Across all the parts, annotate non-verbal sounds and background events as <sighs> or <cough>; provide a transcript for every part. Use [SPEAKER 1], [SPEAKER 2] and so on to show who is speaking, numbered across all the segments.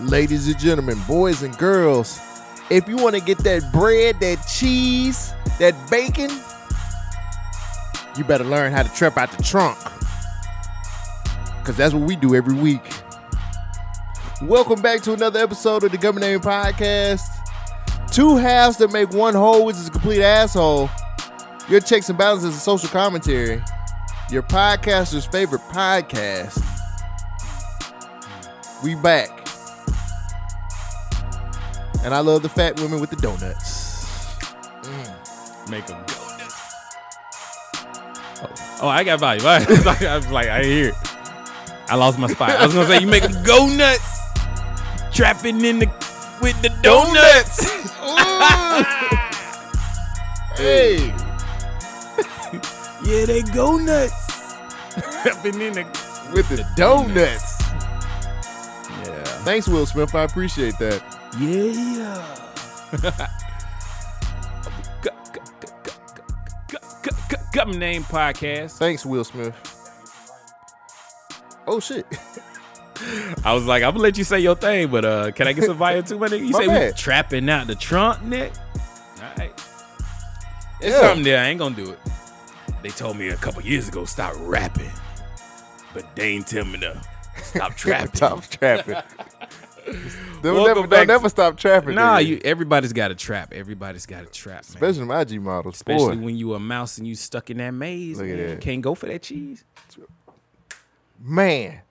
[SPEAKER 1] ladies and gentlemen, boys and girls, if you want to get that bread, that cheese, that bacon, you better learn how to trap out the trunk. Because that's what we do every week. Welcome back to another episode of the Government Name Podcast. Two halves that make one whole, which is a complete asshole. Your checks and balances and social commentary. Your podcaster's favorite podcast. We back. And I love the fat women with the donuts.
[SPEAKER 2] Make them. Oh, oh, I got volume. <laughs> I was like, I was like, I didn't hear it. I lost my spot. I was gonna say, you make them go nuts, trapping in the with the donuts.
[SPEAKER 1] <laughs> hey.
[SPEAKER 2] <laughs> yeah, they go nuts, trapping in the.
[SPEAKER 1] With the donuts.
[SPEAKER 2] Yeah.
[SPEAKER 1] Thanks, Will Smith. I appreciate that.
[SPEAKER 2] Yeah.
[SPEAKER 1] <laughs>
[SPEAKER 2] Come name podcast.
[SPEAKER 1] Thanks, Will Smith. Oh shit.
[SPEAKER 2] I was like, I'm gonna let you say your thing, but uh, can I get some volume too, my nigga? You
[SPEAKER 1] My
[SPEAKER 2] say we
[SPEAKER 1] bad.
[SPEAKER 2] trapping out the trunk, Nick? All right, it's
[SPEAKER 1] Yeah.
[SPEAKER 2] something there. I ain't gonna do it. They told me a couple years ago stop rapping, but they ain't tell me to
[SPEAKER 1] <laughs>
[SPEAKER 2] stop trapping.
[SPEAKER 1] Stop
[SPEAKER 2] <laughs>
[SPEAKER 1] trapping. don't
[SPEAKER 2] Welcome
[SPEAKER 1] never,
[SPEAKER 2] back
[SPEAKER 1] don't never
[SPEAKER 2] to-
[SPEAKER 1] stop trapping.
[SPEAKER 2] Nah,
[SPEAKER 1] nigga.
[SPEAKER 2] you. Everybody's got a trap. Everybody's got a trap, man.
[SPEAKER 1] Especially my G models.
[SPEAKER 2] Especially
[SPEAKER 1] boy.
[SPEAKER 2] when you a mouse and you stuck in that maze.
[SPEAKER 1] Look at
[SPEAKER 2] man. You
[SPEAKER 1] that.
[SPEAKER 2] can't go for that cheese.
[SPEAKER 1] Man.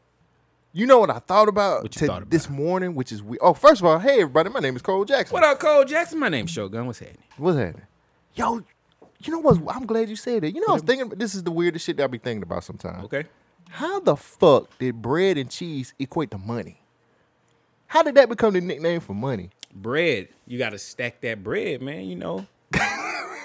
[SPEAKER 1] You know what I thought about,
[SPEAKER 2] What you
[SPEAKER 1] to-
[SPEAKER 2] thought about?
[SPEAKER 1] this morning, which is we. Oh, first of all, hey everybody, my name is Cole Jackson.
[SPEAKER 2] What up, Cole Jackson? My name's Shogun. What's happening?
[SPEAKER 1] What's happening? Yo, you know what? I'm glad you said that. You know, I was thinking. This is the weirdest shit that I be thinking about sometimes.
[SPEAKER 2] Okay.
[SPEAKER 1] How the fuck did bread and cheese equate to money? How did that become the nickname for money?
[SPEAKER 2] bread. You got to stack that bread, man. You know.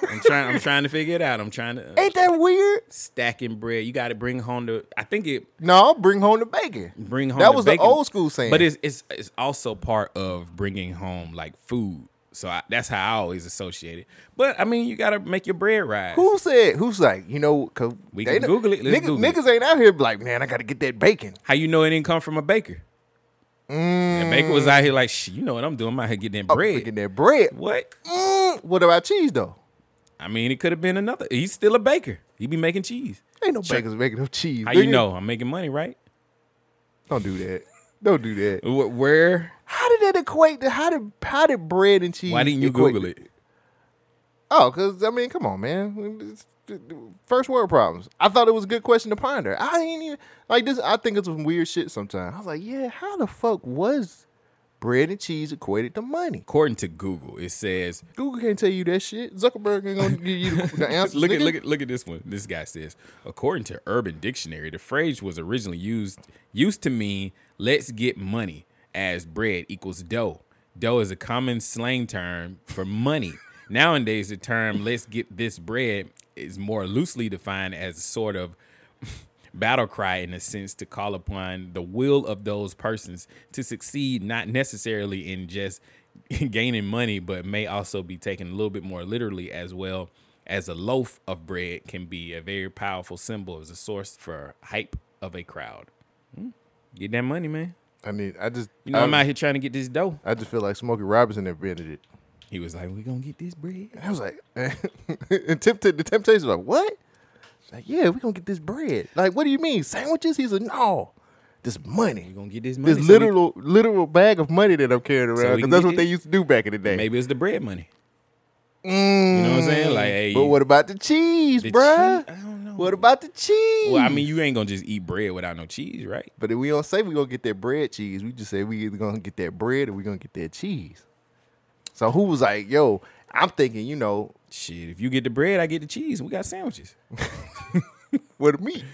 [SPEAKER 2] I'm trying. I'm trying to figure it out. I'm trying to uh,
[SPEAKER 1] <laughs> Ain't that weird?
[SPEAKER 2] stacking bread. You got to bring home the. I think it
[SPEAKER 1] No, bring home the bacon.
[SPEAKER 2] bring home.
[SPEAKER 1] That was the
[SPEAKER 2] bacon.
[SPEAKER 1] old school saying.
[SPEAKER 2] But it's it's it's also part of bringing home like food. So I, that's how I always associate it. But I mean, you got to make your bread rise.
[SPEAKER 1] who said? Who's like you know? Cause
[SPEAKER 2] We
[SPEAKER 1] they
[SPEAKER 2] can
[SPEAKER 1] don't-
[SPEAKER 2] Google it. Let's
[SPEAKER 1] niggas,
[SPEAKER 2] Google it.
[SPEAKER 1] niggas ain't out here like, man, I gotta get that bacon.
[SPEAKER 2] How you know it didn't come from a baker? The baker was out here like, Shh, you know what I'm doing? I'm out here getting that
[SPEAKER 1] Oh,
[SPEAKER 2] bread.
[SPEAKER 1] Get that bread.
[SPEAKER 2] What?
[SPEAKER 1] Mm, what about cheese though?
[SPEAKER 2] I mean, it could have been another. He's still a baker. He be making cheese.
[SPEAKER 1] Ain't no bakers making no cheese.
[SPEAKER 2] How you
[SPEAKER 1] nigga.
[SPEAKER 2] know? I'm making money, right?
[SPEAKER 1] Don't do that. Don't do that.
[SPEAKER 2] Wh- Where
[SPEAKER 1] How did that equate? To, how did how did bread and cheese?
[SPEAKER 2] Why didn't you
[SPEAKER 1] equate-
[SPEAKER 2] Google it?
[SPEAKER 1] Oh, because I mean, come on, man. It's- First world problems. I thought it was a good question to ponder. I ain't even like this. I think it's some weird shit sometimes. I was like, yeah, how the fuck was bread and cheese equated to money?
[SPEAKER 2] According to Google, it says
[SPEAKER 1] Google can't tell you that shit. Zuckerberg ain't gonna give you the,
[SPEAKER 2] <laughs>
[SPEAKER 1] the answer.
[SPEAKER 2] look at look at look at this one. This guy says, according to Urban Dictionary, the phrase was originally used used to mean let's get money as bread equals dough. Dough is a common slang term for money. Nowadays, the term let's get this bread is more loosely defined as a sort of battle cry in a sense to call upon the will of those persons to succeed, not necessarily in just <laughs> gaining money, but may also be taken a little bit more literally as well as a loaf of bread can be a very powerful symbol as a source for hype of a crowd. Hmm. Get that money, man.
[SPEAKER 1] I mean, I just
[SPEAKER 2] You know,
[SPEAKER 1] I,
[SPEAKER 2] I'm out here trying to get this dough.
[SPEAKER 1] I just feel like Smokey Robinson invented it.
[SPEAKER 2] He was like, we gonna get this bread.
[SPEAKER 1] And I was like, <laughs> and tempted the temptation was like, what? She's like, yeah, we gonna get this bread. Like, what do you mean sandwiches? He's like, no, this money.
[SPEAKER 2] We gonna get this money.
[SPEAKER 1] This
[SPEAKER 2] so we-
[SPEAKER 1] literal literal bag of money that I'm carrying around
[SPEAKER 2] we
[SPEAKER 1] because
[SPEAKER 2] can
[SPEAKER 1] that's
[SPEAKER 2] get
[SPEAKER 1] what they
[SPEAKER 2] this?
[SPEAKER 1] used to do back in the day.
[SPEAKER 2] maybe it's the bread money. You know what I'm saying? Like, hey,
[SPEAKER 1] mm. But what about the cheese,
[SPEAKER 2] the
[SPEAKER 1] bruh?
[SPEAKER 2] cheese- I don't know.
[SPEAKER 1] What about the cheese?
[SPEAKER 2] Well, I mean, you ain't gonna just eat bread without no cheese, right?
[SPEAKER 1] but we don't say we gonna get that bread cheese. We just say we either gonna get that bread or we gonna get that cheese. So who was like, yo? I'm thinking, you know,
[SPEAKER 2] Shit, if you get the bread, I get the cheese. We got
[SPEAKER 1] <laughs>
[SPEAKER 2] sandwiches.
[SPEAKER 1] with meat.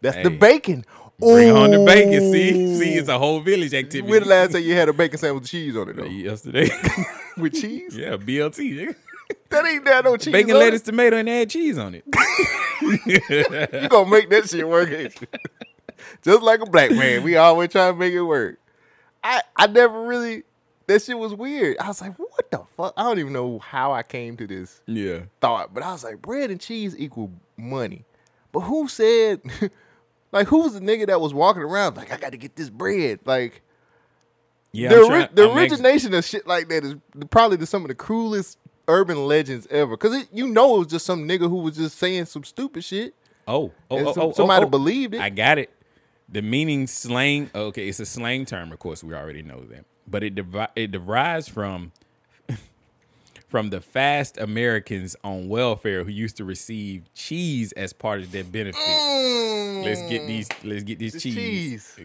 [SPEAKER 1] That's the
[SPEAKER 2] Hey.
[SPEAKER 1] bacon.
[SPEAKER 2] Bring on the bacon.
[SPEAKER 1] Ooh.
[SPEAKER 2] See, see, it's a whole village activity.
[SPEAKER 1] When the last time you had a bacon sandwich with cheese on it though?
[SPEAKER 2] yesterday.
[SPEAKER 1] <laughs> With cheese?
[SPEAKER 2] yeah, BLT. nigga.
[SPEAKER 1] <laughs> That ain't that no cheese.
[SPEAKER 2] Bacon,
[SPEAKER 1] on it.
[SPEAKER 2] lettuce, tomato, and add cheese on it.
[SPEAKER 1] <laughs> You gonna make that shit work? ain't you? <laughs> Just like a black man, we always try to make it work. I I never really that shit was weird. I was like, what the fuck? I don't even know how I came to this
[SPEAKER 2] yeah,
[SPEAKER 1] thought, but I was like, bread and cheese equal money. But who said? <laughs> Like, who was the nigga that was walking around like, I got to get this bread? Like,
[SPEAKER 2] Yeah,
[SPEAKER 1] the
[SPEAKER 2] I'm
[SPEAKER 1] ori-
[SPEAKER 2] trying-
[SPEAKER 1] the
[SPEAKER 2] I'm ex-
[SPEAKER 1] origination of shit like that is probably the, some of the cruelest urban legends ever. Cause it, you know it was just some nigga who was just saying some stupid shit.
[SPEAKER 2] Oh, oh,
[SPEAKER 1] And
[SPEAKER 2] oh,
[SPEAKER 1] some-
[SPEAKER 2] oh, oh,
[SPEAKER 1] somebody
[SPEAKER 2] oh.
[SPEAKER 1] believed it.
[SPEAKER 2] I got it. The meaning slang. Okay, it's a slang term. Of course, we already know that, but it devi- it derives from <laughs> from the fast Americans on welfare who used to receive cheese as part of their benefit. Let's get these. Let's get these
[SPEAKER 1] Mm. This
[SPEAKER 2] cheese.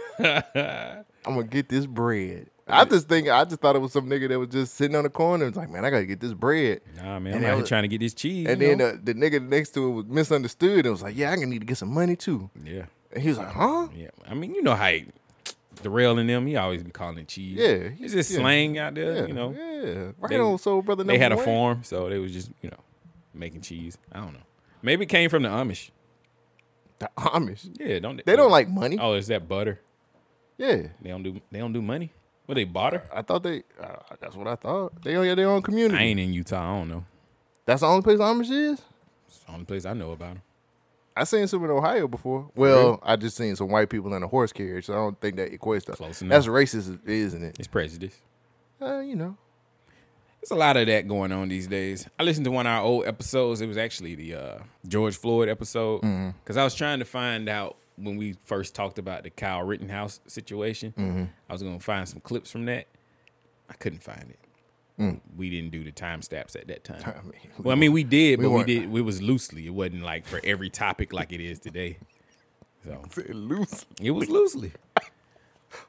[SPEAKER 2] <laughs>
[SPEAKER 1] I'm gonna get this bread. I just think I just thought it was some nigga that was just sitting on the corner and was like, man, I gotta get this bread.
[SPEAKER 2] Nah, man,
[SPEAKER 1] And
[SPEAKER 2] I'm out
[SPEAKER 1] that
[SPEAKER 2] here
[SPEAKER 1] was-
[SPEAKER 2] trying to get this cheese.
[SPEAKER 1] And
[SPEAKER 2] you
[SPEAKER 1] then
[SPEAKER 2] know?
[SPEAKER 1] uh, the nigga next to it was misunderstood and was like, yeah, I gonna need to get some money too.
[SPEAKER 2] yeah,
[SPEAKER 1] And he was like, huh?
[SPEAKER 2] yeah. I mean, you know how he- Darrell and them, he always be calling it cheese.
[SPEAKER 1] Yeah, he-
[SPEAKER 2] it's just
[SPEAKER 1] yeah.
[SPEAKER 2] slang out there.
[SPEAKER 1] Yeah,
[SPEAKER 2] you know,
[SPEAKER 1] yeah. Right
[SPEAKER 2] They-
[SPEAKER 1] on, soul brother.
[SPEAKER 2] they had a
[SPEAKER 1] number one.
[SPEAKER 2] farm, so they was just you know making cheese. I don't know. Maybe it came from the Amish.
[SPEAKER 1] The Amish.
[SPEAKER 2] Yeah, don't
[SPEAKER 1] They don't like money.
[SPEAKER 2] Oh, is that butter?
[SPEAKER 1] Yeah,
[SPEAKER 2] They don't do. They don't do money. What they butter?
[SPEAKER 1] I thought they. Uh, that's what I thought. They don't have their own
[SPEAKER 2] I
[SPEAKER 1] community.
[SPEAKER 2] ain't in Utah. I don't know.
[SPEAKER 1] That's the only place Amish is.
[SPEAKER 2] It's the only place I know about them.
[SPEAKER 1] I seen some in Ohio before. Well, I just seen some white people in a horse carriage. So I don't think that equates to
[SPEAKER 2] Close
[SPEAKER 1] That's racist, isn't it?
[SPEAKER 2] It's prejudice.
[SPEAKER 1] Uh, you know.
[SPEAKER 2] There's a lot of that going on these days. I listened to one of our old episodes. It was actually the uh, George Floyd episode because
[SPEAKER 1] Mm-hmm.
[SPEAKER 2] I was trying to find out when we first talked about the Kyle Rittenhouse situation.
[SPEAKER 1] Mm-hmm.
[SPEAKER 2] I was going to find some clips from that. I couldn't find it. We didn't do the timestamps at that time.
[SPEAKER 1] Mm. <laughs> I mean,
[SPEAKER 2] well, I mean, we did,
[SPEAKER 1] we
[SPEAKER 2] but we
[SPEAKER 1] weren't-
[SPEAKER 2] did. It was loosely. It wasn't like for every topic like it is today. So
[SPEAKER 1] <laughs> loose.
[SPEAKER 2] it was loosely.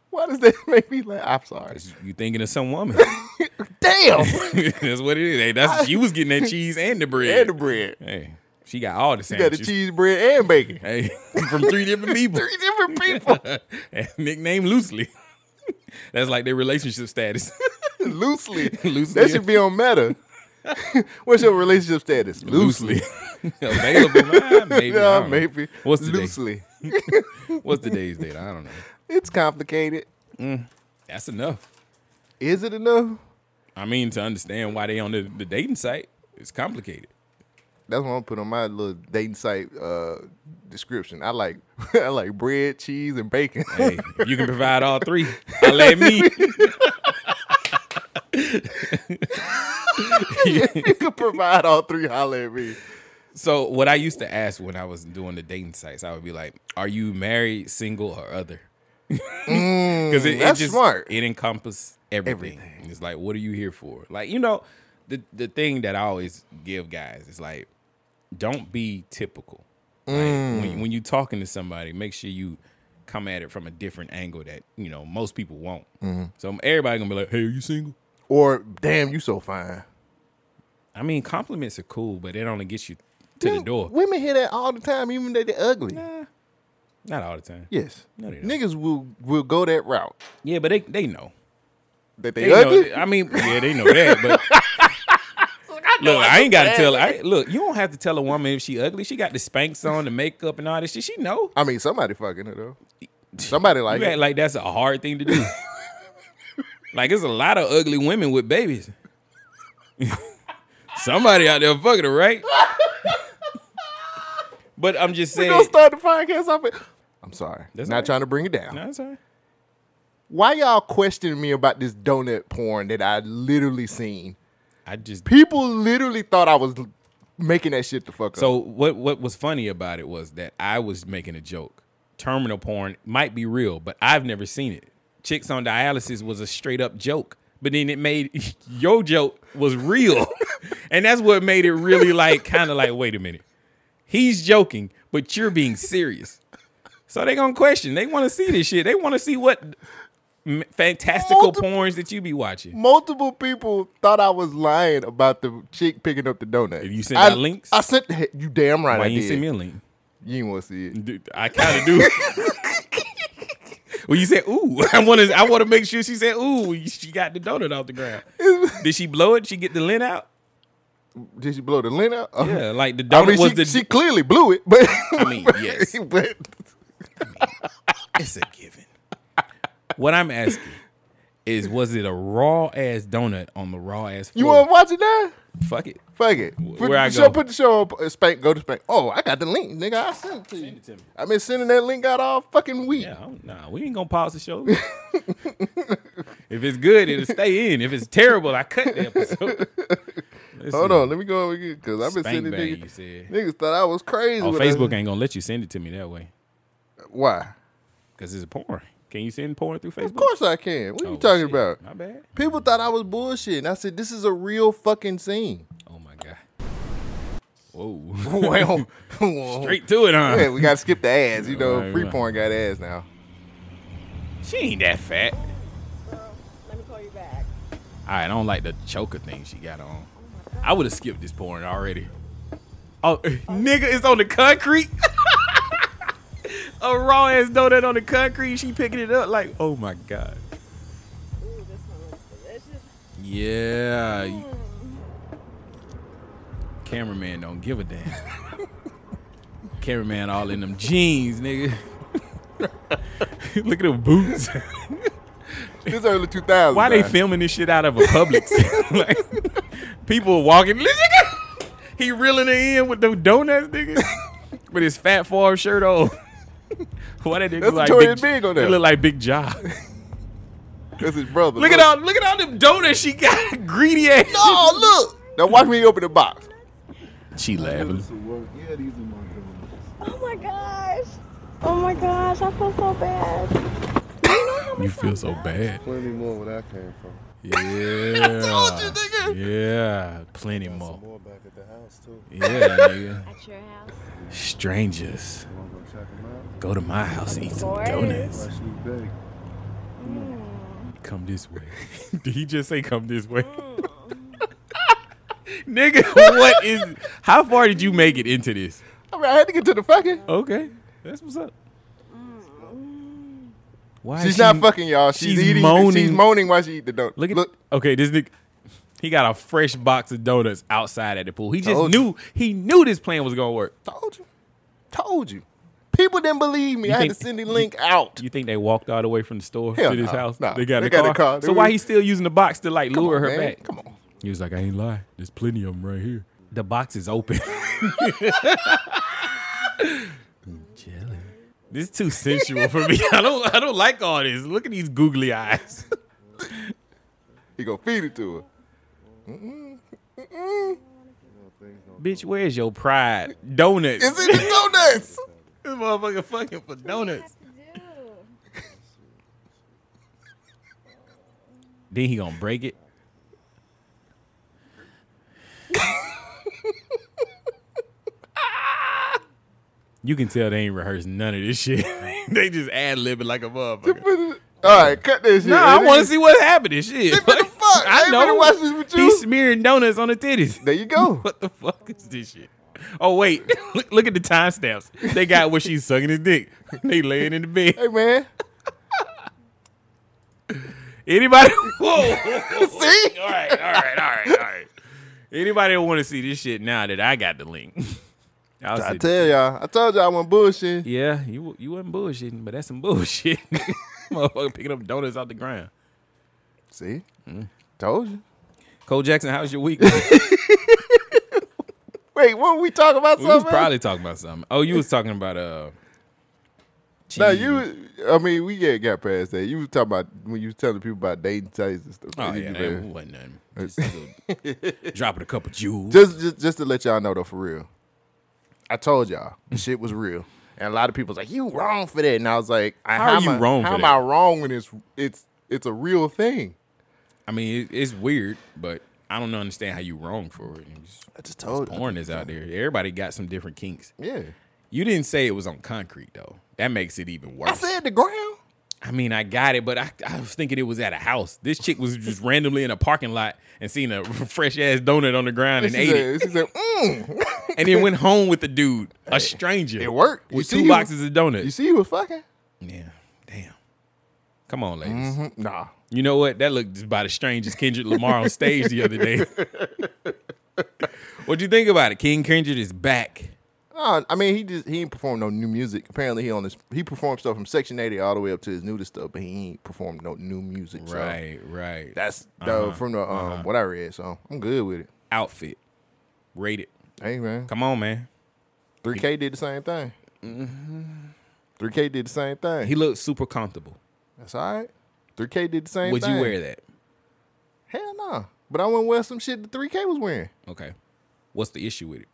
[SPEAKER 1] Why does that <laughs> make me laugh? I'm sorry.
[SPEAKER 2] You thinking of some woman?
[SPEAKER 1] <laughs> Damn.
[SPEAKER 2] <laughs> that's what it is. Hey, that's she was getting that cheese and the bread.
[SPEAKER 1] and the bread.
[SPEAKER 2] Hey, she got all the
[SPEAKER 1] You got the
[SPEAKER 2] sandwiches.
[SPEAKER 1] cheese bread and bacon.
[SPEAKER 2] Hey, <laughs> from three different people.
[SPEAKER 1] Three
[SPEAKER 2] <laughs>
[SPEAKER 1] different people.
[SPEAKER 2] Nickname loosely. <laughs> That's like their relationship status. <laughs>
[SPEAKER 1] Loosely.
[SPEAKER 2] Loosely.
[SPEAKER 1] That should be on meta. <laughs> What's your relationship status?
[SPEAKER 2] loosely. <laughs>
[SPEAKER 1] <laughs>
[SPEAKER 2] Available? Ah, maybe. I don't
[SPEAKER 1] Yeah,
[SPEAKER 2] know.
[SPEAKER 1] maybe.
[SPEAKER 2] What's today?
[SPEAKER 1] Loosely.
[SPEAKER 2] <laughs> <laughs> What's today's date? I don't know. Mm.
[SPEAKER 1] It's complicated.
[SPEAKER 2] That's enough.
[SPEAKER 1] Is it enough?
[SPEAKER 2] I mean, to understand why they on the, the dating site, it's complicated.
[SPEAKER 1] That's what I'm gonna put on my little dating site uh, description. I like <laughs> I like bread, cheese, and bacon.
[SPEAKER 2] Hey, if
[SPEAKER 1] <laughs>
[SPEAKER 2] you can provide all three, I let me.
[SPEAKER 1] <laughs> you
[SPEAKER 2] <laughs>
[SPEAKER 1] could provide all three, holler at me.
[SPEAKER 2] So what I used to ask when I was doing the dating sites, I would be like, "Are you married, single, or other?" <laughs> Because it,
[SPEAKER 1] Mm, that's
[SPEAKER 2] just
[SPEAKER 1] smart.
[SPEAKER 2] it encompasses everything.
[SPEAKER 1] Everything.
[SPEAKER 2] And It's like, what are you here for? Like you know, the the thing that I always give guys is like, don't be typical. Like,
[SPEAKER 1] Mm.
[SPEAKER 2] when, when you're talking to somebody, make sure you come at it from a different angle that you know most people won't. So everybody gonna be like, "Hey, are you single?"
[SPEAKER 1] Or damn, you so fine.
[SPEAKER 2] I mean, compliments are cool, but it only gets you to the door.
[SPEAKER 1] Women hear that all the time, even though they're ugly.
[SPEAKER 2] Not all the time.
[SPEAKER 1] Yes,
[SPEAKER 2] No, they don't.
[SPEAKER 1] niggas will will go that route.
[SPEAKER 2] Yeah, but they they know.
[SPEAKER 1] That they,
[SPEAKER 2] They
[SPEAKER 1] ugly.
[SPEAKER 2] know. I mean, yeah, they know that. But look, I ain't gotta tell. I look, you don't have to tell a woman if she ugly. She got the spanks on, the makeup, and all this shit. She know.
[SPEAKER 1] I mean, somebody fucking her though.
[SPEAKER 2] <laughs>
[SPEAKER 1] Somebody like
[SPEAKER 2] You
[SPEAKER 1] it.
[SPEAKER 2] act like that's a hard thing to do.
[SPEAKER 1] <laughs>
[SPEAKER 2] like it's a lot of ugly women with babies. <laughs> Somebody out there fucking her,
[SPEAKER 1] <laughs>
[SPEAKER 2] right? but I'm just
[SPEAKER 1] We
[SPEAKER 2] saying.
[SPEAKER 1] gonna start the podcast off. with- I'm sorry.
[SPEAKER 2] That's
[SPEAKER 1] Not
[SPEAKER 2] all right.
[SPEAKER 1] trying to bring it down.
[SPEAKER 2] No, it's all right.
[SPEAKER 1] Why y'all questioning me about this donut porn that I literally seen?
[SPEAKER 2] I just
[SPEAKER 1] People literally thought I was l- making that shit the fuck up.
[SPEAKER 2] So what what was funny about it was that I was making a joke. Terminal porn might be real, but I've never seen it. Chicks on dialysis was a straight up joke, but then it made <laughs> your joke was real, <laughs> and that's what made it really like kind of like wait a minute, he's joking, but you're being serious. So they gonna question. They want to see this shit. They want to see what m- fantastical
[SPEAKER 1] Multiple-
[SPEAKER 2] porns that you be watching.
[SPEAKER 1] Multiple people thought I was lying about the chick picking up the donut.
[SPEAKER 2] Have you sent
[SPEAKER 1] I,
[SPEAKER 2] out links?
[SPEAKER 1] I sent the- you damn right.
[SPEAKER 2] Why
[SPEAKER 1] I
[SPEAKER 2] you ain't
[SPEAKER 1] did.
[SPEAKER 2] send me a link?
[SPEAKER 1] You ain't want to see it.
[SPEAKER 2] Dude, I kind of do. well, you said ooh. <laughs> I want to. I want to make sure she said ooh. She got the donut off the ground.
[SPEAKER 1] <laughs>
[SPEAKER 2] Did she blow it? She get the lint out?
[SPEAKER 1] Did she blow the lint out? <laughs>
[SPEAKER 2] Yeah, like the donut
[SPEAKER 1] I mean,
[SPEAKER 2] was
[SPEAKER 1] she,
[SPEAKER 2] the.
[SPEAKER 1] she clearly blew it, but
[SPEAKER 2] I
[SPEAKER 1] <laughs>
[SPEAKER 2] mean, yes,
[SPEAKER 1] but
[SPEAKER 2] it's a given. What I'm asking is, was it a raw ass donut on the raw ass
[SPEAKER 1] you
[SPEAKER 2] floor?
[SPEAKER 1] want to watch it now?
[SPEAKER 2] Fuck it.
[SPEAKER 1] Fuck it. Put,
[SPEAKER 2] where I
[SPEAKER 1] the show,
[SPEAKER 2] go?
[SPEAKER 1] put the show up. uh, Spank, go to Spank. Oh, I got the link, nigga. I sent it to you.
[SPEAKER 2] it to me.
[SPEAKER 1] I've been sending that link out all fucking
[SPEAKER 2] <laughs>
[SPEAKER 1] week.
[SPEAKER 2] Yeah, I'm- nah, we ain't gonna pause the show. If it's good, it'll stay in. If it's terrible, I cut the episode.
[SPEAKER 1] Hold on, let me go over again because I've been
[SPEAKER 2] Bang
[SPEAKER 1] sending
[SPEAKER 2] bang, you
[SPEAKER 1] niggas.
[SPEAKER 2] said.
[SPEAKER 1] Niggas thought I was crazy.
[SPEAKER 2] Oh,
[SPEAKER 1] when I-
[SPEAKER 2] Facebook ain't gonna let you send it to me that way
[SPEAKER 1] Why?
[SPEAKER 2] because it's porn. Can you send porn through Facebook?
[SPEAKER 1] Of course I can. What are
[SPEAKER 2] Oh,
[SPEAKER 1] you talking
[SPEAKER 2] shit.
[SPEAKER 1] about?
[SPEAKER 2] My bad.
[SPEAKER 1] People thought I was bullshitting. I said this is a real
[SPEAKER 2] <laughs>
[SPEAKER 1] fucking scene.
[SPEAKER 2] Oh my god.
[SPEAKER 1] <laughs>
[SPEAKER 2] Whoa.
[SPEAKER 1] well,
[SPEAKER 2] Straight to it, huh?
[SPEAKER 1] Yeah, we gotta skip the
[SPEAKER 2] <laughs>
[SPEAKER 1] ass. You know,
[SPEAKER 2] Right,
[SPEAKER 1] free
[SPEAKER 2] right.
[SPEAKER 1] porn got ass now.
[SPEAKER 2] She ain't that fat. All
[SPEAKER 3] Um, Let me call you back. Oh
[SPEAKER 2] right, I don't like the choker thing she got on. I would have skipped this porn already. Oh, <laughs> nigga, it's on the concrete. <laughs> A raw ass donut on the concrete. She picking it up like, oh my god.
[SPEAKER 3] Ooh, this one looks delicious. Mm.
[SPEAKER 2] Yeah. you- Cameraman don't give a damn.
[SPEAKER 3] <laughs>
[SPEAKER 2] Cameraman all in them jeans, nigga. <laughs> Look at them boots.
[SPEAKER 1] This early 2000s.
[SPEAKER 2] Why they
[SPEAKER 1] man.
[SPEAKER 2] filming this shit out of a
[SPEAKER 1] <laughs>
[SPEAKER 2] Publix? <laughs> like, people walking. Listen, nigga. he reeling it in with the donuts,
[SPEAKER 1] <laughs>
[SPEAKER 2] nigga, with his fat farm shirt on. <laughs> Why that nigga
[SPEAKER 1] That's
[SPEAKER 2] look like
[SPEAKER 1] Victoria's
[SPEAKER 2] big,
[SPEAKER 1] Big on there.
[SPEAKER 2] He look like Big Job.
[SPEAKER 1] <laughs> That's his brother.
[SPEAKER 2] look at all, look at all them donuts she got. <laughs> Greedy ass.
[SPEAKER 1] Oh look! Now watch me open the box.
[SPEAKER 2] She laughing.
[SPEAKER 4] Yeah, these are my donuts.
[SPEAKER 3] Oh my gosh. Oh my gosh, I feel so bad.
[SPEAKER 2] You feel so bad.
[SPEAKER 4] Plenty more where that came from.
[SPEAKER 3] <laughs>
[SPEAKER 2] Yeah. Yeah. Plenty more.
[SPEAKER 4] More back at the house too.
[SPEAKER 2] Yeah, nigga.
[SPEAKER 3] <laughs> At your house?
[SPEAKER 2] Strangers.
[SPEAKER 4] You wanna go check them
[SPEAKER 2] Go to my house and eat some
[SPEAKER 3] Boy.
[SPEAKER 4] out?
[SPEAKER 2] donuts.
[SPEAKER 4] Freshly baked.
[SPEAKER 2] Come this way. <laughs> Did he just say come this way?
[SPEAKER 3] Mm.
[SPEAKER 2] <laughs> nigga, what is how far did you make it into this?
[SPEAKER 1] I mean, I had to get to the fucking.
[SPEAKER 2] Okay. That's what's up. Why
[SPEAKER 1] She's
[SPEAKER 2] she-
[SPEAKER 1] not fucking y'all. She's,
[SPEAKER 2] she's
[SPEAKER 1] eating. She's
[SPEAKER 2] moaning.
[SPEAKER 1] moaning while she eat the donut.
[SPEAKER 2] Look at okay, this nigga. He got a fresh box of donuts outside at the pool. He just
[SPEAKER 1] Told you.
[SPEAKER 2] knew he knew this plan was gonna work.
[SPEAKER 1] Told you. Told you. People didn't believe me.
[SPEAKER 2] You
[SPEAKER 1] I had to
[SPEAKER 2] think-
[SPEAKER 1] send the
[SPEAKER 2] you-
[SPEAKER 1] link out.
[SPEAKER 2] You think they walked all the way from the store
[SPEAKER 1] Hell
[SPEAKER 2] to this
[SPEAKER 1] no,
[SPEAKER 2] house?
[SPEAKER 1] no.
[SPEAKER 2] They got,
[SPEAKER 1] They
[SPEAKER 2] in the
[SPEAKER 1] got
[SPEAKER 2] car.
[SPEAKER 1] in the car. They
[SPEAKER 2] So
[SPEAKER 1] was-
[SPEAKER 2] why he still using the box to like lure her
[SPEAKER 1] Man,
[SPEAKER 2] back?
[SPEAKER 1] Come on.
[SPEAKER 2] He was like, I ain't lying. There's plenty of them right here. The box is open. <laughs> Jelly. This is too sensual for me. <laughs> I don't I don't like all this. Look at these googly eyes.
[SPEAKER 1] <laughs> He gonna feed it to her.
[SPEAKER 2] Bitch, where's your pride? Donuts.
[SPEAKER 1] It's in the donuts.
[SPEAKER 2] <laughs> this motherfucker fucking for donuts. Then he gonna break it. you can tell they ain't rehearsed none of this shit. <laughs> they just ad libbing like a motherfucker.
[SPEAKER 1] All right, cut this shit.
[SPEAKER 2] No, I want to see what happening. Shit,
[SPEAKER 1] what
[SPEAKER 2] <laughs>
[SPEAKER 1] the fuck? I ain't finna watch this with you.
[SPEAKER 2] He's smearing donuts on the titties.
[SPEAKER 1] There you go.
[SPEAKER 2] What the fuck is this shit? Oh wait, <laughs> look, look at the timestamps. They got where she's sucking his dick. <laughs> They laying in the bed.
[SPEAKER 1] Hey man, <laughs>
[SPEAKER 2] Anybody? <laughs> Whoa.
[SPEAKER 1] see?
[SPEAKER 2] all right, all right, all right, all right. Anybody want to see this shit now that I got the link? <laughs> I'll
[SPEAKER 1] I
[SPEAKER 2] send it to
[SPEAKER 1] tell y'all, I told y'all I wasn't bullshitting.
[SPEAKER 2] Yeah, you you wasn't bullshitting, but that's some bullshit. Motherfucker picking up donuts out the ground.
[SPEAKER 1] See, Mm-hmm. told you.
[SPEAKER 2] Cole Jackson, how's your
[SPEAKER 1] <laughs>
[SPEAKER 2] week? we
[SPEAKER 1] Wait, what were we talking about?
[SPEAKER 2] was
[SPEAKER 1] Something?
[SPEAKER 2] probably talking about something. Oh, you was talking about uh.
[SPEAKER 1] no,
[SPEAKER 2] cheese.
[SPEAKER 1] you. I mean, we yeah, got past that. You was talking about when you was telling people about dating sites and stuff.
[SPEAKER 2] Oh
[SPEAKER 1] You
[SPEAKER 2] yeah,
[SPEAKER 1] do
[SPEAKER 2] that
[SPEAKER 1] that.
[SPEAKER 2] wasn't
[SPEAKER 1] <laughs>
[SPEAKER 2] nothing. Just a little- dropping a couple jewels.
[SPEAKER 1] just, just just to let y'all know though, for real, I told y'all the shit was real, and a lot of people was like, "You wrong for that," and I was like, I-
[SPEAKER 2] How are
[SPEAKER 1] am
[SPEAKER 2] you
[SPEAKER 1] I-
[SPEAKER 2] wrong
[SPEAKER 1] How
[SPEAKER 2] for
[SPEAKER 1] am
[SPEAKER 2] that?
[SPEAKER 1] I wrong when it's it's it's a real thing?"
[SPEAKER 2] I mean, it, it's weird, but I don't understand how you wrong for it. It's-
[SPEAKER 1] I just told you.
[SPEAKER 2] Porn is out there. Everybody got some different kinks.
[SPEAKER 1] Yeah,
[SPEAKER 2] You didn't say it was on concrete though. That makes it even worse.
[SPEAKER 1] I said the ground.
[SPEAKER 2] I mean, I got it, but I, I was thinking it was at a house. This chick was just randomly in a parking lot and seen a <laughs> fresh ass donut on the ground and
[SPEAKER 1] she
[SPEAKER 2] ate
[SPEAKER 1] said,
[SPEAKER 2] it,
[SPEAKER 1] She said, mm.
[SPEAKER 2] and then went home with the dude, a stranger.
[SPEAKER 1] "It worked." You
[SPEAKER 2] with
[SPEAKER 1] see
[SPEAKER 2] two
[SPEAKER 1] he was-
[SPEAKER 2] boxes of
[SPEAKER 1] You
[SPEAKER 2] donuts.
[SPEAKER 1] see, he was fucking.
[SPEAKER 2] Yeah, damn. Come on, ladies.
[SPEAKER 1] Mhm. Nah,
[SPEAKER 2] You know what? That looked about as strange as Kendrick Lamar on stage the other day. What'd you think about it? King Kendrick is back.
[SPEAKER 1] Uh, I mean, he just he ain't performed no new music. Apparently, he on this he performed stuff from Section Eighty all the way up to his newest stuff, but he ain't performed no new music. so
[SPEAKER 2] Right, right. That
[SPEAKER 1] that's though from the um what I read. So <laughs> I'm good with it.
[SPEAKER 2] outfit. Rate it.
[SPEAKER 1] Hey man,
[SPEAKER 2] Come on, man.
[SPEAKER 1] three K did the same thing. 3K did the same thing.
[SPEAKER 2] He loooks super comfortable.
[SPEAKER 1] That's all right. 3K did the same
[SPEAKER 2] Would
[SPEAKER 1] thing.
[SPEAKER 2] you wear that?
[SPEAKER 1] Hell no. But I wouldn't wear some shit that 3K was wearing.
[SPEAKER 2] Okay. What's the issue with it?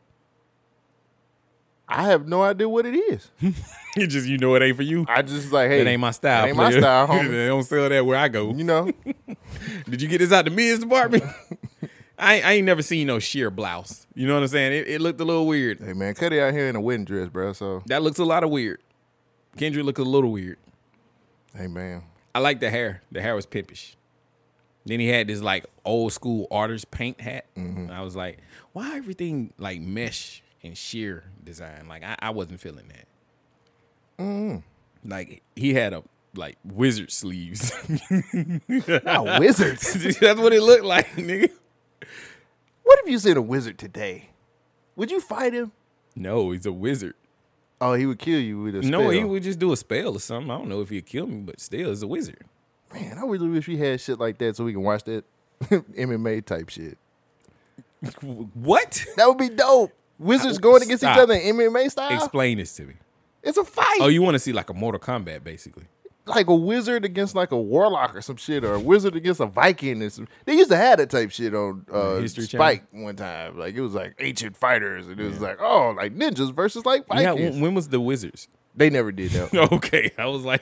[SPEAKER 1] I have no idea what it is.
[SPEAKER 2] <laughs> You just you know it ain't for you.
[SPEAKER 1] I just like, hey,
[SPEAKER 2] It ain't my style.
[SPEAKER 1] It ain't my
[SPEAKER 2] player. <laughs>
[SPEAKER 1] style, homie.
[SPEAKER 2] they don't sell that where I go.
[SPEAKER 1] you know,
[SPEAKER 2] <laughs> Did you get this out the men's department? <laughs> I, I ain't never seen no sheer blouse. You know what I'm saying? It, it looked a little weird.
[SPEAKER 1] hey man, Cuddy out here in a wedding dress, bro. So,
[SPEAKER 2] That looks a lot of weird. Kendrick looked a little weird.
[SPEAKER 1] hey man,
[SPEAKER 2] I like the hair. The hair was pimpish. Then he had this like old school artist paint hat.
[SPEAKER 1] Mm-hmm.
[SPEAKER 2] And I was like, why everything like mesh and sheer design? Like I, I wasn't feeling that.
[SPEAKER 1] Mm-hmm.
[SPEAKER 2] Like he had a like wizard
[SPEAKER 1] <laughs>
[SPEAKER 2] sleeves. <laughs>
[SPEAKER 1] not wizards.
[SPEAKER 2] That's what it looked like, nigga.
[SPEAKER 1] What if you seen a wizard today? Would you fight him?
[SPEAKER 2] No, he's a wizard.
[SPEAKER 1] Oh, he would kill you with a
[SPEAKER 2] No,
[SPEAKER 1] spell.
[SPEAKER 2] he would just do a spell or something. I don't know if he'd kill me, but still, he's a wizard. <laughs>
[SPEAKER 1] Man, I really wish we had shit like that so we can watch that <laughs> MMA type shit.
[SPEAKER 2] What?
[SPEAKER 1] That would be dope. Wizards
[SPEAKER 2] Uh,
[SPEAKER 1] going against
[SPEAKER 2] stop.
[SPEAKER 1] each other in MMA style.
[SPEAKER 2] Explain this to me.
[SPEAKER 1] it's a fight.
[SPEAKER 2] Oh, you want to see like a Mortal Kombat, basically?
[SPEAKER 1] like a wizard against like a warlock or some shit, or a wizard against a Viking. Or some, they used to have that type shit on uh,
[SPEAKER 2] History Channel?
[SPEAKER 1] Spike one time. Like it was like ancient fighters, and it was like oh, like ninjas versus like
[SPEAKER 2] Yeah.
[SPEAKER 1] Vikings.
[SPEAKER 2] When, when was the wizards?
[SPEAKER 1] they never
[SPEAKER 2] <laughs>
[SPEAKER 1] did that.
[SPEAKER 2] Okay, I was like,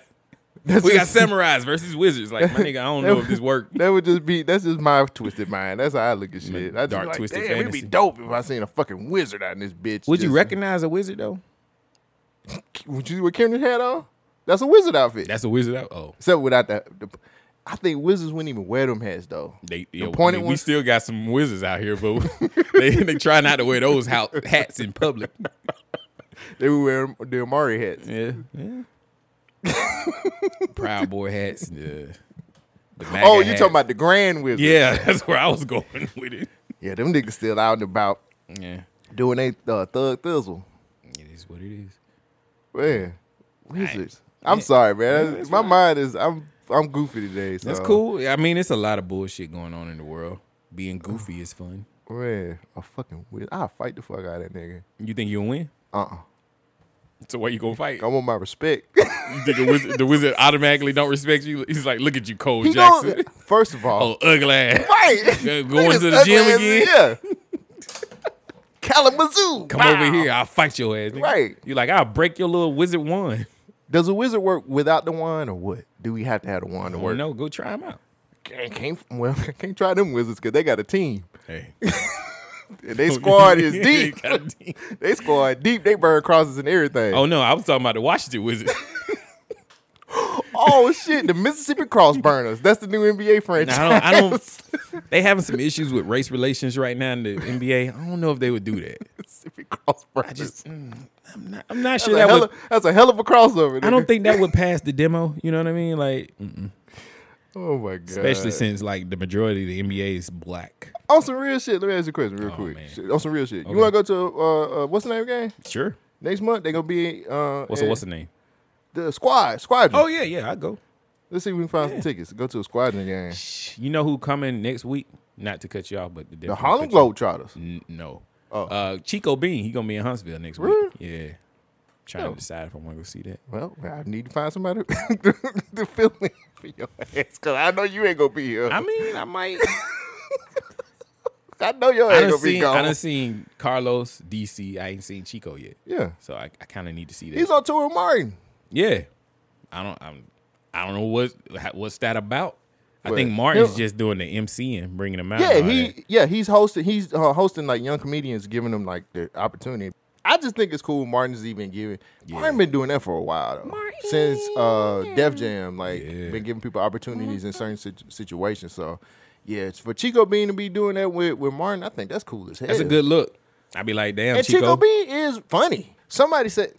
[SPEAKER 1] That's
[SPEAKER 2] we got
[SPEAKER 1] just-
[SPEAKER 2] samurais versus wizards. Like my nigga, I
[SPEAKER 1] <laughs>
[SPEAKER 2] don't know if this worked.
[SPEAKER 1] That would just be that's just my twisted mind. That's how I look at shit. I just
[SPEAKER 2] dark
[SPEAKER 1] dark like,
[SPEAKER 2] twisted
[SPEAKER 1] twisted Damn, it'd
[SPEAKER 2] fantasy."
[SPEAKER 1] be dope if I seen a fucking wizard out in this bitch.
[SPEAKER 2] Would you
[SPEAKER 1] just-
[SPEAKER 2] recognize a wizard though?
[SPEAKER 1] <laughs> Would you see what Kendrick had on? That's a wizard outfit.
[SPEAKER 2] That's a wizard. out- Oh,
[SPEAKER 1] Except without that. The, I think wizards wouldn't even wear them hats though.
[SPEAKER 2] they. yeah, I
[SPEAKER 1] pointed
[SPEAKER 2] mean, we
[SPEAKER 1] ones?
[SPEAKER 2] still got some wizards out here, but <laughs> they they try not to wear those hou- hats in public.
[SPEAKER 1] <laughs> They were wearing their Amari hats.
[SPEAKER 2] Yeah,
[SPEAKER 1] <laughs>
[SPEAKER 2] yeah. Proud boy hats. Yeah. The MAGA
[SPEAKER 1] oh, you
[SPEAKER 2] hats.
[SPEAKER 1] talking about the Grand Wizard?
[SPEAKER 2] Yeah, <laughs> that's where I was going <laughs> with it.
[SPEAKER 1] yeah. Them niggas still out and about
[SPEAKER 2] Yeah,
[SPEAKER 1] doing they uh, thug thizzle.
[SPEAKER 2] it is what it is.
[SPEAKER 1] Man, wizards. I'm sorry, man.
[SPEAKER 2] that's
[SPEAKER 1] my
[SPEAKER 2] fine.
[SPEAKER 1] mind is I'm I'm goofy today. So.
[SPEAKER 2] That's cool. I mean, it's a lot of bullshit going on in the world. Being goofy is fun.
[SPEAKER 1] Man, a fucking wizard. I'll fight the fuck out of
[SPEAKER 2] <laughs>
[SPEAKER 1] that nigga.
[SPEAKER 2] You think you'll win?
[SPEAKER 1] Uh-uh.
[SPEAKER 2] So why you gonna fight?
[SPEAKER 1] I want my respect.
[SPEAKER 2] <laughs> You think a wizard, the wizard automatically don't respect you? He's like, look at you, Cole
[SPEAKER 1] He
[SPEAKER 2] Jackson.
[SPEAKER 1] don't- <laughs> first of all,
[SPEAKER 2] Oh, ugly ass.
[SPEAKER 1] <laughs> right.
[SPEAKER 2] Go- going
[SPEAKER 1] Niggas
[SPEAKER 2] to the
[SPEAKER 1] ugly
[SPEAKER 2] gym
[SPEAKER 1] as-
[SPEAKER 2] again?
[SPEAKER 1] Yeah. Kalamazoo.
[SPEAKER 2] <laughs> Come
[SPEAKER 1] Wow.
[SPEAKER 2] over here. I'll fight your ass. nigga.
[SPEAKER 1] Right.
[SPEAKER 2] You like, I'll break your little wizard wand.
[SPEAKER 1] Does a wizard work without the wand or what? Do we have to have the wand to
[SPEAKER 2] Or
[SPEAKER 1] work?
[SPEAKER 2] no, go try him out.
[SPEAKER 1] Can't, can't, well, <laughs> can't try them wizards because they got a team.
[SPEAKER 2] Hey.
[SPEAKER 1] And
[SPEAKER 2] <laughs>
[SPEAKER 1] they squad is
[SPEAKER 2] Yeah,
[SPEAKER 1] deep.
[SPEAKER 2] you got deep.
[SPEAKER 1] <laughs> they squad deep. They burn crosses and everything.
[SPEAKER 2] Oh
[SPEAKER 1] Oh,
[SPEAKER 2] no, I was talking about the Washington
[SPEAKER 1] <laughs>
[SPEAKER 2] Wizards.
[SPEAKER 1] Oh, shit. The Mississippi Cross Burners. That's the new NBA franchise. <laughs>
[SPEAKER 2] Now, I don't. I don't <laughs> they having some issues with race relations right now in the NBA. I don't know if they would do that.
[SPEAKER 1] <laughs> Mississippi Cross Burners.
[SPEAKER 2] I just, mm, I'm not. I'm not
[SPEAKER 1] that's,
[SPEAKER 2] sure
[SPEAKER 1] a
[SPEAKER 2] that
[SPEAKER 1] hell
[SPEAKER 2] would.
[SPEAKER 1] of, that's a hell of a crossover.
[SPEAKER 2] I don't
[SPEAKER 1] nigga.
[SPEAKER 2] think that would pass the demo. You know what I mean? Like,
[SPEAKER 1] Oh my god.
[SPEAKER 2] especially since like the majority of the NBA is black.
[SPEAKER 1] on some real shit. Let me ask you a question real
[SPEAKER 2] Oh,
[SPEAKER 1] quick.
[SPEAKER 2] man.
[SPEAKER 1] Shit, On some real shit.
[SPEAKER 2] Okay.
[SPEAKER 1] You want to go to uh, uh, what's the name again?
[SPEAKER 2] Sure.
[SPEAKER 1] Next month they gonna be uh
[SPEAKER 2] What's
[SPEAKER 1] at
[SPEAKER 2] what's the name?
[SPEAKER 1] the squad squadron.
[SPEAKER 2] Oh yeah, yeah. I go.
[SPEAKER 1] Let's see if we can find some tickets. Go to a squadron game.
[SPEAKER 2] You know who coming next week? Not to cut you off, but
[SPEAKER 1] The Harlem Globetrotters.
[SPEAKER 2] N- no.
[SPEAKER 1] Oh.
[SPEAKER 2] Uh, Chico Bean. He gonna be in Huntsville next week.
[SPEAKER 1] Really? Oh.
[SPEAKER 2] Yeah. Trying to decide if I want to go see that.
[SPEAKER 1] Well, I need to find somebody <laughs> to, to fill in for your ass because I know you ain't gonna be here.
[SPEAKER 2] I
[SPEAKER 1] i
[SPEAKER 2] mean, I
[SPEAKER 1] <laughs>
[SPEAKER 2] might.
[SPEAKER 1] know your
[SPEAKER 2] <laughs> I
[SPEAKER 1] ass
[SPEAKER 2] done
[SPEAKER 1] gonna be
[SPEAKER 2] seen, I
[SPEAKER 1] gone.
[SPEAKER 2] done seen Carlos, DC. I ain't seen Chico yet.
[SPEAKER 1] yeah,
[SPEAKER 2] So I, I kind of need to see that.
[SPEAKER 1] he's on tour with Martin.
[SPEAKER 2] yeah. I don't. I'm. I don't know what ha- what's that about. I
[SPEAKER 1] What?
[SPEAKER 2] think Martin's
[SPEAKER 1] Him-
[SPEAKER 2] just doing the MC and bringing him out.
[SPEAKER 1] Yeah,
[SPEAKER 2] and all
[SPEAKER 1] he
[SPEAKER 2] that.
[SPEAKER 1] yeah he's hosting he's uh, hosting like young comedians, giving them like the opportunity. I just think it's cool Martin's even giving. Martin been doing that for a while though, since uh, Def Jam. Like
[SPEAKER 2] Yeah.
[SPEAKER 1] been giving people opportunities in certain situ- situations. So yeah, it's for Chico Bean to be doing that with with Martin. I think that's cool as hell.
[SPEAKER 2] That's a good look. I'd be like, damn,
[SPEAKER 1] And
[SPEAKER 2] Chico.
[SPEAKER 1] Chico, Bean is funny. Somebody said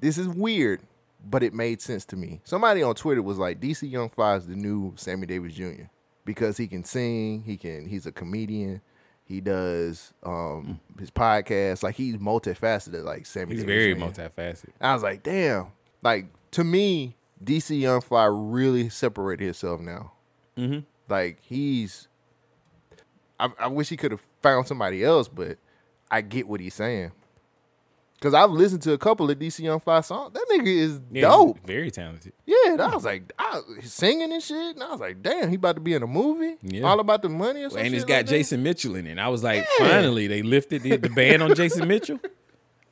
[SPEAKER 1] this is weird, but it made sense to me. Somebody on Twitter was like, "DC Young Fly is the new Sammy Davis Jr. because he can sing, he can, he's a comedian, he does um, his podcast, like he's multifaceted, like Sammy.
[SPEAKER 2] He's
[SPEAKER 1] Davis
[SPEAKER 2] very
[SPEAKER 1] Jr.
[SPEAKER 2] multifaceted.
[SPEAKER 1] I was like, damn, like to me, DC Young Fly really separated himself now. Mm-hmm. Like he's, I, I wish he could have found somebody else, but I get what he's saying. Cause I've listened to a couple of DC Young Fly songs. That nigga is
[SPEAKER 2] Yeah, he's
[SPEAKER 1] dope.
[SPEAKER 2] Very talented.
[SPEAKER 1] Yeah, and I was like, I, he's singing and shit, and I was like, damn, he about to be in a movie,
[SPEAKER 2] Yeah.
[SPEAKER 1] all about the money or something.
[SPEAKER 2] and
[SPEAKER 1] shit
[SPEAKER 2] it's got
[SPEAKER 1] like that?
[SPEAKER 2] Jason Mitchell in it. I was like,
[SPEAKER 1] Yeah.
[SPEAKER 2] finally, they lifted the, the ban on
[SPEAKER 1] <laughs>
[SPEAKER 2] Jason Mitchell.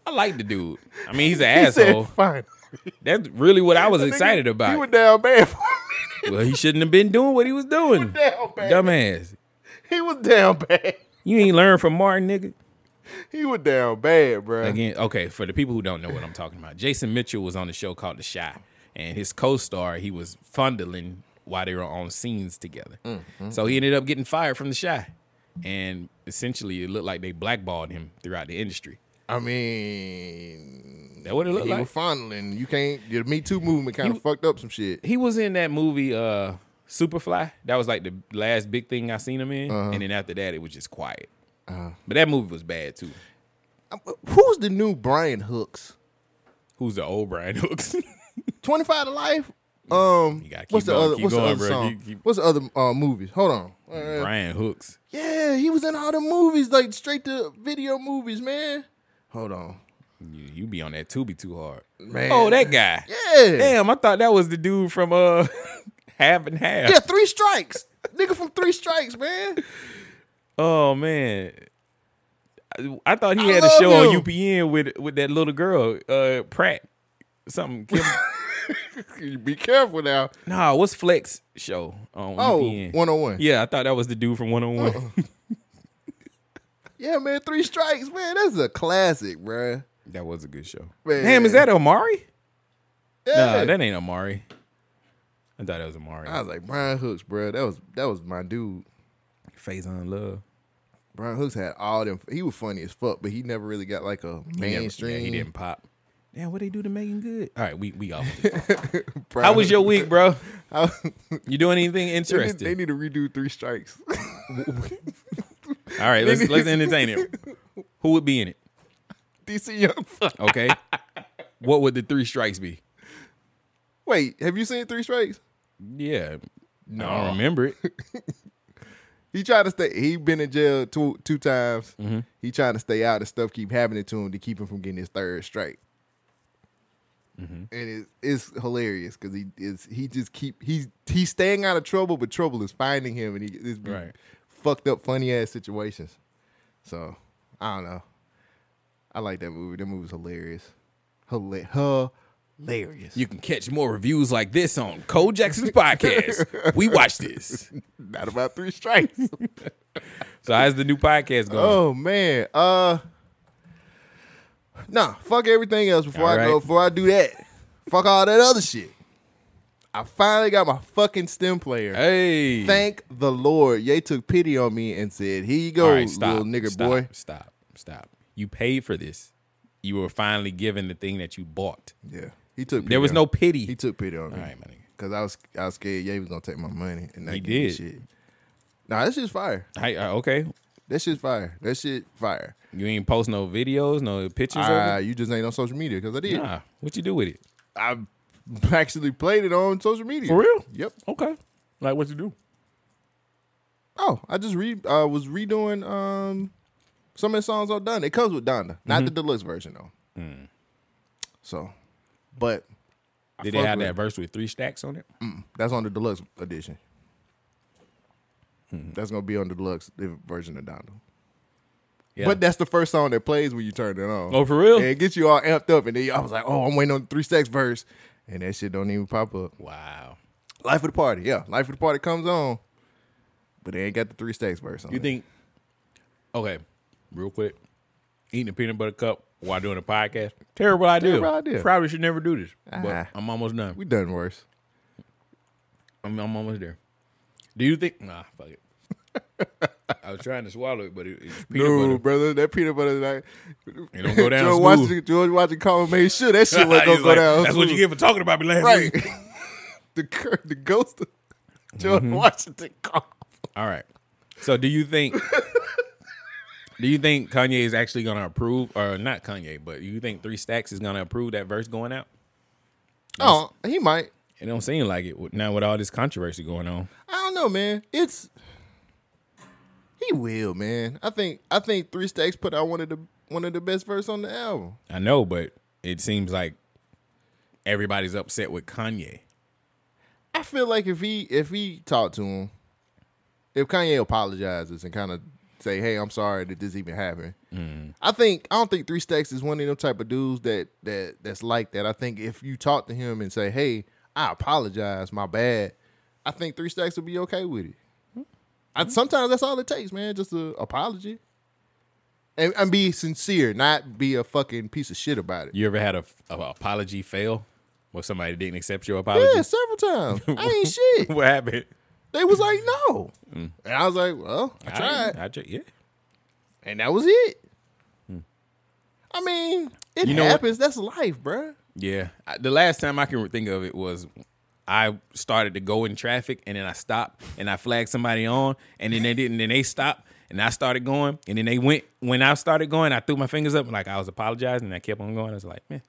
[SPEAKER 2] I like the dude. I mean, he's an
[SPEAKER 1] He said,
[SPEAKER 2] asshole.
[SPEAKER 1] Fine.
[SPEAKER 2] That's really what I was
[SPEAKER 1] Nigga,
[SPEAKER 2] excited
[SPEAKER 1] He
[SPEAKER 2] about.
[SPEAKER 1] was down bad for a
[SPEAKER 2] well, he shouldn't have been doing what he was doing.
[SPEAKER 1] minute. Down bad.
[SPEAKER 2] Dumbass.
[SPEAKER 1] He was down bad.
[SPEAKER 2] You ain't learned from Martin, nigga.
[SPEAKER 1] <laughs> He was down bad, bro.
[SPEAKER 2] Again, okay, for the people who don't know what I'm talking about, Jason Mitchell was on the show called The Shy, and his co-star he was fondling while they were on scenes together.
[SPEAKER 1] Mm-hmm.
[SPEAKER 2] So he ended up getting fired from The Shy, and essentially it looked like they blackballed him throughout the industry.
[SPEAKER 1] I mean,
[SPEAKER 2] That what it looked
[SPEAKER 1] he
[SPEAKER 2] like.
[SPEAKER 1] was fondling. You can't. The Me Too movement kind of fucked up some shit.
[SPEAKER 2] He was in that movie uh, Superfly. That was like the last big thing I seen him in,
[SPEAKER 1] Uh-huh.
[SPEAKER 2] and then after that it was just quiet. But that movie was bad too.
[SPEAKER 1] Um, Who's the new Brian Hooks?
[SPEAKER 2] Who's the old Brian Hooks? <laughs>
[SPEAKER 1] Twenty five to life. Um,
[SPEAKER 2] You gotta keep
[SPEAKER 1] what's the
[SPEAKER 2] going,
[SPEAKER 1] other?
[SPEAKER 2] keep
[SPEAKER 1] What's the
[SPEAKER 2] going,
[SPEAKER 1] other
[SPEAKER 2] bro.
[SPEAKER 1] song?
[SPEAKER 2] Keep- keep-
[SPEAKER 1] What's the other uh, movies? Hold on. Uh,
[SPEAKER 2] Brian Hooks.
[SPEAKER 1] yeah, he was in all the movies, like straight to video movies, man. Hold on,
[SPEAKER 2] You, you be on that Tubi too hard.
[SPEAKER 1] man.
[SPEAKER 2] Oh, that guy.
[SPEAKER 1] Yeah.
[SPEAKER 2] Damn, I thought that was the dude from uh Half and Half.
[SPEAKER 1] Yeah, three strikes. Nigga from Three Strikes, man.
[SPEAKER 2] Oh man. I, I thought he
[SPEAKER 1] I
[SPEAKER 2] had a
[SPEAKER 1] love
[SPEAKER 2] show
[SPEAKER 1] him.
[SPEAKER 2] on UPN with with that little girl, uh Pratt. Something Kim.
[SPEAKER 1] <laughs> Be careful now.
[SPEAKER 2] nah, what's Flex show on
[SPEAKER 1] Oh,
[SPEAKER 2] UPN?
[SPEAKER 1] 101.
[SPEAKER 2] Yeah, I thought that was the dude from 101.
[SPEAKER 1] Yeah, man, Three Strikes, man. That's a classic, bruh.
[SPEAKER 2] that was a good show.
[SPEAKER 1] Man.
[SPEAKER 2] Damn, <laughs> is that Omari?
[SPEAKER 1] Yeah.
[SPEAKER 2] Nah, that ain't Omari. I thought that was Omari.
[SPEAKER 1] I was like, Brian Hooks, bruh. That was that was my dude.
[SPEAKER 2] Phase on love.
[SPEAKER 1] Brian Hooks had all them. He was funny as fuck, but he never really got like a
[SPEAKER 2] He never-
[SPEAKER 1] mainstream.
[SPEAKER 2] yeah, he didn't pop. Damn, what they do to Megan Good? All right, we we
[SPEAKER 1] <laughs>
[SPEAKER 2] off.
[SPEAKER 1] Brian
[SPEAKER 2] How was your week,
[SPEAKER 1] <laughs>
[SPEAKER 2] bro?
[SPEAKER 1] Hooks-
[SPEAKER 2] You doing anything
[SPEAKER 1] they, need,
[SPEAKER 2] interesting?
[SPEAKER 1] they need to redo Three Strikes.
[SPEAKER 2] All right, let's let's entertain it. Who would be in it?
[SPEAKER 1] DC Young. Fly. <laughs>
[SPEAKER 2] Okay. what would the three strikes be?
[SPEAKER 1] <laughs> Wait, have you seen Three Strikes?
[SPEAKER 2] Yeah. I don't remember it.
[SPEAKER 1] <laughs> He tried to stay. He been in jail two two times.
[SPEAKER 2] Mm-hmm.
[SPEAKER 1] He trying to stay out, and stuff keep happening to him to keep him from getting his third strike.
[SPEAKER 2] Mm-hmm.
[SPEAKER 1] And it, it's hilarious because he is he just keep he's he's staying out of trouble, but trouble is finding him, and he it's be
[SPEAKER 2] Right.
[SPEAKER 1] fucked up, funny ass situations. So I don't know. I like that movie. That movie's hilarious. Hila- hilarious.
[SPEAKER 2] You can catch more reviews like this on Cole Jackson's podcast. we watch this.
[SPEAKER 1] <laughs> not about three strikes.
[SPEAKER 2] <laughs> So how's the new podcast going?
[SPEAKER 1] Oh man. Uh Nah, fuck everything else before I go
[SPEAKER 2] Alright.
[SPEAKER 1] before I do that. fuck all that other shit. I finally got my fucking stem player.
[SPEAKER 2] hey.
[SPEAKER 1] Thank the Lord. Ye took pity on me and said, "Here you go,
[SPEAKER 2] All right, stop.
[SPEAKER 1] little nigger
[SPEAKER 2] stop,
[SPEAKER 1] boy."
[SPEAKER 2] Stop. Stop. You paid for this. You were finally given the thing that you bought.
[SPEAKER 1] Yeah. He took pity
[SPEAKER 2] There was
[SPEAKER 1] on-
[SPEAKER 2] no pity.
[SPEAKER 1] He took pity on me.
[SPEAKER 2] All right, my nigga.
[SPEAKER 1] Cuz I was I was scared Ye was going to take my money and not
[SPEAKER 2] He
[SPEAKER 1] give me
[SPEAKER 2] did.
[SPEAKER 1] shit. Nah, that shit's fire.
[SPEAKER 2] Hey, uh, okay.
[SPEAKER 1] That shit's fire. That shit fire.
[SPEAKER 2] You ain't post no videos, no pictures
[SPEAKER 1] Ah,
[SPEAKER 2] of
[SPEAKER 1] you just ain't on social media cuz I
[SPEAKER 2] it?
[SPEAKER 1] did.
[SPEAKER 2] Nah. What you do with it?
[SPEAKER 1] I actually played it on social media.
[SPEAKER 2] For real?
[SPEAKER 1] Yep.
[SPEAKER 2] Okay. Like what you do?
[SPEAKER 1] Oh, I just re uh, was redoing um some of the songs I've done. It comes with Donda,
[SPEAKER 2] Mm-hmm.
[SPEAKER 1] not the deluxe version though.
[SPEAKER 2] Hmm.
[SPEAKER 1] So, but I
[SPEAKER 2] Did they
[SPEAKER 1] fuck
[SPEAKER 2] have
[SPEAKER 1] with
[SPEAKER 2] that
[SPEAKER 1] it.
[SPEAKER 2] verse with three stacks on it?
[SPEAKER 1] That's on the deluxe edition.
[SPEAKER 2] Mm-hmm.
[SPEAKER 1] That's gonna be on the deluxe version of Donda.
[SPEAKER 2] Yeah.
[SPEAKER 1] But that's the first song that plays when you turn it on.
[SPEAKER 2] Oh, for real?
[SPEAKER 1] And it gets you all amped up, and then I was like, "Oh, I'm waiting on the three stacks verse," and that shit don't even pop up.
[SPEAKER 2] wow.
[SPEAKER 1] Life of the Party, yeah, Life of the Party comes on, but they ain't got the three stacks verse on.
[SPEAKER 2] You
[SPEAKER 1] it.
[SPEAKER 2] think? Okay, real quick, eating a peanut butter cup while doing a podcast. Terrible idea.
[SPEAKER 1] Terrible idea.
[SPEAKER 2] Probably should never do this.
[SPEAKER 1] Uh-huh.
[SPEAKER 2] But I'm almost done.
[SPEAKER 1] we done worse?
[SPEAKER 2] I'm, I'm almost there. Do you think? Nah, fuck it. <laughs> I was trying to swallow it, but it, it's peanut
[SPEAKER 1] No,
[SPEAKER 2] butter.
[SPEAKER 1] brother, that peanut butter like
[SPEAKER 2] It don't go down
[SPEAKER 1] George
[SPEAKER 2] smooth.
[SPEAKER 1] Washington, George Washington called made sure that
[SPEAKER 2] <laughs>
[SPEAKER 1] shit wasn't
[SPEAKER 2] He's
[SPEAKER 1] gonna go
[SPEAKER 2] like,
[SPEAKER 1] down.
[SPEAKER 2] That's what you
[SPEAKER 1] smooth."
[SPEAKER 2] get for talking about me last
[SPEAKER 1] right.
[SPEAKER 2] week.
[SPEAKER 1] <laughs> the cur- the ghost of George
[SPEAKER 2] Mm-hmm.
[SPEAKER 1] Washington called.
[SPEAKER 2] <laughs> All right. So do you think? <laughs> do you think Kanye is actually gonna approve, or not Kanye? But you think Three Stacks is gonna approve that verse going out?
[SPEAKER 1] Oh, he might.
[SPEAKER 2] It don't seem like it now with all this controversy going on.
[SPEAKER 1] I don't know, man. It's he He will, man. I think I think Three Stacks put out one of the one of the best verse on the album.
[SPEAKER 2] I know, but it seems like everybody's upset with Kanye.
[SPEAKER 1] I feel like if he if he talked to him, if Kanye apologizes and kind of say, "Hey, I'm sorry that this even happened,"
[SPEAKER 2] Mm.
[SPEAKER 1] I think I don't think Three Stacks is one of them type of dudes that that that's like that. I think if you talk to him and say, "Hey, I apologize, my bad," I think Three Stacks will be okay with it. I,
[SPEAKER 2] Mm-hmm.
[SPEAKER 1] sometimes that's all it takes, man, just an apology. And, and be sincere, not be a fucking piece of shit about it.
[SPEAKER 2] You ever had a, a apology fail where somebody didn't accept your apology?
[SPEAKER 1] Yeah, several times. I ain't
[SPEAKER 2] <laughs>
[SPEAKER 1] shit.
[SPEAKER 2] what happened?
[SPEAKER 1] They was like, no. And I was like, well, I tried.
[SPEAKER 2] I, tried. Yeah.
[SPEAKER 1] and that was it. I mean, it
[SPEAKER 2] You know what?
[SPEAKER 1] happens. That's life, bruh.
[SPEAKER 2] Yeah. I, the last time I can think of it was I started to go in traffic and then I stopped and I flagged somebody on and then they didn't and they stopped and I started going and then they went when I started going I threw my fingers up and like I was apologizing and I kept on going. I was like, man,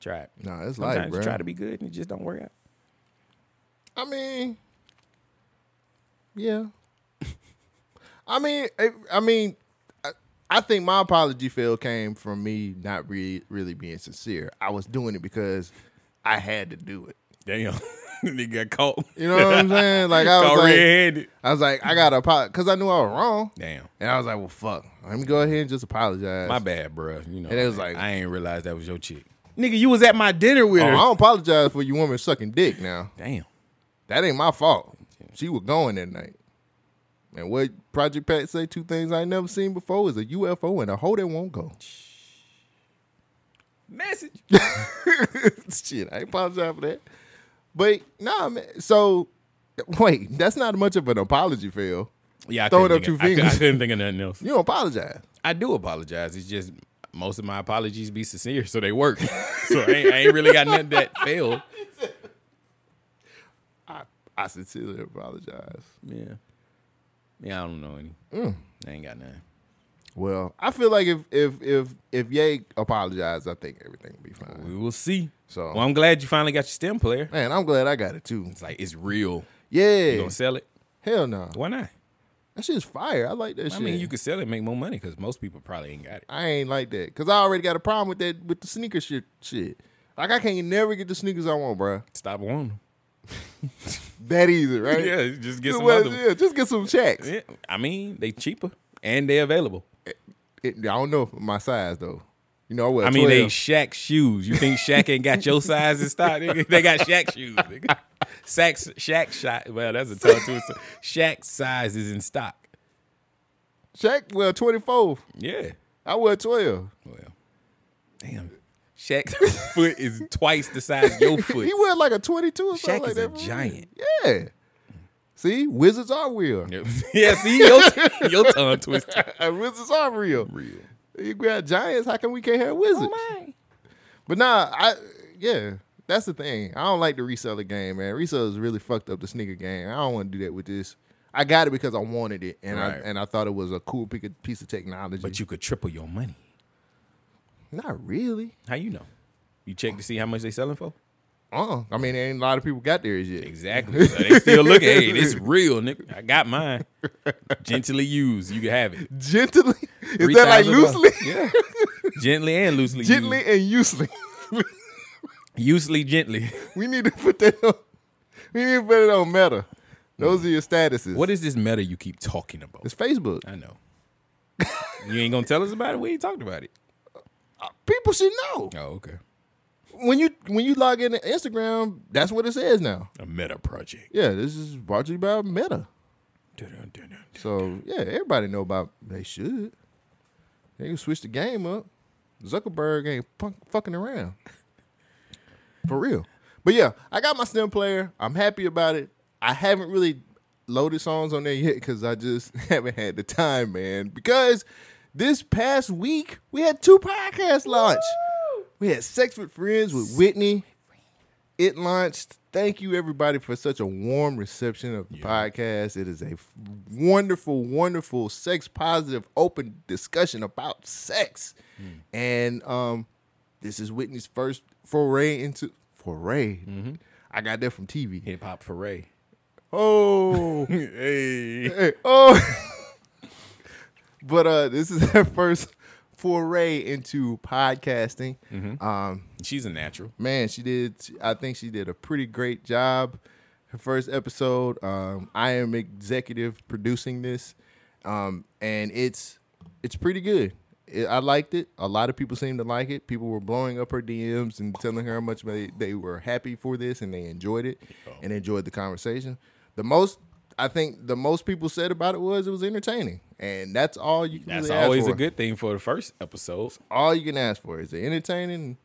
[SPEAKER 2] try it.
[SPEAKER 1] No, it's life,
[SPEAKER 2] Sometimes
[SPEAKER 1] bruh.
[SPEAKER 2] try to be good and it just don't work out.
[SPEAKER 1] I mean, yeah. <laughs> I mean, I, I mean, I, I think my apology fail came from me not re- really being sincere. I was doing it because I had to do it.
[SPEAKER 2] Damn. <laughs> they got caught.
[SPEAKER 1] You know what I'm saying? Like I
[SPEAKER 2] <laughs>
[SPEAKER 1] was
[SPEAKER 2] Caught
[SPEAKER 1] like,
[SPEAKER 2] red handed.
[SPEAKER 1] I was like, I gotta apologize because I knew I was wrong,
[SPEAKER 2] Damn.
[SPEAKER 1] and I was like, well, fuck, let me go ahead and just apologize.
[SPEAKER 2] My bad, bruh. You know,
[SPEAKER 1] And it was
[SPEAKER 2] I-
[SPEAKER 1] like-
[SPEAKER 2] I ain't realized that was your chick. Nigga, you was at my dinner with
[SPEAKER 1] Oh, I
[SPEAKER 2] her.
[SPEAKER 1] <laughs> don't apologize for you woman sucking dick now.
[SPEAKER 2] Damn.
[SPEAKER 1] That ain't my fault. She was going that night. And what Project Pat say? Two things I ain't never seen before is a UFO and a hoe that won't go. <laughs>
[SPEAKER 2] Message.
[SPEAKER 1] Shit, I apologize for that. But nah, man. So wait, that's not much of an apology, Phil.
[SPEAKER 2] Yeah, I
[SPEAKER 1] Throw
[SPEAKER 2] couldn't
[SPEAKER 1] it
[SPEAKER 2] think
[SPEAKER 1] up two
[SPEAKER 2] of- I cou- I
[SPEAKER 1] fingers.
[SPEAKER 2] couldn't think of nothing else.
[SPEAKER 1] <laughs> You don't apologize.
[SPEAKER 2] I do apologize. It's just most of my apologies be sincere, so they work. <laughs> so I ain't, I ain't really got nothing that failed.
[SPEAKER 1] I sincerely apologize.
[SPEAKER 2] Yeah. Yeah, I don't know any. I ain't got none.
[SPEAKER 1] Mm. Well, I feel like if if if if Ye apologized, I think everything will be fine.
[SPEAKER 2] We will see.
[SPEAKER 1] So-
[SPEAKER 2] well, I'm glad you finally got your stem player.
[SPEAKER 1] Man, I'm glad I got it too.
[SPEAKER 2] It's like it's real. You
[SPEAKER 1] Yeah.
[SPEAKER 2] gonna sell it?
[SPEAKER 1] Hell no.
[SPEAKER 2] Why not?
[SPEAKER 1] That shit's fire. I like that shit.
[SPEAKER 2] I mean, you could sell it, and make more money because most people probably ain't got it.
[SPEAKER 1] I ain't like that because I already got a problem with that with the sneaker shit. Shit, like I can't never get the sneakers I want, bruh.
[SPEAKER 2] Stop wanting them.
[SPEAKER 1] <laughs> That easy, <laughs>
[SPEAKER 2] <laughs>
[SPEAKER 1] right?
[SPEAKER 2] Yeah, just get
[SPEAKER 1] Just
[SPEAKER 2] some
[SPEAKER 1] what-
[SPEAKER 2] other.
[SPEAKER 1] yeah, just get some checks.
[SPEAKER 2] Yeah, I mean, they cheaper and they available.
[SPEAKER 1] It- eh, I don't know if my size though. You know, I, wear
[SPEAKER 2] I mean, they
[SPEAKER 1] 12.
[SPEAKER 2] Shaq shoes. You think Shaq ain't got your size in stock? nigga? They got Shaq shoes. Nigga. Sacks, Shaq shot. Well, that's a tough too. So Shaq size is in stock.
[SPEAKER 1] Shaq wear twenty four.
[SPEAKER 2] Yeah.
[SPEAKER 1] I wear twelve.
[SPEAKER 2] Well, damn. Shaq's <laughs> foot is twice the size of your foot.
[SPEAKER 1] <laughs> he wear like a twenty two or something
[SPEAKER 2] Shaq
[SPEAKER 1] like
[SPEAKER 2] is a
[SPEAKER 1] that. bro.
[SPEAKER 2] giant.
[SPEAKER 1] Yeah. See, wizards are real.
[SPEAKER 2] <laughs> yeah, see,
[SPEAKER 1] <laughs>
[SPEAKER 2] your, your tongue twisted.
[SPEAKER 1] wizards are real.
[SPEAKER 2] Real.
[SPEAKER 1] You got giants. How come we can't have wizards? But nah, I yeah, that's the thing. I don't like the reseller game, man. Resellers really fucked up the sneaker game. I don't want to do that with this. I got it because I wanted it, and I
[SPEAKER 2] Right.
[SPEAKER 1] and I thought it was a cool pic- piece of technology.
[SPEAKER 2] But you could triple your money.
[SPEAKER 1] not really.
[SPEAKER 2] How you know? You check to see how much they selling for?
[SPEAKER 1] Uh, I mean, ain't a lot of people got theirs yet.
[SPEAKER 2] Exactly. So they
[SPEAKER 1] <laughs>
[SPEAKER 2] still look at hey, this real, nigga. I got mine. Gently used. You can have it.
[SPEAKER 1] Gently, is that like
[SPEAKER 2] 3,000 bucks.
[SPEAKER 1] loosely,
[SPEAKER 2] Yeah. gently and loosely.
[SPEAKER 1] gently and usually? <laughs>
[SPEAKER 2] Used. Usely, gently.
[SPEAKER 1] we need to put that on. We need to put it on Meta. Those are your statuses.
[SPEAKER 2] Mm. What is this meta you keep talking about?
[SPEAKER 1] It's Facebook.
[SPEAKER 2] I know. you ain't gonna tell us about it? We ain't talked about it.
[SPEAKER 1] Uh, People should know
[SPEAKER 2] Oh, okay.
[SPEAKER 1] when you when you log in to Instagram. That's what it says now.
[SPEAKER 2] A meta project.
[SPEAKER 1] Yeah, this is brought to you by Meta.
[SPEAKER 2] Dun, dun, dun, dun.
[SPEAKER 1] So yeah, everybody know about. They should. They can switch the game up. Zuckerberg ain't punk, fucking around. For real. But yeah, I got my stem player. I'm happy about it. I haven't really loaded songs on there yet because I just <laughs> haven't had the time, man. Because this past week we had two podcasts launch. We had Sex with Friends with Whitney. It launched. Thank you everybody for such a warm reception of the podcast. It is a f- wonderful, wonderful sex positive open discussion about sex. And um this is Whitney's first foray into foray.
[SPEAKER 2] Mm-hmm.
[SPEAKER 1] I got that from TV.
[SPEAKER 2] Hip hop foray. <laughs>
[SPEAKER 1] Oh,
[SPEAKER 2] hey.
[SPEAKER 1] hey, oh, <laughs> But uh, this is <laughs> her first foray into podcasting. Um,
[SPEAKER 2] Mm-hmm. She's a natural.
[SPEAKER 1] man, she did. I think she did a pretty great job. Her first episode. Um, I am executive producing this, um, and it's it's pretty good. It, I liked it. A lot of people seemed to like it. People were blowing up her DMs and telling her how much they, they were happy for this and they enjoyed it
[SPEAKER 2] Oh.
[SPEAKER 1] and enjoyed the conversation. The most. I think the most people said about it was it was entertaining, and that's all you can.
[SPEAKER 2] That's
[SPEAKER 1] really ask
[SPEAKER 2] always
[SPEAKER 1] for.
[SPEAKER 2] a good thing for the first episode.
[SPEAKER 1] All you can ask for is it entertaining.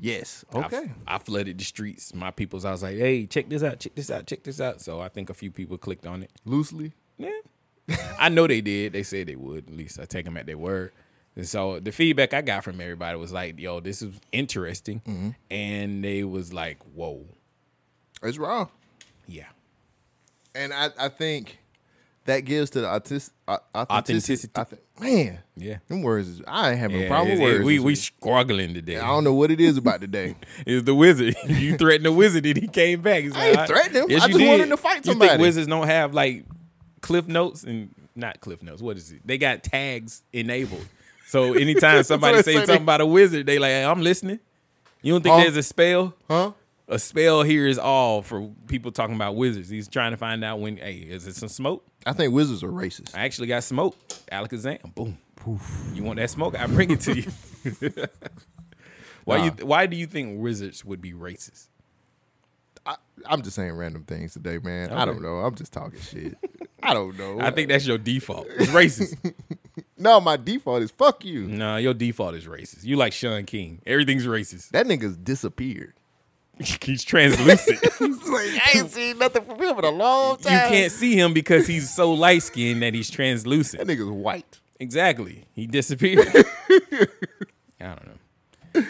[SPEAKER 1] Yes. Okay.
[SPEAKER 2] I, I flooded the streets. My people's. I was like, hey, check this out, check this out, check this out. So I think a few people clicked on it.
[SPEAKER 1] Loosely.
[SPEAKER 2] Yeah. <laughs> I know they did. They said they would. At least I take them at their word. And so the feedback I got from everybody was like, yo, this is interesting.
[SPEAKER 1] Mm-hmm.
[SPEAKER 2] And they was like, whoa,
[SPEAKER 1] It's raw.
[SPEAKER 2] yeah.
[SPEAKER 1] and I, I think that gives to the autis- au- authenticity.
[SPEAKER 2] Authenticity.
[SPEAKER 1] auth- man,
[SPEAKER 2] Yeah.
[SPEAKER 1] them words. Is, I ain't having
[SPEAKER 2] Yeah,
[SPEAKER 1] a problem
[SPEAKER 2] it-
[SPEAKER 1] with
[SPEAKER 2] it-
[SPEAKER 1] words.
[SPEAKER 2] we
[SPEAKER 1] this
[SPEAKER 2] we
[SPEAKER 1] week.
[SPEAKER 2] struggling today.
[SPEAKER 1] I don't know what it is
[SPEAKER 2] <laughs>
[SPEAKER 1] about today.
[SPEAKER 2] Is the wizard? <laughs> you threatened the wizard, and he came back. He's
[SPEAKER 1] I ain't
[SPEAKER 2] like,
[SPEAKER 1] threatened him.
[SPEAKER 2] Yes,
[SPEAKER 1] I
[SPEAKER 2] you
[SPEAKER 1] just
[SPEAKER 2] did.
[SPEAKER 1] want him to fight
[SPEAKER 2] You think
[SPEAKER 1] somebody.
[SPEAKER 2] wizards don't have like cliff notes and not cliff notes? What is it? They got tags enabled. So anytime somebody
[SPEAKER 1] <laughs> That's what I
[SPEAKER 2] says
[SPEAKER 1] said.
[SPEAKER 2] something about a wizard, they like, hey, I'm listening. You don't think
[SPEAKER 1] Huh?
[SPEAKER 2] there's a spell?
[SPEAKER 1] Huh?
[SPEAKER 2] A spell here is all for people talking about wizards. He's trying to find out when. Hey, is it some smoke?
[SPEAKER 1] I think wizards are racist.
[SPEAKER 2] I actually got smoke. Alakazam. Boom. Poof. You want that smoke? I bring it to
[SPEAKER 1] <laughs>
[SPEAKER 2] you. why you? Why do you think wizards would be racist?
[SPEAKER 1] I'm just saying random things today, man. I don't know. I'm just talking shit. <laughs> I don't know.
[SPEAKER 2] I think that's your default. It's racist.
[SPEAKER 1] <laughs> no, my default
[SPEAKER 2] <laughs>
[SPEAKER 1] is fuck you. <laughs>
[SPEAKER 2] nah, your default is racist. You like Sean King. Everything's racist.
[SPEAKER 1] That nigga's disappeared.
[SPEAKER 2] <laughs> He's
[SPEAKER 1] <laughs>
[SPEAKER 2] translucent. you
[SPEAKER 1] It's like, I <laughs> ain't seen nothing from him in a long time.
[SPEAKER 2] can't see him because he's so light skinned that he's translucent.
[SPEAKER 1] That nigga's white.
[SPEAKER 2] Exactly. He
[SPEAKER 1] <laughs>
[SPEAKER 2] disappeared. I don't know.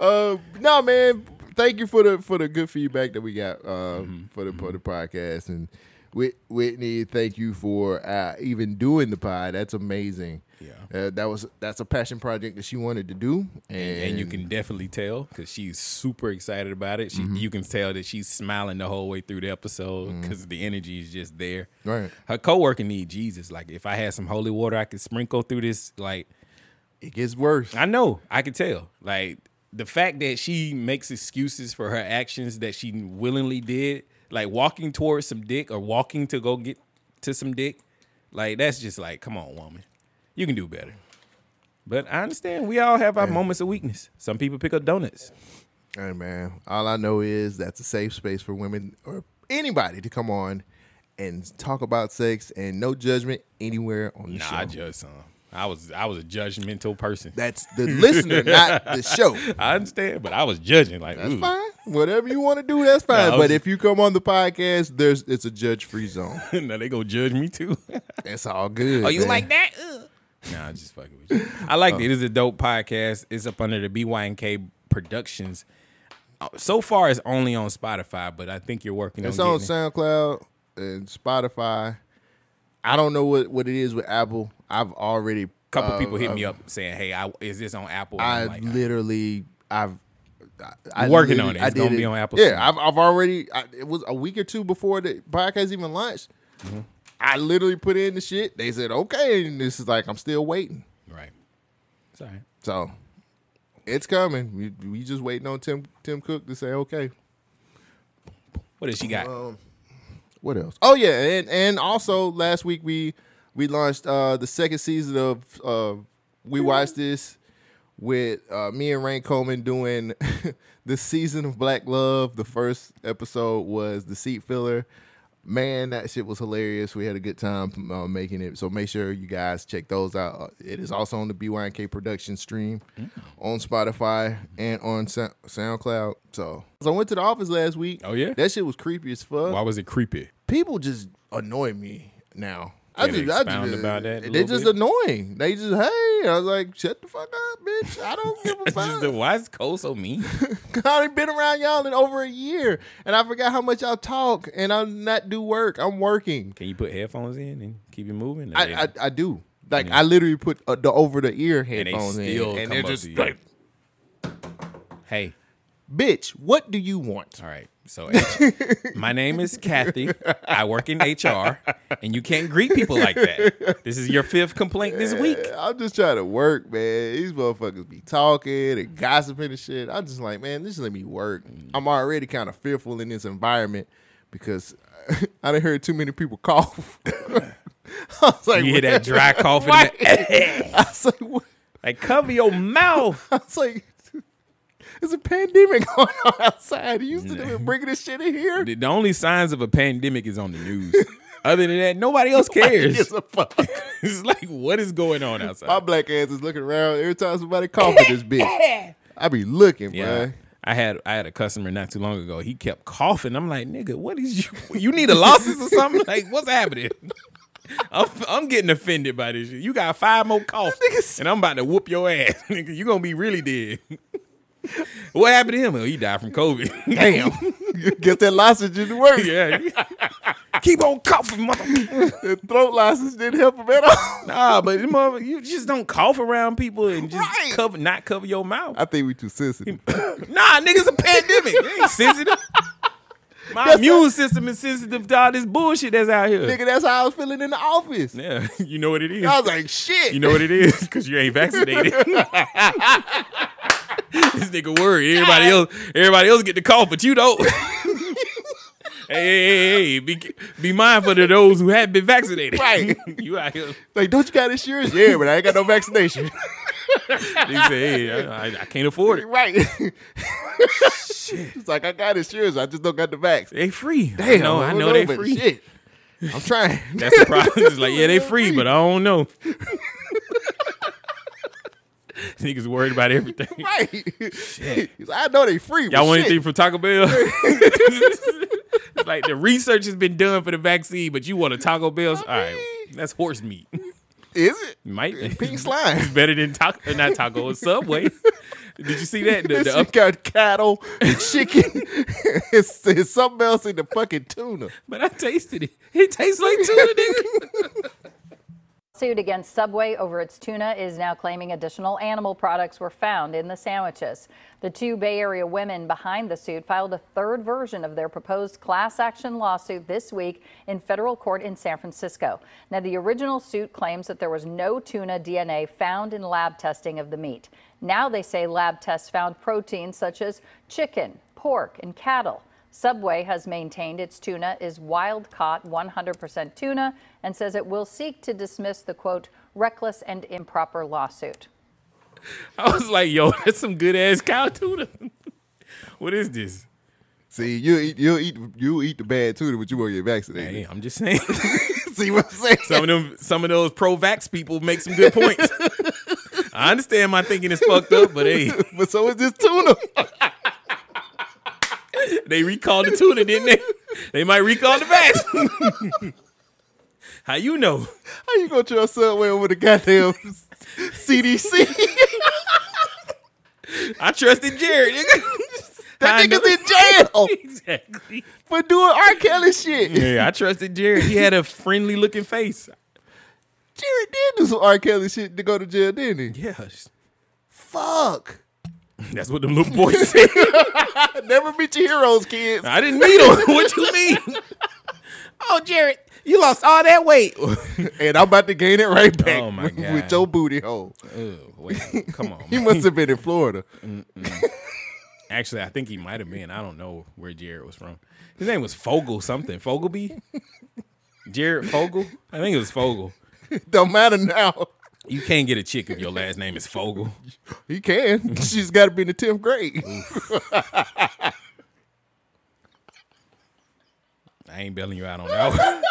[SPEAKER 1] Uh, no, man. Thank you for the for the good feedback that we got uh,
[SPEAKER 2] Mm-hmm.
[SPEAKER 1] for the for the podcast and Whit- Whitney. Thank you for uh, even doing the pod. That's amazing.
[SPEAKER 2] Yeah.
[SPEAKER 1] uh, that was that's a passion project that she wanted to do, and,
[SPEAKER 2] And you can definitely tell because she's super excited about it. She, You can tell that she's smiling the whole way through the episode because the energy is just there.
[SPEAKER 1] Right.
[SPEAKER 2] Her coworker need Jesus. Like if I had some holy water, I could sprinkle through this. Like
[SPEAKER 1] it gets worse.
[SPEAKER 2] I know, I could tell. Like the fact that she makes excuses for her actions that she willingly did, like walking towards some dick or walking to go get to some dick, like that's just like, come on, woman, you can do better. But I understand we all have our moments of weakness. Some people pick up donuts.
[SPEAKER 1] Hey, man, all I know is that's a safe space for women or anybody to come on and talk about sex and no judgment anywhere on the
[SPEAKER 2] Nah,
[SPEAKER 1] show.
[SPEAKER 2] I judge some. I was I was a judgmental person.
[SPEAKER 1] that's the
[SPEAKER 2] <laughs>
[SPEAKER 1] listener, not the show.
[SPEAKER 2] I understand, but I was judging like
[SPEAKER 1] That's
[SPEAKER 2] ooh.
[SPEAKER 1] fine. Whatever you want to do, that's fine.
[SPEAKER 2] I was-
[SPEAKER 1] but if you come on the podcast, there's it's a judge free zone.
[SPEAKER 2] <laughs> now they go judge me too.
[SPEAKER 1] <laughs> That's all good.
[SPEAKER 2] Oh, you
[SPEAKER 1] man.
[SPEAKER 2] like that? Ugh. Nah, I'm just fucking with you. I liked
[SPEAKER 1] Oh.
[SPEAKER 2] it. It is a dope podcast. It's up under the BYNK Productions. Uh, So far, it's only on Spotify, but I think you're working
[SPEAKER 1] It's
[SPEAKER 2] on
[SPEAKER 1] on
[SPEAKER 2] getting it.
[SPEAKER 1] SoundCloud and Spotify. I don't know what, what it is with Apple. I've already
[SPEAKER 2] A couple
[SPEAKER 1] uh,
[SPEAKER 2] people hit
[SPEAKER 1] uh,
[SPEAKER 2] me up saying, "Hey, I, is this on Apple?"
[SPEAKER 1] I
[SPEAKER 2] I'm like,
[SPEAKER 1] literally I've I- I
[SPEAKER 2] Working on
[SPEAKER 1] literally-
[SPEAKER 2] it. It's gonna be on Apple soon.
[SPEAKER 1] Yeah, I've, I've already. I, it was a week or two before the podcast even launched.
[SPEAKER 2] Mm-hmm.
[SPEAKER 1] I literally put in the shit. They said okay, and this is like I'm still waiting.
[SPEAKER 2] right. Sorry.
[SPEAKER 1] So it's coming. We, we just waiting on Tim Tim Cook to say okay.
[SPEAKER 2] What does she got?
[SPEAKER 1] Um, What else? Oh yeah, and and also last week we we launched uh the second season of uh we watched this with uh me and Rain Coleman doing <laughs> the season of Black Love. The first episode was the seat filler. Man, that shit was hilarious. We had a good time uh, making it. So make sure you guys check those out. Uh, It is also on the BYNK production stream
[SPEAKER 2] Mm.
[SPEAKER 1] on Spotify and on Sound- SoundCloud. So, so I went to the office last week.
[SPEAKER 2] Oh, yeah?
[SPEAKER 1] That shit was creepy as fuck
[SPEAKER 2] Why was it creepy?
[SPEAKER 1] people just annoy me now. I
[SPEAKER 2] Can you expound about that a
[SPEAKER 1] They're
[SPEAKER 2] little
[SPEAKER 1] just
[SPEAKER 2] bit?
[SPEAKER 1] annoying. They just hey, I was like, shut the fuck up, bitch. I don't give a
[SPEAKER 2] <laughs> It's just,
[SPEAKER 1] fuck.
[SPEAKER 2] why is Cole so
[SPEAKER 1] <laughs>
[SPEAKER 2] mean?
[SPEAKER 1] I've been around y'all in over a year, and I forgot how much y'all talk, and I'm not do work. I'm working.
[SPEAKER 2] Can you put headphones in and keep it moving?
[SPEAKER 1] I
[SPEAKER 2] And
[SPEAKER 1] I,
[SPEAKER 2] they-
[SPEAKER 1] I do. Like I literally put uh, the over the ear
[SPEAKER 2] and they
[SPEAKER 1] headphones
[SPEAKER 2] still
[SPEAKER 1] in,
[SPEAKER 2] come
[SPEAKER 1] and they're
[SPEAKER 2] up
[SPEAKER 1] just
[SPEAKER 2] to you.
[SPEAKER 1] like,
[SPEAKER 2] hey,
[SPEAKER 1] Bitch, what do you want?
[SPEAKER 2] All right. So H- my name is Kathy. I work in HR, and you can't greet people like that. This is your fifth complaint this week.
[SPEAKER 1] I'm just trying to work, man. These motherfuckers be talking and gossiping and shit. I'm just like, man, just let me work.
[SPEAKER 2] Mm.
[SPEAKER 1] I'm already kind of fearful in this environment because <laughs> I done heard too many people cough. <laughs> <laughs> I was like,
[SPEAKER 2] You hear that
[SPEAKER 1] <laughs>
[SPEAKER 2] dry cough in the
[SPEAKER 1] I was like, what?
[SPEAKER 2] like cover your mouth.
[SPEAKER 1] <laughs> I was like, there's a pandemic <laughs> going on outside. Are you still been bringing this shit in here?
[SPEAKER 2] <laughs> The, the only signs of a pandemic is on the news. Other than that, nobody
[SPEAKER 1] <laughs>
[SPEAKER 2] else cares.
[SPEAKER 1] Gives a fuck.
[SPEAKER 2] <laughs> it's like what is going on outside?
[SPEAKER 1] My black ass is looking around every time somebody coughing
[SPEAKER 2] <laughs>
[SPEAKER 1] this bitch. <laughs> I be looking,
[SPEAKER 2] Yeah.
[SPEAKER 1] bruh.
[SPEAKER 2] I had I had a customer not too long ago. He kept coughing. I'm like, nigga, what is you? You need a losses or something? Like, what's happening? I'm, I'm getting offended by this shit. You got five more coughs,
[SPEAKER 1] nigga's-
[SPEAKER 2] and I'm about to whoop your ass, <laughs> nigga. You gonna be really dead. <laughs> what happened to him? Oh, he died from COVID. <laughs>
[SPEAKER 1] Damn. Get that lozenge didn't work.
[SPEAKER 2] yeah. <laughs> Keep on coughing, mother.
[SPEAKER 1] <laughs> The throat lozenge didn't help him at all.
[SPEAKER 2] <laughs> Nah, but them mother- you just don't cough around people and just
[SPEAKER 1] Right.
[SPEAKER 2] cover, not cover your mouth.
[SPEAKER 1] I think we too sensitive.
[SPEAKER 2] <laughs> Nah, niggas a pandemic. They ain't sensitive. My immune system is sensitive to all this bullshit that's out here.
[SPEAKER 1] Nigga, that's how I was feeling in the office.
[SPEAKER 2] Yeah, <laughs> you know what it is.
[SPEAKER 1] I was like, <laughs> shit.
[SPEAKER 2] You know what it is <laughs> because you ain't vaccinated. this nigga worried. Everybody else, everybody else get the call, but you
[SPEAKER 1] <laughs>
[SPEAKER 2] don't. hey, hey, hey, hey, be be mindful to those who have been vaccinated.
[SPEAKER 1] Right.
[SPEAKER 2] <laughs> you out here.
[SPEAKER 1] <laughs> like, don't you got insurance? Yeah, but I ain't got
[SPEAKER 2] <laughs>
[SPEAKER 1] no vaccination.
[SPEAKER 2] They say, hey, I, I can't afford it.
[SPEAKER 1] right. It's like I got insurance. I just don't got the vax.
[SPEAKER 2] They free. I
[SPEAKER 1] Damn,
[SPEAKER 2] know, I
[SPEAKER 1] don't
[SPEAKER 2] know they
[SPEAKER 1] but
[SPEAKER 2] free.
[SPEAKER 1] Shit. I'm <laughs> trying.
[SPEAKER 2] That's the problem. It's like,
[SPEAKER 1] <laughs>
[SPEAKER 2] yeah, they free, but I don't know. <laughs> Niggas worried about everything.
[SPEAKER 1] right. He's like, <laughs> I know they free. but
[SPEAKER 2] Y'all want
[SPEAKER 1] shit.
[SPEAKER 2] anything from Taco
[SPEAKER 1] <laughs>
[SPEAKER 2] Bell? It's like the research has been done for the vaccine, but you want a Taco Bell? All right, that's horse meat.
[SPEAKER 1] Is it?
[SPEAKER 2] Might <laughs>
[SPEAKER 1] Pink
[SPEAKER 2] It's
[SPEAKER 1] slime.
[SPEAKER 2] better than taco, uh, not taco, it's
[SPEAKER 1] <laughs>
[SPEAKER 2] Subway. Did you see that? The,
[SPEAKER 1] This
[SPEAKER 2] the
[SPEAKER 1] shit
[SPEAKER 2] up,
[SPEAKER 1] got cattle, chicken, <laughs> it's, it's something else in the fucking tuna.
[SPEAKER 2] but I tasted it. It tastes like tuna, nigga.
[SPEAKER 5] Suit against Subway over its tuna is now claiming additional animal products were found in the sandwiches. The two Bay Area women behind the suit filed a third version of their proposed class action lawsuit this week in federal court in San Francisco. Now, the original suit claims that there was no tuna DNA found in lab testing of the meat. Now they say lab tests found proteins such as chicken, pork, and cattle. Subway has maintained its tuna is wild caught 100% tuna and says it will seek to dismiss the quote reckless and improper lawsuit.
[SPEAKER 2] I was like, yo, <laughs> that's some good ass cow tuna. what is this?
[SPEAKER 1] See, you eat, you eat, you eat the bad tuna, but you won't get vaccinated.
[SPEAKER 2] Hey, I'm just saying.
[SPEAKER 1] <laughs> See what I'm saying?
[SPEAKER 2] some of them some of those pro vax people make some good points. I understand my thinking is fucked up, but hey,
[SPEAKER 1] <laughs> but so is this tuna.
[SPEAKER 2] <laughs> they recalled the tuna, didn't they? They might recall the vax. <laughs> How you know?
[SPEAKER 1] How you gonna trust Subway over the goddamn <laughs> CDC?
[SPEAKER 2] <laughs> I trusted Jared. nigga. I
[SPEAKER 1] <laughs> that
[SPEAKER 2] know-
[SPEAKER 1] nigga's in jail
[SPEAKER 2] <laughs> exactly.
[SPEAKER 1] for doing R. Kelly shit.
[SPEAKER 2] Yeah, I trusted Jared. He had a friendly looking face.
[SPEAKER 1] Jerry did do some R. Kelly shit to go to jail, didn't he?
[SPEAKER 2] Yeah, <laughs>
[SPEAKER 1] Fuck. <laughs>
[SPEAKER 2] that's what them little boys <laughs> said.
[SPEAKER 1] Never meet your heroes, kids.
[SPEAKER 2] I didn't meet him. <laughs> What you mean? <laughs> Oh, Jared, you lost all that weight.
[SPEAKER 1] <laughs> And I'm about to gain it right back
[SPEAKER 2] Oh my
[SPEAKER 1] <laughs> with,
[SPEAKER 2] God.
[SPEAKER 1] your booty hole.
[SPEAKER 2] Ew, wait, come on.
[SPEAKER 1] <laughs> He
[SPEAKER 2] man.
[SPEAKER 1] must have been in Florida.
[SPEAKER 2] Actually, I think he might have been. I don't know where Jared was from. His name was Fogel something. Fogelby? Jared Fogel? I think it was Fogel.
[SPEAKER 1] <laughs> Don't matter now.
[SPEAKER 2] You can't get a chick if your last name is Fogel.
[SPEAKER 1] He can. She's got to be in the 10th grade.
[SPEAKER 2] I ain't bailing you out on that one.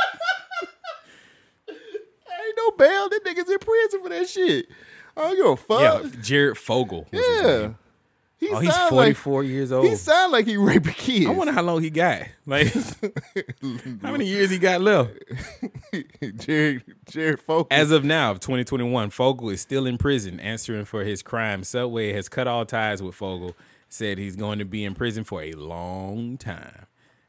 [SPEAKER 1] <laughs> Ain't no bail. That nigga's in prison for that shit. I don't give a
[SPEAKER 2] <laughs>
[SPEAKER 1] fuck.
[SPEAKER 2] Yeah, Jared Fogel. was his
[SPEAKER 1] Yeah.
[SPEAKER 2] name.
[SPEAKER 1] He
[SPEAKER 2] Oh, he's
[SPEAKER 1] sound
[SPEAKER 2] 44 years old.
[SPEAKER 1] Like, he sound like he raping kids.
[SPEAKER 2] I wonder how long he got. Like, <laughs> how many years he got
[SPEAKER 1] <laughs>
[SPEAKER 2] left?
[SPEAKER 1] Jared, Jared Folk.
[SPEAKER 2] As of now, of 2021, Fogel is still in prison answering for his crime. Subway has cut all ties with Fogel, said he's going to be in prison for a long time.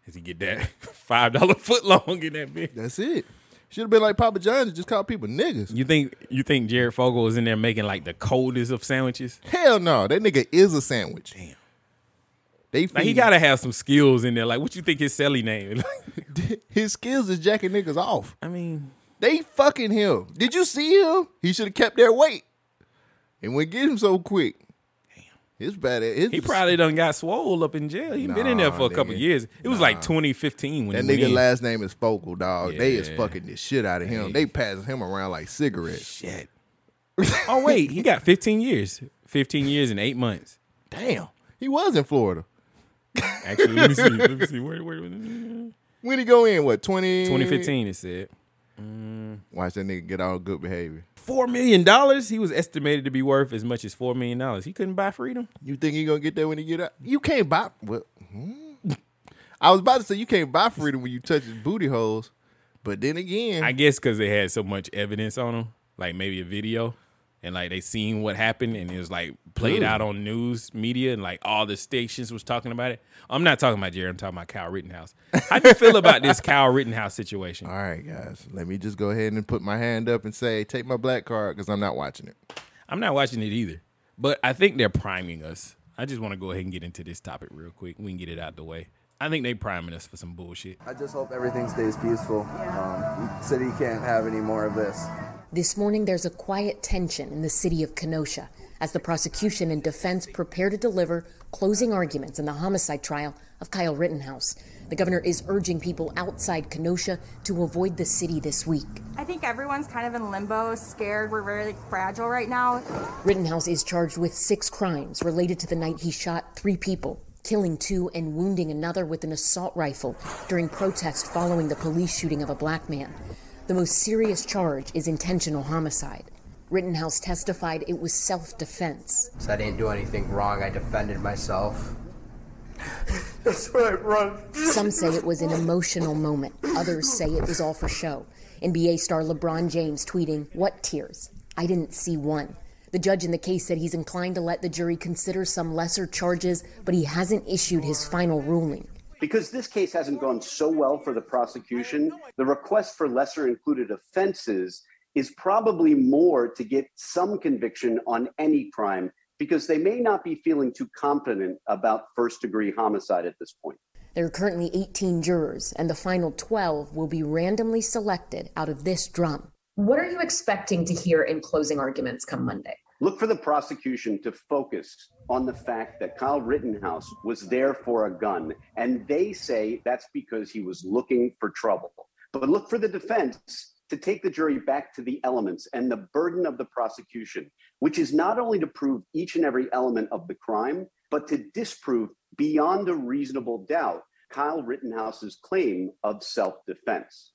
[SPEAKER 2] As he get that <laughs> five dollar foot long in that bitch.
[SPEAKER 1] That's it. Should have been like Papa John's and just call people niggas.
[SPEAKER 2] You think you think Jared Fogel is in there making like the coldest of sandwiches?
[SPEAKER 1] Hell no. That nigga is a sandwich. Damn. <laughs> They
[SPEAKER 2] Like he
[SPEAKER 1] feed-
[SPEAKER 2] gotta have some skills in there. Like what you think his celly <laughs> name?
[SPEAKER 1] <laughs> his skills is jacking niggas off.
[SPEAKER 2] I mean,
[SPEAKER 1] They fucking him. Did you see him? He should have kept their weight. And wouldn't get him so quick. Damn. It's bad. It's
[SPEAKER 2] he probably done got swole up in jail. He been in there
[SPEAKER 1] Nah,
[SPEAKER 2] for a couple
[SPEAKER 1] nigga.
[SPEAKER 2] years. It was like 2015 when
[SPEAKER 1] that
[SPEAKER 2] he went
[SPEAKER 1] nigga
[SPEAKER 2] in.
[SPEAKER 1] last name is Focal, dog. They is
[SPEAKER 2] Yeah.
[SPEAKER 1] fucking the shit out of him. They passing him around like cigarettes.
[SPEAKER 2] Shit. oh wait, he got 15 years. 15 years and eight months.
[SPEAKER 1] Damn. He was in Florida.
[SPEAKER 2] Actually, let me see. Let
[SPEAKER 1] <laughs>
[SPEAKER 2] me see. Where, where, where-
[SPEAKER 1] When he go in, what, 20?
[SPEAKER 2] 2015, it said. Mm.
[SPEAKER 1] Watch that nigga get all good behavior.
[SPEAKER 2] Four million dollars. He was estimated to be worth as much as four million dollars. He couldn't buy freedom.
[SPEAKER 1] You think he gonna get that when he get out? You can't buy. Well, hmm. I was about to say you can't buy freedom when you touch his booty holes, but then again,
[SPEAKER 2] I guess because they had so much evidence on him, like maybe a video, and like they seen what happened, and it was like played
[SPEAKER 1] Ooh.
[SPEAKER 2] out on news media, and like all the stations was talking about it. I'm not talking about Jerry. I'm talking about Kyle Rittenhouse. How do you feel about
[SPEAKER 1] <laughs>
[SPEAKER 2] this Kyle Rittenhouse situation?
[SPEAKER 1] all right, guys, let me just go ahead and put my hand up and say, take my black card because I'm not watching it.
[SPEAKER 2] I'm not watching it either, but I think they're priming us. I just want to go ahead and get into this topic real quick. We can get it out the way. I think they priming us for some bullshit.
[SPEAKER 6] I just hope everything stays peaceful. Um, city can't have any more of this.
[SPEAKER 7] This morning, there's a quiet tension in the city of Kenosha as the prosecution and defense prepare to deliver closing arguments in the homicide trial of Kyle Rittenhouse. The governor is urging people outside Kenosha to avoid the city this week.
[SPEAKER 8] I think everyone's kind of in limbo, scared. We're really fragile right now.
[SPEAKER 7] Rittenhouse is charged with six crimes related to the night he shot three people, killing two and wounding another with an assault rifle during protest following the police shooting of a black man. The most serious charge is intentional homicide. Rittenhouse testified it was self defense.
[SPEAKER 6] I didn't do anything wrong. I defended myself.
[SPEAKER 7] Some say it was an emotional moment. Others say it was all for show. NBA star LeBron James tweeting, What tears? I didn't see one. The judge in the case said he's inclined to let the jury consider some lesser charges, but he hasn't issued his final ruling.
[SPEAKER 9] Because this case hasn't gone so well for the prosecution, the request for lesser included offenses is probably more to get some conviction on any crime because they may not be feeling too confident about first degree homicide at this point.
[SPEAKER 7] There are currently 18 jurors, and the final 12 will be randomly selected out of this drum. What are you expecting to hear in closing arguments come Monday?
[SPEAKER 9] Look for the prosecution to focus on the fact that Kyle Rittenhouse was there for a gun. And they say that's because he was looking for trouble. But look for the defense to take the jury back to the elements and the burden of the prosecution, which is not only to prove each and every element of the crime, but to disprove beyond a reasonable doubt Kyle Rittenhouse's claim of self defense.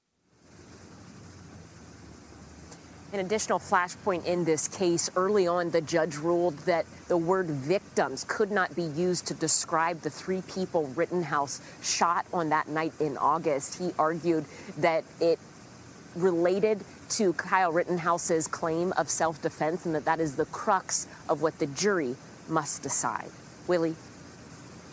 [SPEAKER 7] An additional flashpoint in this case early on, the judge ruled that the word victims could not be used to describe the three people Rittenhouse shot on that night in August. He argued that it related to Kyle Rittenhouse's claim of self defense and that that is the crux of what the jury must decide. Willie?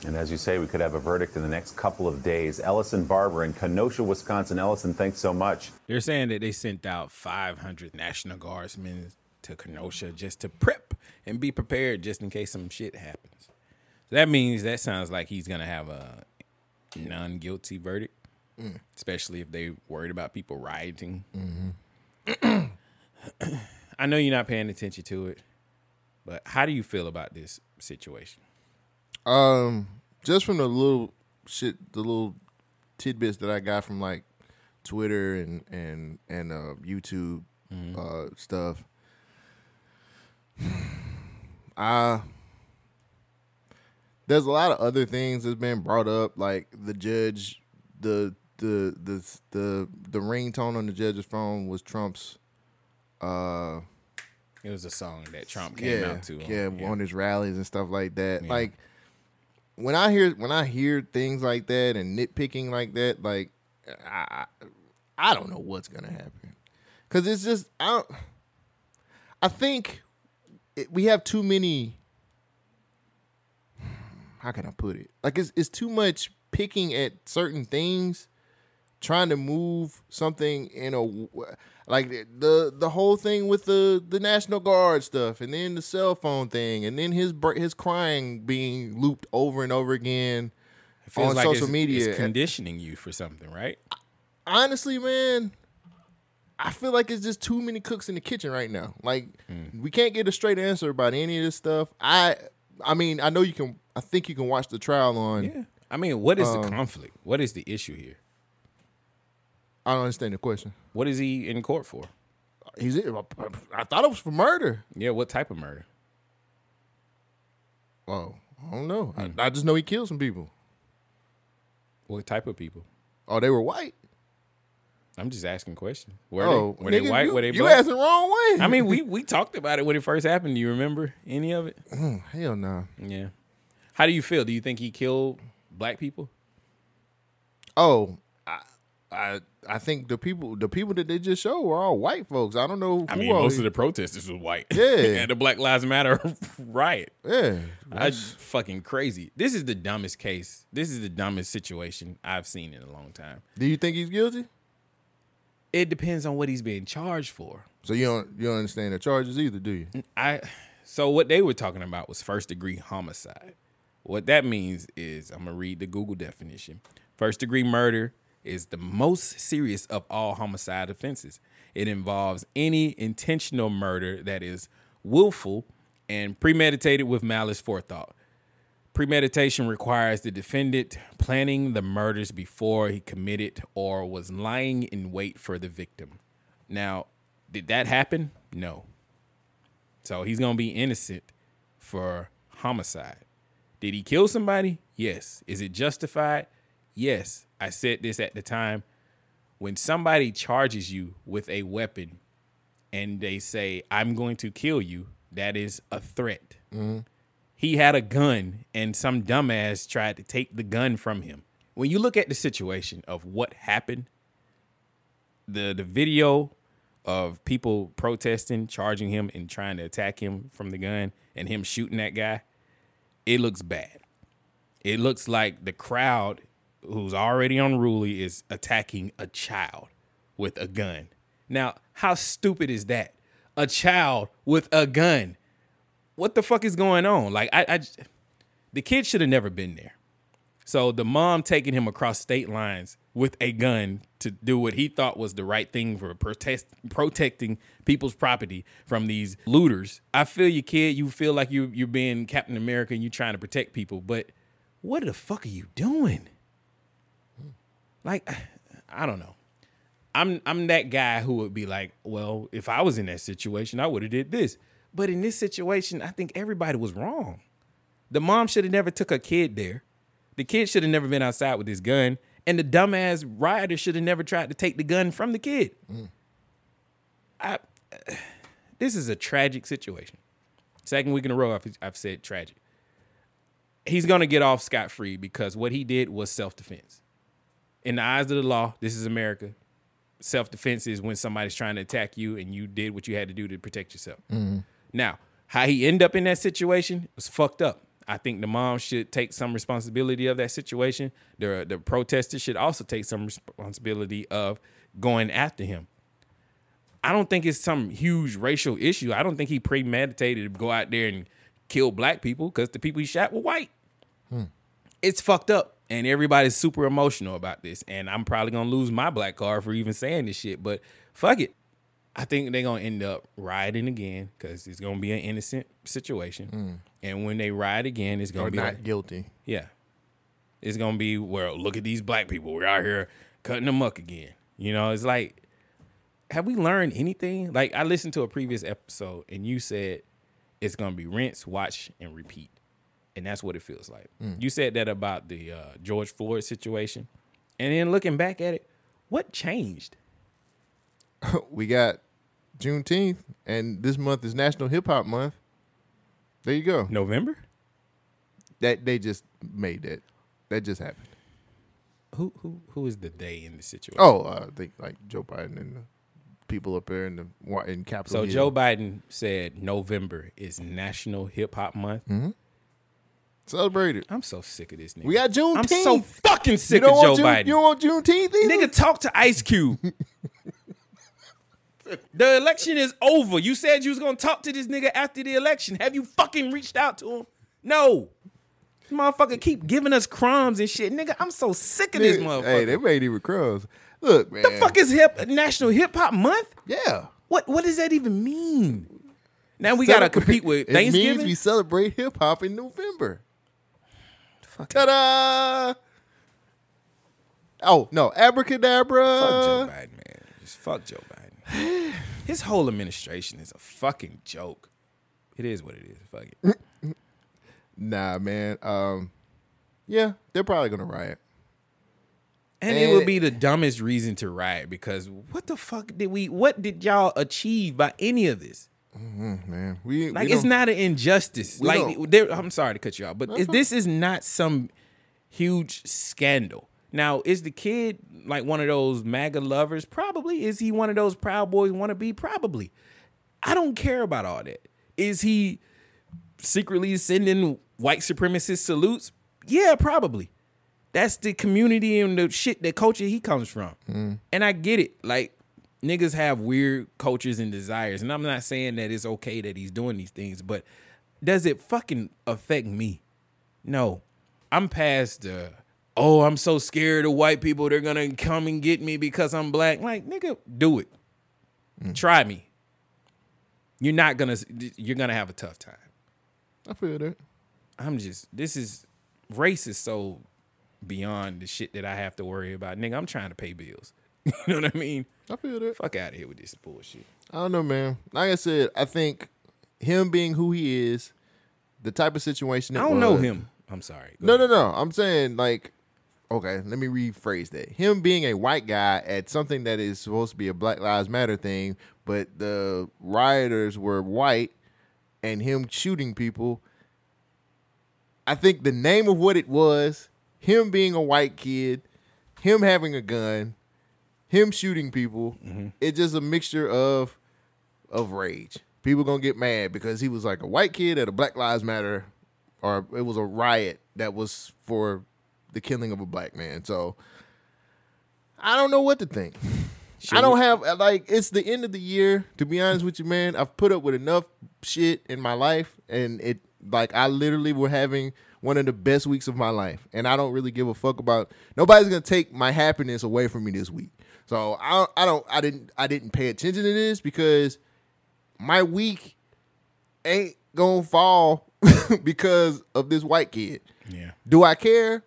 [SPEAKER 10] And as you say, we could have a verdict in the next couple of days. Ellison Barber in Kenosha, Wisconsin. Ellison, thanks so much.
[SPEAKER 2] They're saying that they sent out 500 National Guardsmen to Kenosha just to prep and be prepared just in case some shit happens. So that means that sounds like he's going to have a non guilty verdict,
[SPEAKER 1] Mm.
[SPEAKER 2] especially if they worried about people rioting. I know you're not paying attention to it, but how do you feel about this situation?
[SPEAKER 1] Um, just from the little shit, the little tidbits that I got from like Twitter and and and uh, YouTube
[SPEAKER 2] Mm-hmm.
[SPEAKER 1] uh, stuff. <sighs> I there's a lot of other things that's been brought up, like the judge, the the the the the ringtone on the judge's phone was Trump's. Uh,
[SPEAKER 2] It was a song that Trump came
[SPEAKER 1] yeah,
[SPEAKER 2] out to.
[SPEAKER 1] Yeah, on his rallies and stuff like that. Like when I hear when I hear things like that and nitpicking like that, like I I I don't know what's gonna happen because it's just I don't. I think it, we have too many. How can I put it? Like it's it's too much picking at certain things trying to move something in a w- like the- the the whole thing with the the National Guard stuff, and then the cell phone thing, and then his br- his crying being looped over and over again
[SPEAKER 2] It feels
[SPEAKER 1] on
[SPEAKER 2] like
[SPEAKER 1] social
[SPEAKER 2] it's,
[SPEAKER 1] media.
[SPEAKER 2] it's conditioning you for something, right?
[SPEAKER 1] honestly, man, I feel like it's just too many cooks in the kitchen right now. Like
[SPEAKER 2] Mm.
[SPEAKER 1] we can't get a straight answer about any of this stuff. I I mean, I know you can I think you can watch the trial on
[SPEAKER 2] Yeah. I mean, what is the
[SPEAKER 1] Um,
[SPEAKER 2] conflict? What is the issue here?
[SPEAKER 1] I don't understand the question.
[SPEAKER 2] What is he in court for?
[SPEAKER 1] He's I thought it was for murder.
[SPEAKER 2] Yeah, what type of murder?
[SPEAKER 1] Oh, I don't know. I, I just know he killed some people.
[SPEAKER 2] Mm. What type of people?
[SPEAKER 1] Oh, they were white.
[SPEAKER 2] I'm just asking questions. Were
[SPEAKER 1] Oh,
[SPEAKER 2] they were they
[SPEAKER 1] nigga,
[SPEAKER 2] white?
[SPEAKER 1] you-
[SPEAKER 2] were they
[SPEAKER 1] you
[SPEAKER 2] black?
[SPEAKER 1] asked the wrong way.
[SPEAKER 2] I
[SPEAKER 1] <laughs>
[SPEAKER 2] mean, we we talked about it when it first happened. Do you remember any of it?
[SPEAKER 1] Mm, hell no.
[SPEAKER 2] Yeah. How do you feel? Do you think he killed black people?
[SPEAKER 1] Oh, I, I I think the people the people that they just showed were all white folks. I don't know.
[SPEAKER 2] I
[SPEAKER 1] who
[SPEAKER 2] mean,
[SPEAKER 1] all
[SPEAKER 2] most
[SPEAKER 1] he-
[SPEAKER 2] of the protesters were white.
[SPEAKER 1] Yeah.
[SPEAKER 2] <laughs> and the Black Lives Matter riot.
[SPEAKER 1] Yeah.
[SPEAKER 2] I fucking crazy. This is the dumbest case. This is the dumbest situation I've seen in a long time.
[SPEAKER 1] Do you think he's guilty?
[SPEAKER 2] It depends on what he's being charged for.
[SPEAKER 1] So you don't you don't understand the charges either, do you?
[SPEAKER 2] I so what they were talking about was first degree homicide. What that means is I'm gonna read the Google definition. First degree murder is the most serious of all homicide offenses. It involves any intentional murder that is willful and premeditated with malice forethought. Premeditation requires the defendant planning the murders before he committed or was lying in wait for the victim. Now, did that happen? No. So he's gonna be innocent for homicide. Did he kill somebody? Yes. Is it justified? Yes. I said this at the time. When somebody charges you with a weapon and they say, I'm going to kill you, that is a threat.
[SPEAKER 1] Mm-hmm.
[SPEAKER 2] He had a gun and some dumbass tried to take the gun from him. When you look at the situation of what happened, the the video of people protesting, charging him and trying to attack him from the gun and him shooting that guy, it looks bad. It looks like the crowd who's already unruly is attacking a child with a gun. Now, how stupid is that? A child with a gun. What the fuck is going on? Like I, I j- the kid should have never been there. So the mom taking him across state lines with a gun to do what he thought was the right thing for protest protecting people's property from these looters. I feel you, kid. You feel like you you're being Captain America and you're trying to protect people, but what the fuck are you doing? Like, I don't know. I'm I'm that guy who would be like, well, if I was in that situation, I would have did this. But in this situation, I think everybody was wrong. The mom should have never took her kid there. The kid should have never been outside with his gun, and the dumbass rioter should have never tried to take the gun from the kid. I, <sighs> this is a tragic situation. Second week in a row, I've, I've said tragic. He's gonna get off scot free because what he did was self defense. In the eyes of the law, this is America. Self defense is when somebody's trying to attack you and you did what you had to do to protect yourself. Now, how he end up in that situation was fucked up. I think the mom should take some responsibility of that situation. The the protesters should also take some responsibility of going after him. I don't think it's some huge racial issue. I don't think he premeditated to go out there and kill black people because the people he shot were white. It's fucked up. And everybody's super emotional about this. And I'm probably gonna lose my black card for even saying this shit. But fuck it. I think they're gonna end up rioting again because it's gonna be an innocent situation. And when they riot again, it's gonna
[SPEAKER 1] Or
[SPEAKER 2] be
[SPEAKER 1] not
[SPEAKER 2] like-
[SPEAKER 1] guilty.
[SPEAKER 2] yeah. It's gonna be well, look at these black people. We're out here cutting them up again. You know, it's like, have we learned anything? Like I listened to a previous episode and you said it's gonna be rinse, watch, and repeat. And that's what it feels like.
[SPEAKER 1] Mm.
[SPEAKER 2] You said that about the uh, George Floyd situation. And then looking back at it, what changed?
[SPEAKER 1] <laughs> we got Juneteenth, and this month is National Hip Hop Month. There you go.
[SPEAKER 2] November?
[SPEAKER 1] That they just made that. That just happened.
[SPEAKER 2] Who who who is the they in the situation?
[SPEAKER 1] Oh, uh, I think like Joe Biden and the people up there in the wa- in Capitol.
[SPEAKER 2] So
[SPEAKER 1] Hill.
[SPEAKER 2] Joe Biden said November is National Hip Hop Month.
[SPEAKER 1] Celebrate it.
[SPEAKER 2] I'm so sick of this nigga.
[SPEAKER 1] Mm-hmm. We got Juneteenth.
[SPEAKER 2] I'm so fucking
[SPEAKER 1] You
[SPEAKER 2] sick
[SPEAKER 1] don't
[SPEAKER 2] of
[SPEAKER 1] want
[SPEAKER 2] Joe
[SPEAKER 1] June-
[SPEAKER 2] Biden.
[SPEAKER 1] You don't want Juneteenth either?
[SPEAKER 2] Nigga, talk to Ice
[SPEAKER 1] <laughs>
[SPEAKER 2] Cube. the election is over. You said you was gonna talk to this nigga after the election. Have you fucking reached out to him? No. This motherfucker keep giving us crumbs and shit. Nigga, I'm so sick of this
[SPEAKER 1] Nigga,
[SPEAKER 2] motherfucker.
[SPEAKER 1] Hey, they made even crumbs. Look, man.
[SPEAKER 2] the fuck is hip National Hip Hop Month?
[SPEAKER 1] Yeah.
[SPEAKER 2] What what does that even mean? Now we gotta
[SPEAKER 1] Celebrate-
[SPEAKER 2] compete with
[SPEAKER 1] <laughs> it
[SPEAKER 2] Thanksgiving.
[SPEAKER 1] means we celebrate hip hop in November. Ta-da! Oh no, abracadabra!
[SPEAKER 2] Fuck Joe Biden, man. Just fuck Joe Biden. <sighs> His whole administration is a fucking joke. It is what it is. Fuck it.
[SPEAKER 1] <laughs> Nah, man. Um, yeah, they're probably gonna riot.
[SPEAKER 2] And it would be the dumbest reason to riot because what the fuck did we? What did y'all achieve by any of this?
[SPEAKER 1] Mm, man, we
[SPEAKER 2] Like
[SPEAKER 1] we
[SPEAKER 2] it's
[SPEAKER 1] don't-
[SPEAKER 2] not an injustice.
[SPEAKER 1] We
[SPEAKER 2] Like
[SPEAKER 1] don't-
[SPEAKER 2] there, I'm sorry to cut you off, but
[SPEAKER 1] That's
[SPEAKER 2] is, this is not some huge scandal. Now, is the kid like one of those MAGA lovers? Probably. Is he one of those Proud Boys wannabe? Probably. I don't care about all that. Is he secretly sending white supremacist salutes? Yeah, probably. That's the community and the shit, the culture he comes from.
[SPEAKER 11] Hmm.
[SPEAKER 2] And I get it. Like, niggas have weird cultures and desires. And I'm not saying that it's okay that he's doing these things, but does it fucking affect me? No. I'm past the, oh, I'm so scared of white people. They're going to come and get me because I'm black. Like, nigga, do it. Try me. You're not going to, you're going to have a tough time.
[SPEAKER 1] I feel that.
[SPEAKER 2] I'm just this is race is so beyond the shit that I have to worry about. Nigga, I'm trying to pay bills. <laughs> you know what I mean?
[SPEAKER 1] I feel that.
[SPEAKER 2] Fuck out of here with this bullshit.
[SPEAKER 1] I don't know, man. Like I said, I think him being who he is, the type of situation.
[SPEAKER 2] I
[SPEAKER 1] It
[SPEAKER 2] don't know
[SPEAKER 1] was-
[SPEAKER 2] him. I'm sorry. Go
[SPEAKER 1] No,
[SPEAKER 2] ahead.
[SPEAKER 1] no, no. I'm saying like, okay, let me rephrase that. Him being a white guy at something that is supposed to be a Black Lives Matter thing, but the rioters were white, and him shooting people. I think the name of what it was, him being a white kid, him having a gun, him shooting people. It's just a mixture of of rage. People gonna get mad because he was like a white kid at a Black Lives Matter, or it was a riot that was for the killing of a black man. So I don't know what to think. <laughs> I don't have like it's the end of the year. To be honest with you, man, I've put up with enough shit in my life, and it like I literally were having one of the best weeks of my life, and I don't really give a fuck about nobody's gonna take my happiness away from me this week. So I I don't I didn't I didn't pay attention to this because my week ain't gonna fall <laughs> because of this white kid.
[SPEAKER 2] Yeah.
[SPEAKER 1] Do I care?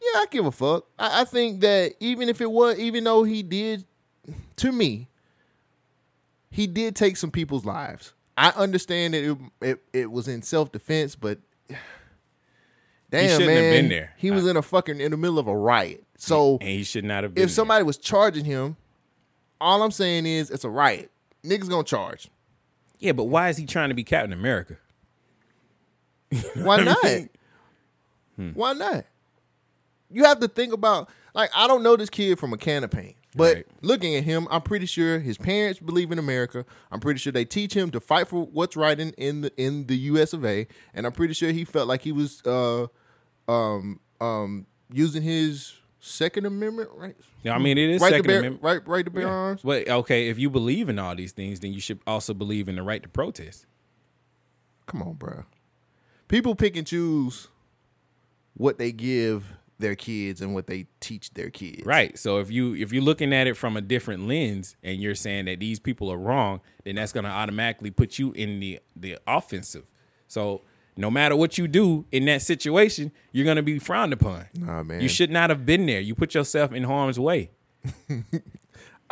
[SPEAKER 1] Yeah, I give a fuck. I, I think that even if it was, even though he did, to me, he did take some people's lives. I understand that it it, it was in self defense, but <sighs> damn
[SPEAKER 2] shouldn't have
[SPEAKER 1] man,
[SPEAKER 2] been there.
[SPEAKER 1] he was in a fucking in the middle of a riot. So
[SPEAKER 2] And he should not have been
[SPEAKER 1] if somebody was charging him, all I'm saying is it's a riot. Niggas gonna charge.
[SPEAKER 2] there. Yeah, but why is he trying to be Captain America?
[SPEAKER 1] <laughs> Why not?
[SPEAKER 2] Hmm.
[SPEAKER 1] Why not? You have to think about like I don't know this kid from a can of paint, but
[SPEAKER 2] Right.
[SPEAKER 1] looking at him, I'm pretty sure his parents believe in America. I'm pretty sure they teach him to fight for what's right in, in the in the U.S. of A. And I'm pretty sure he felt like he was uh um um using his Second Amendment right.
[SPEAKER 2] Yeah, I mean it is
[SPEAKER 1] right
[SPEAKER 2] second
[SPEAKER 1] to bear,
[SPEAKER 2] amendment.
[SPEAKER 1] right right to bear arms.
[SPEAKER 2] But okay, if you believe in all these things, then you should also believe in the right to protest.
[SPEAKER 1] Come on, bro. People pick and choose what they give their kids and what they teach their kids.
[SPEAKER 2] Right. So if you if you're looking at it from a different lens and you're saying that these people are wrong, then that's going to automatically put you in the the offensive. So no matter what you do in that situation, you're going to be frowned upon.
[SPEAKER 1] Nah, man.
[SPEAKER 2] You should not have been there. You put yourself in harm's way.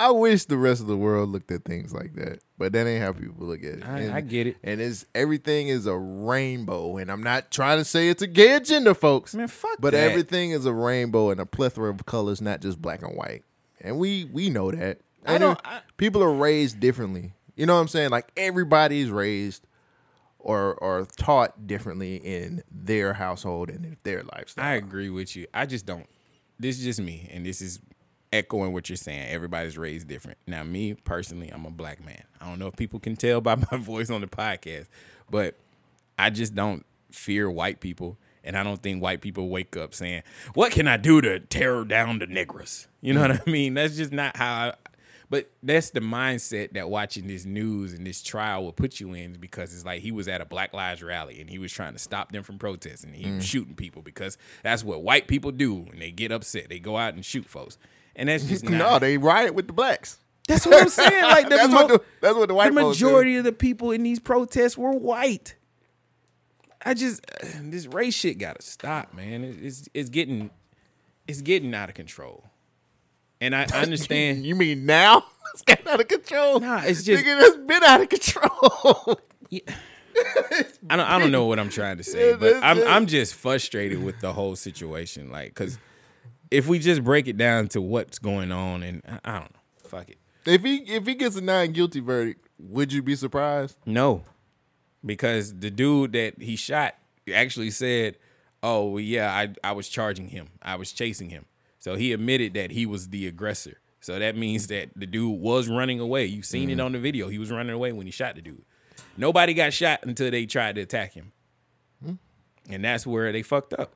[SPEAKER 1] I wish the rest of the world looked at things like that, but that ain't how people look at it.
[SPEAKER 2] I- I get it.
[SPEAKER 1] And it's everything is a rainbow, and I'm not trying to say it's a gay agenda, folks.
[SPEAKER 2] Man, fuck
[SPEAKER 1] But
[SPEAKER 2] that.
[SPEAKER 1] everything is a rainbow and a plethora of colors, not just black and white. And we we know that.
[SPEAKER 2] I
[SPEAKER 1] And
[SPEAKER 2] don't-
[SPEAKER 1] it-
[SPEAKER 2] I-
[SPEAKER 1] people are raised differently. You know what I'm saying? Like everybody's raised or or taught differently in their household and in their lifestyle.
[SPEAKER 2] I agree with you. I just don't. This is just me, and this is echoing what you're saying. Everybody's raised different. Now, me personally, I'm a black man. I don't know if people can <laughs> tell by my voice on the podcast, but I just don't fear white people, And I don't think white people wake up saying, "What can I do to tear down the Negras?" You know what <laughs> I mean? That's just not how. I, but that's the mindset that watching this news and this trial will put you in because it's like he was at a Black Lives rally and he was trying to stop them from protesting. He was
[SPEAKER 12] Mm.
[SPEAKER 2] shooting people because that's what white people do when they get upset. They go out and shoot folks. And
[SPEAKER 1] <laughs>
[SPEAKER 2] that's just not
[SPEAKER 1] no, they riot with the blacks.
[SPEAKER 2] <laughs> That's what I'm saying.
[SPEAKER 1] <laughs>
[SPEAKER 2] Like the
[SPEAKER 1] that's,
[SPEAKER 2] mo-
[SPEAKER 1] what the, that's what the white
[SPEAKER 2] the
[SPEAKER 1] folks do.
[SPEAKER 2] majority of the people in these protests were white. I just <sighs> this race shit gotta stop, man. It- It's it's getting it's getting out of control, and I understand.
[SPEAKER 1] <laughs> you mean now? It's getting out of control.
[SPEAKER 2] Nah, it's just
[SPEAKER 1] Nigga, that's been out of control.
[SPEAKER 2] <laughs> I don't I don't know what I'm trying to say,
[SPEAKER 1] It-
[SPEAKER 2] but
[SPEAKER 1] it's-
[SPEAKER 2] I'm
[SPEAKER 1] it-
[SPEAKER 2] I'm just frustrated with the whole situation, like because if we just break it down to what's going on, and I- I don't know, fuck it.
[SPEAKER 1] if he if he gets a non guilty verdict, would you be surprised?
[SPEAKER 2] No, because the dude that he shot actually said, "Oh well, yeah, I I was charging him. I was chasing him." So he admitted that he was the aggressor. So that means that the dude was running away. You've seen it
[SPEAKER 12] Mhm.
[SPEAKER 2] on the video. He was running away when he shot the dude. Nobody got shot until they tried to attack him,
[SPEAKER 1] Hmm.
[SPEAKER 2] and that's where they fucked up.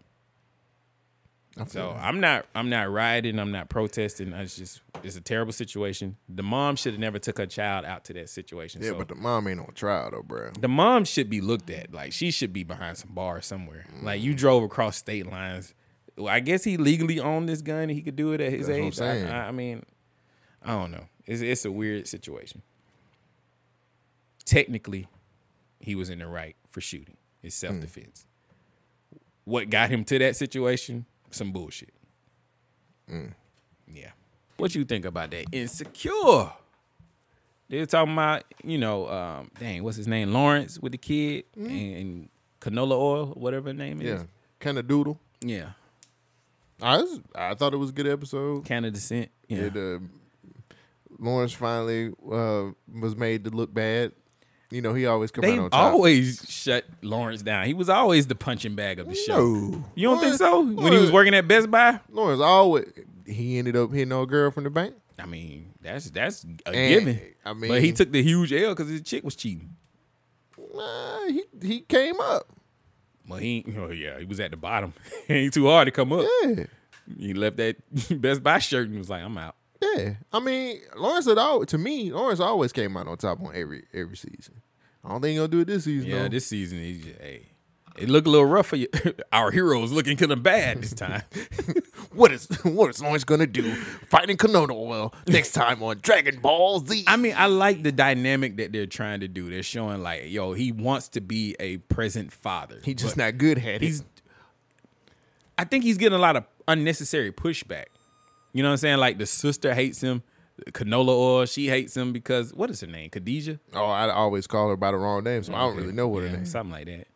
[SPEAKER 1] I feel
[SPEAKER 2] <laughs> So
[SPEAKER 1] that.
[SPEAKER 2] I'm not I'm not rioting. I'm not protesting. I just it's a terrible situation. The mom should have never took her child out to that situation.
[SPEAKER 1] Yeah,
[SPEAKER 2] so
[SPEAKER 1] but the mom ain't on trial though, bro.
[SPEAKER 2] the mom should be looked at. Like she should be behind some bars somewhere. Like
[SPEAKER 1] Mm.
[SPEAKER 2] you drove across state lines. Well, I guess he legally owned this gun. and He could do it at his
[SPEAKER 1] That's what I'm
[SPEAKER 2] age. I-
[SPEAKER 1] saying.
[SPEAKER 2] I, I mean, I don't know. It's it's a weird situation. Technically, he was in the right for shooting. It's
[SPEAKER 1] Hmm.
[SPEAKER 2] self defense. What got him to that situation? Some bullshit.
[SPEAKER 1] Hmm.
[SPEAKER 2] Yeah. What you think about that? Insecure. They're talking about, you know, um, dang, what's his name? Lawrence with the kid
[SPEAKER 1] Hmm.
[SPEAKER 2] and, and canola oil, whatever her name is.
[SPEAKER 1] Yeah, kind of doodle.
[SPEAKER 2] Yeah.
[SPEAKER 1] I was, I thought it was a good episode.
[SPEAKER 2] Kind of descent. Yeah.
[SPEAKER 1] It, uh, Lawrence finally uh, was made to look bad. You know he always come
[SPEAKER 2] They
[SPEAKER 1] out on top.
[SPEAKER 2] always shut Lawrence down. He was always the punching bag of the show.
[SPEAKER 1] No.
[SPEAKER 2] You don't think
[SPEAKER 1] What?
[SPEAKER 2] so? When he was
[SPEAKER 1] What?
[SPEAKER 2] working at Best Buy?
[SPEAKER 1] Lawrence always he ended up hitting on a girl from the bank.
[SPEAKER 2] I mean, that's that's a
[SPEAKER 1] And,
[SPEAKER 2] given.
[SPEAKER 1] I
[SPEAKER 2] but he
[SPEAKER 1] mean-
[SPEAKER 2] took the huge L because his chick was cheating.
[SPEAKER 1] Nah, he he came up.
[SPEAKER 2] Well, he oh yeah, he was at the bottom. <laughs> it ain't too hard to come up.
[SPEAKER 1] Yeah.
[SPEAKER 2] He left that <laughs> Best Buy shirt and was like, "I'm out."
[SPEAKER 1] Yeah, I mean, Lawrence had always to me. Lawrence always came out on top on every every season. I don't think he'll do it this season.
[SPEAKER 2] Yeah,
[SPEAKER 1] though.
[SPEAKER 2] this season, he, j- hey, it looked a little rough for you. <laughs> Our heroes looking kind of bad this
[SPEAKER 1] <laughs>
[SPEAKER 2] time.
[SPEAKER 1] what is <laughs> what is Lawrence gonna do? Fighting Kanono Oil
[SPEAKER 2] <laughs>
[SPEAKER 1] next time on Dragon Ball Z.
[SPEAKER 2] I mean, I like the dynamic that they're trying to do. They're showing like, yo, he wants to be a present father.
[SPEAKER 1] He just
[SPEAKER 2] but
[SPEAKER 1] not good at
[SPEAKER 2] He's,
[SPEAKER 1] it.
[SPEAKER 2] I think he's getting a lot of unnecessary pushback. You know what I'm saying? Like the sister hates him. Canola oil, she hates him because what is her name? Khadijah.
[SPEAKER 1] Oh, I always call her by the wrong name, so I don't really know what her
[SPEAKER 2] Yeah,
[SPEAKER 1] name. is.
[SPEAKER 2] Something like that.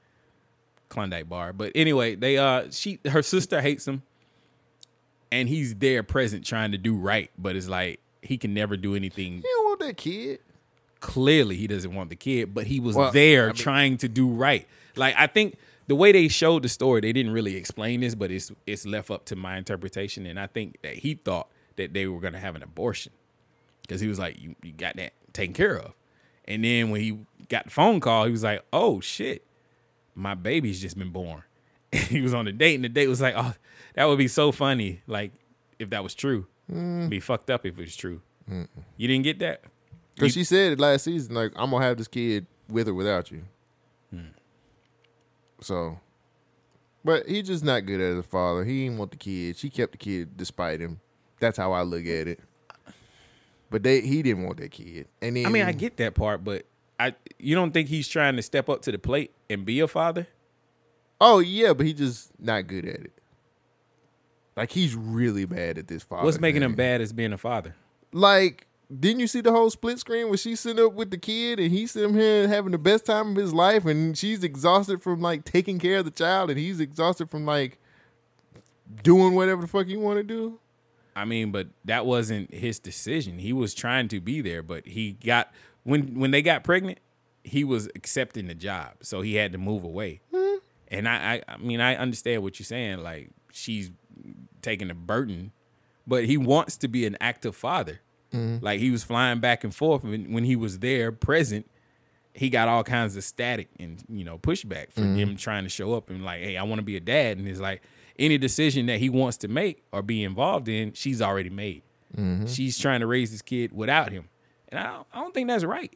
[SPEAKER 2] Klondike bar. But anyway, they uh she her sister hates him and he's there present trying to do right, but it's like he can never do anything.
[SPEAKER 1] You don't want that kid.
[SPEAKER 2] Clearly he doesn't want the kid, but he was
[SPEAKER 1] Well,
[SPEAKER 2] there
[SPEAKER 1] I mean-
[SPEAKER 2] trying to do right. Like I think the way they showed the story, they didn't really explain this, but it's it's left up to my interpretation and I think that he thought that they were going to have an abortion because he was like, you, you got that taken care of. And then when he got the phone call, he was like, oh shit, my baby's just been born. <laughs> And he was on a date, and the date was like, oh, that would be so funny, like if that was true.
[SPEAKER 1] Mm.
[SPEAKER 2] Be fucked up if it was true.
[SPEAKER 1] Mm.
[SPEAKER 2] You didn't get that?
[SPEAKER 1] Because she said it last season, like I'm gonna have this kid with or without you.
[SPEAKER 2] Hmm.
[SPEAKER 1] So, but he's just not good as a father. He didn't want the kid. She kept the kid despite him. That's how I look at it. But they he didn't want that kid. And then
[SPEAKER 2] I mean, I get that part, but I you don't think he's trying to step up to the plate and be a father?
[SPEAKER 1] oh yeah, but he just not good at it. Like he's really bad at this father.
[SPEAKER 2] What's making him
[SPEAKER 1] thing.
[SPEAKER 2] bad as being a father?
[SPEAKER 1] Like, didn't you see the whole split screen where she's sitting up with the kid and he's sitting here having the best time of his life and she's exhausted from like taking care of the child and he's exhausted from like doing whatever the fuck you want to do?
[SPEAKER 2] I mean, but that wasn't his decision. He was trying to be there, but he got when when they got pregnant, he was accepting the job, so he had to move away. And I, I, I mean, I understand what you're saying. Like she's taking the burden, but he wants to be an active father.
[SPEAKER 1] Mhm.
[SPEAKER 2] Like he was flying back and forth when, when he was there, present. he got all kinds of static and you know pushback for
[SPEAKER 1] Mhm.
[SPEAKER 2] him trying to show up and like, hey, I want to be a dad, and it's like any decision that he wants to make or be involved in, she's already made.
[SPEAKER 1] Mhm.
[SPEAKER 2] She's trying to raise this kid without him, and I don't, I don't think that's right.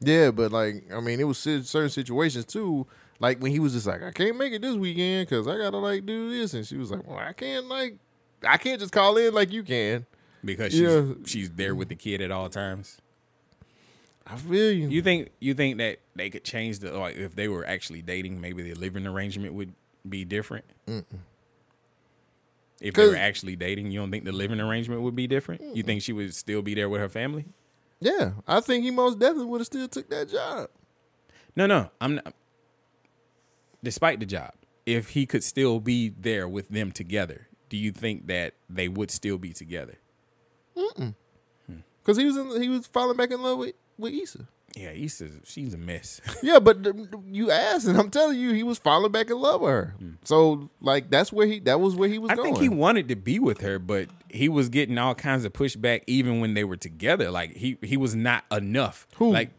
[SPEAKER 1] Yeah, but like, I mean, it was cer- certain situations too. Like when he was just like, I can't make it this weekend because I gotta like do this, and she was like, Well, I can't like, I can't just call in like you can.
[SPEAKER 2] because she's
[SPEAKER 1] Yeah.
[SPEAKER 2] she's there with the kid at all times.
[SPEAKER 1] I feel you.
[SPEAKER 2] You think you think that they could change the like if they were actually dating, maybe the living arrangement would be different.
[SPEAKER 1] Mm-mm.
[SPEAKER 2] If they were
[SPEAKER 1] 'Cause-
[SPEAKER 2] actually dating, you don't think the living arrangement would be different? You think she would still be there with her family?
[SPEAKER 1] Yeah, I think he most definitely would have still took that job.
[SPEAKER 2] No, no, I'm not. Despite the job, if he could still be there with them together, do you think that they would still be together?
[SPEAKER 1] Mm-mm.
[SPEAKER 2] Hmm.
[SPEAKER 1] Cause he was in, he was falling back in love with with
[SPEAKER 2] <laughs>
[SPEAKER 1] Issa.
[SPEAKER 2] Yeah, Issa's she's a mess. <laughs>
[SPEAKER 1] Yeah, but th- th- you asked, and I'm telling you, he was falling back in love with her. So like, that's where he that was where he was
[SPEAKER 2] Hmm. I
[SPEAKER 1] going.
[SPEAKER 2] think he wanted to be with her, but he was getting all kinds of pushback even when they were together. Like he he was not enough. Who like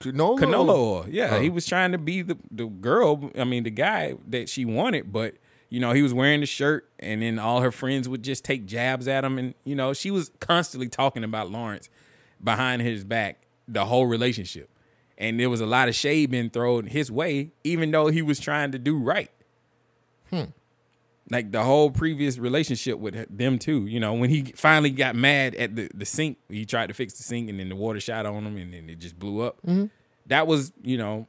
[SPEAKER 1] Canolo?
[SPEAKER 2] Canolo oil. Yeah,
[SPEAKER 1] Oh.
[SPEAKER 2] he was trying to be the the girl. I mean, the guy that she wanted, but you know he was wearing the shirt, and then all her friends would just take jabs at him, and you know she was constantly talking about Lawrence behind his back the whole relationship, and there was a lot of shade being thrown his way, even though he was trying to do right like the whole previous relationship with them too. You know, when he finally got mad at the, the sink, he tried to fix the sink and then the water shot on him and then it just blew up.
[SPEAKER 1] Mhm.
[SPEAKER 2] That was, you know,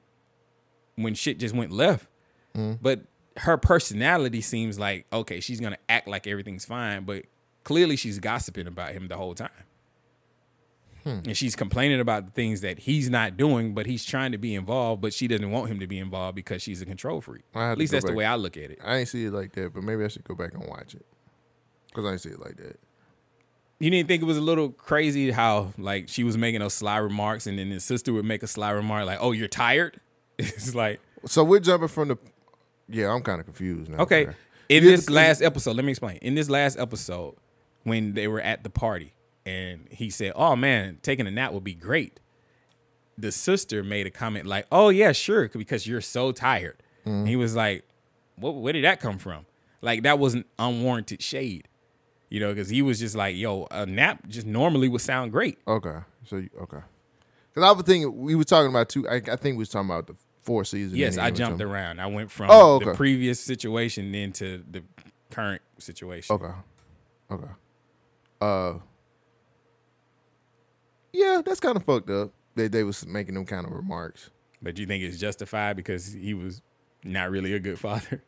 [SPEAKER 2] when shit just went left.
[SPEAKER 1] Mm-hmm.
[SPEAKER 2] But her personality seems like, okay, she's gonna act like everything's fine, but clearly she's gossiping about him the whole time.
[SPEAKER 1] Hmm.
[SPEAKER 2] And she's complaining about the things that he's not doing, but he's trying to be involved, but she doesn't want him to be involved because she's a control freak.
[SPEAKER 1] I had
[SPEAKER 2] At
[SPEAKER 1] to
[SPEAKER 2] least
[SPEAKER 1] go
[SPEAKER 2] that's the
[SPEAKER 1] back.
[SPEAKER 2] way I look at it.
[SPEAKER 1] I ain't see it like that, but maybe I should go back and watch it because I ain't see it like that.
[SPEAKER 2] you didn't think it was a little crazy how like she was making those sly remarks and then his sister would make a sly remark like, "Oh, you're tired." <laughs> It's like
[SPEAKER 1] So we're jumping from the. Yeah, I'm kind of confused now.
[SPEAKER 2] okay.
[SPEAKER 1] bruh.
[SPEAKER 2] In
[SPEAKER 1] Yeah,
[SPEAKER 2] this
[SPEAKER 1] because-
[SPEAKER 2] last episode, let me explain. In this last episode, when they were at the party and he said, "Oh man, taking a nap would be great," the sister made a comment like, "Oh yeah, sure, because you're so tired."
[SPEAKER 1] Mm-hmm.
[SPEAKER 2] And he was like, "What? Where did that come from?" Like that wasn't unwarranted shade, you know, because he was just like, "Yo, a nap just normally would sound great."
[SPEAKER 1] Okay, so you, okay, because I was thinking we were talking about two. I, I think we was talking about the four seasons.
[SPEAKER 2] Yes, I jumped around. I went from
[SPEAKER 1] Oh,
[SPEAKER 2] the
[SPEAKER 1] okay.
[SPEAKER 2] previous situation then to the current situation.
[SPEAKER 1] Okay, okay. Uh, yeah, that's kind of fucked up. They they was making them kind of remarks.
[SPEAKER 2] But you think it's justified because he was not really a good <laughs> father?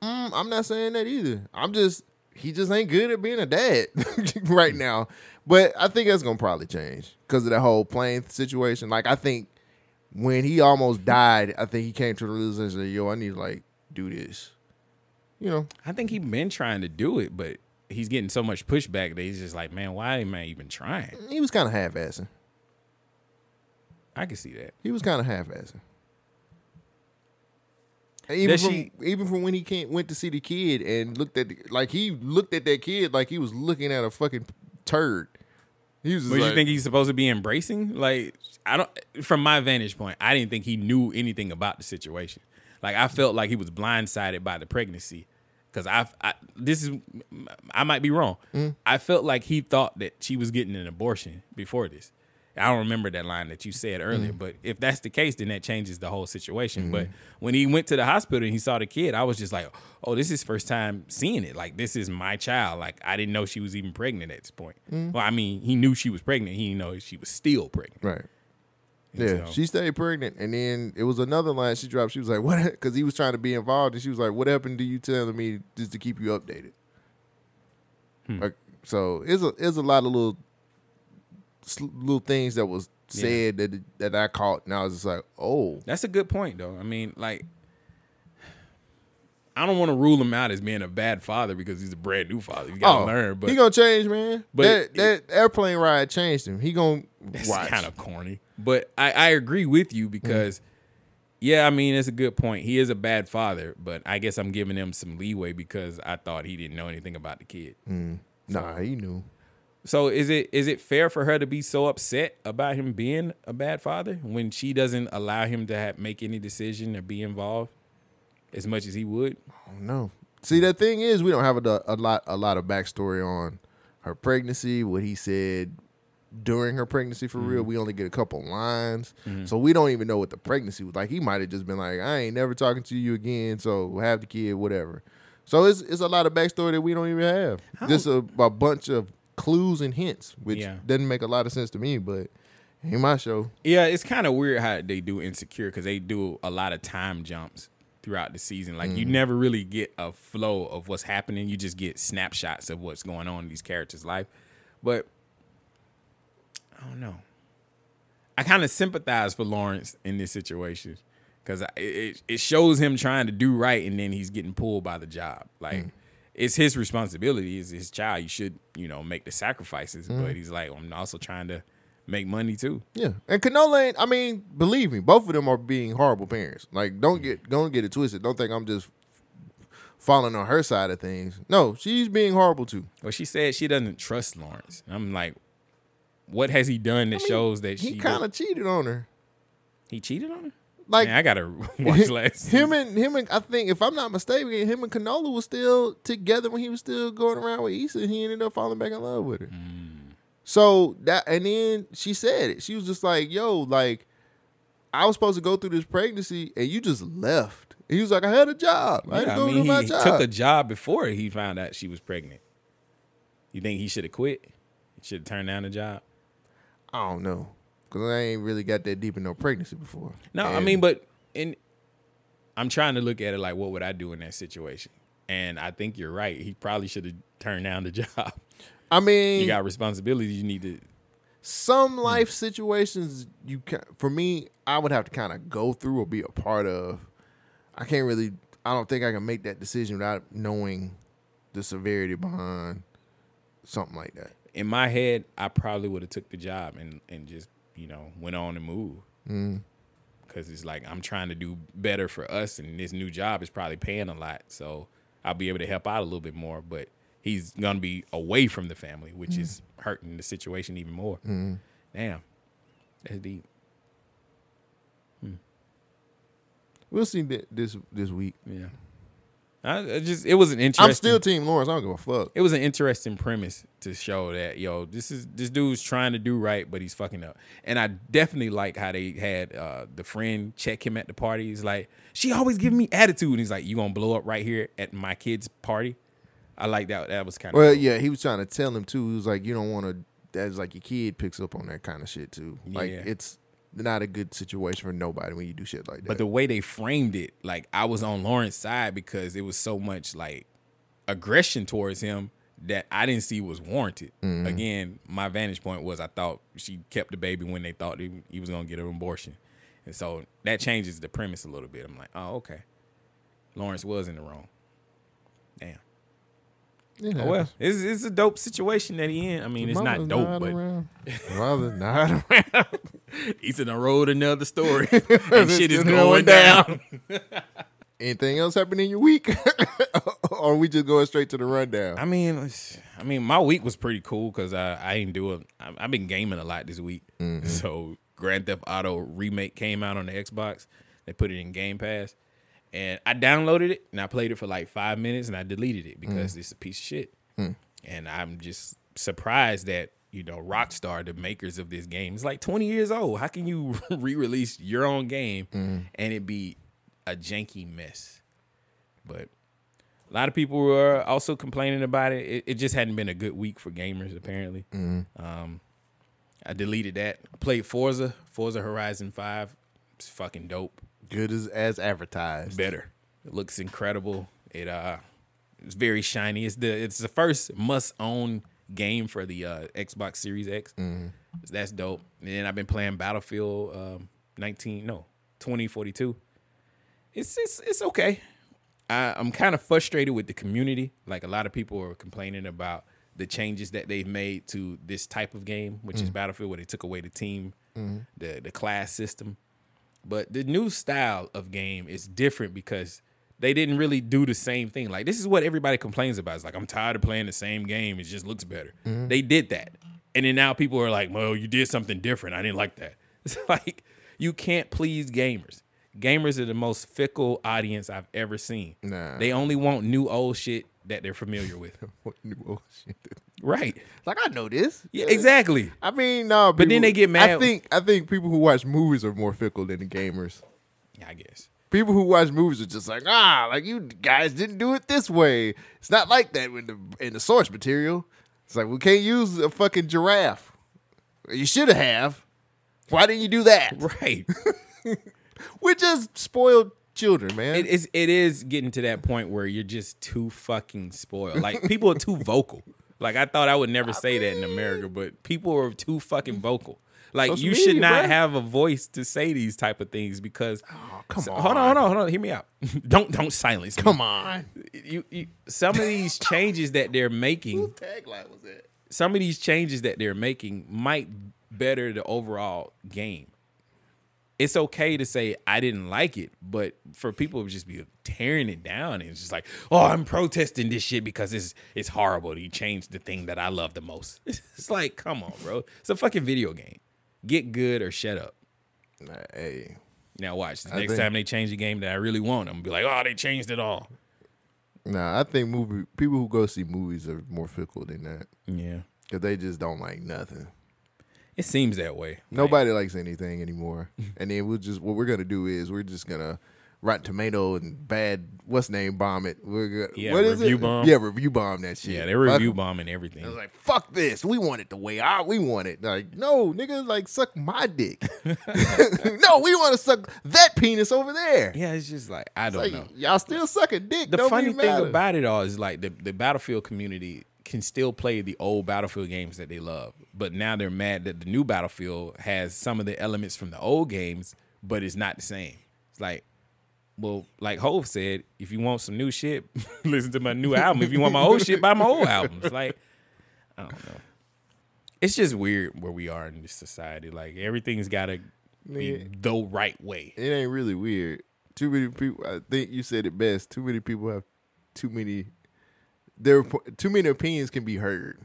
[SPEAKER 1] Mm, I'm not saying that either. I'm just he just ain't good at being a dad <laughs> right
[SPEAKER 2] Hmm.
[SPEAKER 1] now. But I think that's gonna probably change because of that whole plane situation. Like I think when he almost died, I think he came to the realization that yo, I need to like do this. You know,
[SPEAKER 2] I think he's been trying to do it, but he's getting so much pushback that he's just like, man, why am I even trying?
[SPEAKER 1] Mm, He was kind of half assing.
[SPEAKER 2] I can see that.
[SPEAKER 1] He was kind of half assing. Even
[SPEAKER 2] Does
[SPEAKER 1] from,
[SPEAKER 2] she-
[SPEAKER 1] even from when he came, went to see the kid and looked at the, like he looked at that kid like he was looking at a fucking turd. He was. just
[SPEAKER 2] But you
[SPEAKER 1] like-
[SPEAKER 2] think he's supposed to be embracing? Like, I don't. From my vantage point, I didn't think he knew anything about the situation. Like, I felt like he was blindsided by the pregnancy, because I, I, this is, I might be wrong.
[SPEAKER 1] Mm.
[SPEAKER 2] I felt like he thought that she was getting an abortion before this. I don't remember that line that you said earlier,
[SPEAKER 1] Mm.
[SPEAKER 2] but if that's the case, then that changes the whole situation.
[SPEAKER 1] Mhm.
[SPEAKER 2] But when he went to the hospital and he saw the kid, I was just like, "Oh, this is first time seeing it. Like this is my child. Like I didn't know she was even pregnant at this point.
[SPEAKER 1] Mm.
[SPEAKER 2] Well, I mean, he knew she was pregnant. He didn't know she was still pregnant.
[SPEAKER 1] Right.
[SPEAKER 2] And
[SPEAKER 1] Yeah,
[SPEAKER 2] so-
[SPEAKER 1] she stayed pregnant, and then it was another line she dropped. She was like, "What?" <laughs> Because he was trying to be involved, and she was like, "What happened to you telling me just to keep you updated?"
[SPEAKER 2] Hmm.
[SPEAKER 1] Like, so it's a it's a lot of little sl- little things that was
[SPEAKER 2] Yeah.
[SPEAKER 1] said that that I caught, and I was just like, "Oh,
[SPEAKER 2] That's a good point, though. I mean, like, I don't want to rule him out as being a bad father because he's a brand new father. You gotta
[SPEAKER 1] oh,
[SPEAKER 2] learn, but
[SPEAKER 1] he gonna change, man."
[SPEAKER 2] but
[SPEAKER 1] that
[SPEAKER 2] it-
[SPEAKER 1] that airplane ride changed him. He gonna
[SPEAKER 2] It's
[SPEAKER 1] watch.
[SPEAKER 2] kind of corny. But I, I agree with you because, yeah, I mean, it's a good point. He is a bad father, but I guess I'm giving him some leeway because I thought he didn't know anything about the kid.
[SPEAKER 1] Mm. Nah, he knew.
[SPEAKER 2] So is it is it fair for her to be so upset about him being a bad father when she doesn't allow him to have, make any decision or be involved as much as he would?
[SPEAKER 1] No. See, the thing is, we don't have a, a lot a lot of backstory on her pregnancy, what he said during her pregnancy for
[SPEAKER 2] Mm-hmm.
[SPEAKER 1] real. We only get a couple lines,
[SPEAKER 2] Mhm.
[SPEAKER 1] so we don't even know what the pregnancy was like. He might have just been like, "I ain't never talking to you again," so have the kid, whatever. So it's it's a lot of backstory that we don't even have. Just a, a bunch of clues and hints, which
[SPEAKER 2] Yeah.
[SPEAKER 1] doesn't make a lot of sense to me, but ain't my show.
[SPEAKER 2] Yeah, it's kind of weird how they do insecure because they do a lot of time jumps throughout the season. Like you
[SPEAKER 1] Mhm.
[SPEAKER 2] never really get a flow of what's happening. You just get snapshots of what's going on in these characters' life. But I don't know. I kind of sympathize for Lawrence in this situation because it, it shows him trying to do right and then he's getting pulled by the job. Like
[SPEAKER 1] Mm.
[SPEAKER 2] it's his responsibility. It's his child. You should you know make the sacrifices.
[SPEAKER 1] Mhm.
[SPEAKER 2] But he's like, I'm also trying to make money too.
[SPEAKER 1] Yeah, and Canola ain't. I mean, believe me, both of them are being horrible parents. Like, don't get don't get it twisted. Don't think I'm just falling on her side of things. No, she's being horrible too.
[SPEAKER 2] Well, she said she doesn't trust Lawrence. And I'm like, what has he done that shows that
[SPEAKER 1] He
[SPEAKER 2] she
[SPEAKER 1] kind of cheated on her.
[SPEAKER 2] he cheated on her?
[SPEAKER 1] <laughs> Like,
[SPEAKER 2] Man, I gotta <laughs>
[SPEAKER 1] <laughs>
[SPEAKER 2] watch last.
[SPEAKER 1] him and him and I think if I'm not mistaken, him and Canola was still together when he was still going around with Issa. and He ended up falling back in love with her.
[SPEAKER 2] Mm.
[SPEAKER 1] So that and then she said it. She was just like, "Yo, like I was supposed to go through this pregnancy, and you just left." He was like, "I had a job. I had
[SPEAKER 2] Yeah,
[SPEAKER 1] to go
[SPEAKER 2] I mean,
[SPEAKER 1] do my
[SPEAKER 2] he
[SPEAKER 1] job."
[SPEAKER 2] took a job before he found out she was pregnant. You think he should have quit? He should have turned down the job?
[SPEAKER 1] I don't know because I ain't really got that deep in no pregnancy before.
[SPEAKER 2] No, I
[SPEAKER 1] And-
[SPEAKER 2] mean, but in I'm trying to look at it like, what would I do in that situation? And I think you're right. He probably should have turned down the <laughs> job.
[SPEAKER 1] I mean,
[SPEAKER 2] you got responsibilities. You need to Hmm.
[SPEAKER 1] some life situations you can for me i would have to kind of go through or be a part of i can't really i don't think i can make that decision without knowing the severity behind something like that
[SPEAKER 2] in my head, I probably would have took the job and and just you know went on and moved
[SPEAKER 1] Mm.
[SPEAKER 2] because it's like I'm trying to do better for us, and this new job is probably paying a lot, so I'll be able to help out a little bit more. But he's gonna be away from the family, which
[SPEAKER 1] Mm.
[SPEAKER 2] is hurting the situation even more.
[SPEAKER 1] Mm.
[SPEAKER 2] Damn, that's deep. Hmm.
[SPEAKER 1] we'll see thi- this this week
[SPEAKER 2] yeah I, I just it was an interesting.
[SPEAKER 1] i'm still team lawrence i don't give a fuck
[SPEAKER 2] It was an interesting premise to show that yo, this is this dude's trying to do right, but he's fucking up. And I definitely like how they had uh, the friend check him at the party. He's like, she always giving me attitude. And he's like, you gonna blow up right here at my kid's party? I like that. That was kind of
[SPEAKER 1] well yeah he was trying to tell him too he was like you don't want to that's like your kid picks up on that kind of shit too like
[SPEAKER 2] Yeah.
[SPEAKER 1] it's not a good situation for nobody when you do shit like that
[SPEAKER 2] But the way they framed it, like I was on Lawrence's side because it was so much like aggression towards him that I didn't see was warranted.
[SPEAKER 1] Mhm.
[SPEAKER 2] Again, my vantage point was I thought she kept the baby when they thought he, he was gonna get an abortion, and so that changes the premise a little bit. I'm like, oh okay, Lawrence was in the wrong. Damn.
[SPEAKER 1] It
[SPEAKER 2] Oh well,
[SPEAKER 1] happens.
[SPEAKER 2] it's, it's a dope situation that he in. I mean,
[SPEAKER 1] Your
[SPEAKER 2] it's not
[SPEAKER 1] mama's
[SPEAKER 2] dope,
[SPEAKER 1] not
[SPEAKER 2] but
[SPEAKER 1] around. Your mother's not around.
[SPEAKER 2] <laughs> he's in the road another
[SPEAKER 1] <laughs>
[SPEAKER 2] story, and
[SPEAKER 1] It's
[SPEAKER 2] shit is
[SPEAKER 1] just
[SPEAKER 2] going down.
[SPEAKER 1] <laughs> Anything else happening in your week, <laughs> or we just going straight to the rundown?
[SPEAKER 2] I mean, it's- I mean, my week was pretty cool because I I didn't do it. I've been gaming a lot this week.
[SPEAKER 1] Mhm.
[SPEAKER 2] So Grand Theft Auto remake came out on the Xbox. They put it in Game Pass, and I downloaded it and I played it for like five minutes and I deleted it because it's a piece of shit.
[SPEAKER 1] Mm.
[SPEAKER 2] And I'm just surprised that you know Rockstar, the makers of this game, is like 20 years old. How can you <laughs> re-release your own game
[SPEAKER 1] Mm.
[SPEAKER 2] and it be a janky mess? But a lot of people were also complaining about it. It, it just hadn't been a good week for gamers, apparently.
[SPEAKER 1] Mhm.
[SPEAKER 2] Um, I deleted that. I played Forza, Forza Horizon 5. It's fucking dope.
[SPEAKER 1] Good as as advertised.
[SPEAKER 2] Better. It looks incredible. It uh it's very shiny. It's the it's the first must own game for the uh Xbox Series X.
[SPEAKER 1] Mhm.
[SPEAKER 2] So that's dope. And then I've been playing Battlefield um 19 no, 2042. It's it's it's okay. I, I'm kind of frustrated with the community. Like a lot of people are complaining about the changes that they've made to this type of game, which is
[SPEAKER 1] Mm.
[SPEAKER 2] Battlefield, where they took away the team,
[SPEAKER 1] Mhm.
[SPEAKER 2] the the class system. But the new style of game is different because they didn't really do the same thing. Like this is what everybody complains about. It's like I'm tired of playing the same game. It just looks better.
[SPEAKER 1] Mm-hmm.
[SPEAKER 12] Mhm.
[SPEAKER 2] They did that, and then now people are like, "Well, you did something different. I didn't like that." <laughs> It's like you can't please gamers. Gamers are the most fickle audience I've ever seen.
[SPEAKER 1] Nah.
[SPEAKER 2] They only want new old shit that they're familiar
[SPEAKER 1] <laughs>
[SPEAKER 2] with.
[SPEAKER 1] new old shit?
[SPEAKER 2] Right.
[SPEAKER 1] Like I know this.
[SPEAKER 2] Yeah, exactly.
[SPEAKER 1] I mean, no,
[SPEAKER 2] But then
[SPEAKER 1] people-
[SPEAKER 2] they get mad.
[SPEAKER 1] I think I think people who watch movies are more fickle than the gamers.
[SPEAKER 2] I guess.
[SPEAKER 1] People who watch movies are just like, ah, like you guys didn't do it this way. It's not like that in the in the source material. It's like we can't use a fucking giraffe. You should have. Why didn't you do that?
[SPEAKER 2] <laughs> Right.
[SPEAKER 1] We're just spoiled children, man.
[SPEAKER 2] It is it is getting to that point where you're just too fucking spoiled. Like people are too vocal. Like I thought I would never say that in America, but people are too fucking vocal. Like
[SPEAKER 1] Social
[SPEAKER 2] you should
[SPEAKER 1] media,
[SPEAKER 2] not
[SPEAKER 1] bruh. Oh,
[SPEAKER 2] have a voice to say these type of things because
[SPEAKER 1] come
[SPEAKER 2] So- Hold on, hold on, hold on. Hear me out. <laughs> don't don't silence me.
[SPEAKER 1] Come on.
[SPEAKER 2] You, you some of
[SPEAKER 1] <laughs>
[SPEAKER 2] these changes that they're making
[SPEAKER 1] Tagline was it?
[SPEAKER 2] some of these changes that they're making might better the overall game. It's okay to say I didn't like it, but for people to just be tearing it down and it's just like, oh, I'm protesting this shit because it's it's horrible. He changed the thing that I love the most. <laughs> It's like, come on, bro. It's a fucking video game. Get good or shut up.
[SPEAKER 1] Hey.
[SPEAKER 2] Now watch. The
[SPEAKER 1] I
[SPEAKER 2] next
[SPEAKER 1] think-
[SPEAKER 2] time they change the game that I really want, I'm gonna be like, oh, they changed it all.
[SPEAKER 1] Nah, I think movie people who go see movies are more fickle than that.
[SPEAKER 2] Yeah.
[SPEAKER 1] Cause they just don't like nothing.
[SPEAKER 2] It seems that way.
[SPEAKER 1] Nobody likes anything anymore. <laughs> and then we'll just what we're gonna do is we're just gonna rotten tomato and bad what's name bomb it. We're gonna,
[SPEAKER 2] Yeah,
[SPEAKER 1] what is
[SPEAKER 2] review
[SPEAKER 1] it?
[SPEAKER 2] bomb.
[SPEAKER 1] Yeah, review bomb that shit.
[SPEAKER 2] Yeah, they
[SPEAKER 1] Fuck-
[SPEAKER 2] review bombing everything.
[SPEAKER 1] It's like fuck this. We want it the way I we want it. Like no, nigga, like suck
[SPEAKER 2] <laughs>
[SPEAKER 1] my dick. <laughs> no, we want to suck that penis over there.
[SPEAKER 2] Yeah, it's just like I
[SPEAKER 1] It's
[SPEAKER 2] don't
[SPEAKER 1] like,
[SPEAKER 2] know.
[SPEAKER 1] Y'all still sucking <laughs> dick.
[SPEAKER 2] The
[SPEAKER 1] Don't be
[SPEAKER 2] funny
[SPEAKER 1] mad
[SPEAKER 2] thing
[SPEAKER 1] at-
[SPEAKER 2] about it all is like the, the Battlefield community can still play the old Battlefield games that they love, but now they're mad that the new Battlefield has some of the elements from the old games, but it's not the same. It's like, well, like Hove said, if you want some new shit, <laughs> listen to my new album. If you want my old shit, buy my old album. It's like, I don't know. It's just weird where we are in this society. Like everything's gotta
[SPEAKER 1] Yeah.
[SPEAKER 2] be the right way.
[SPEAKER 1] It ain't really weird. Too many people. I think you said it best. Too many people have too many. There, too many opinions can be heard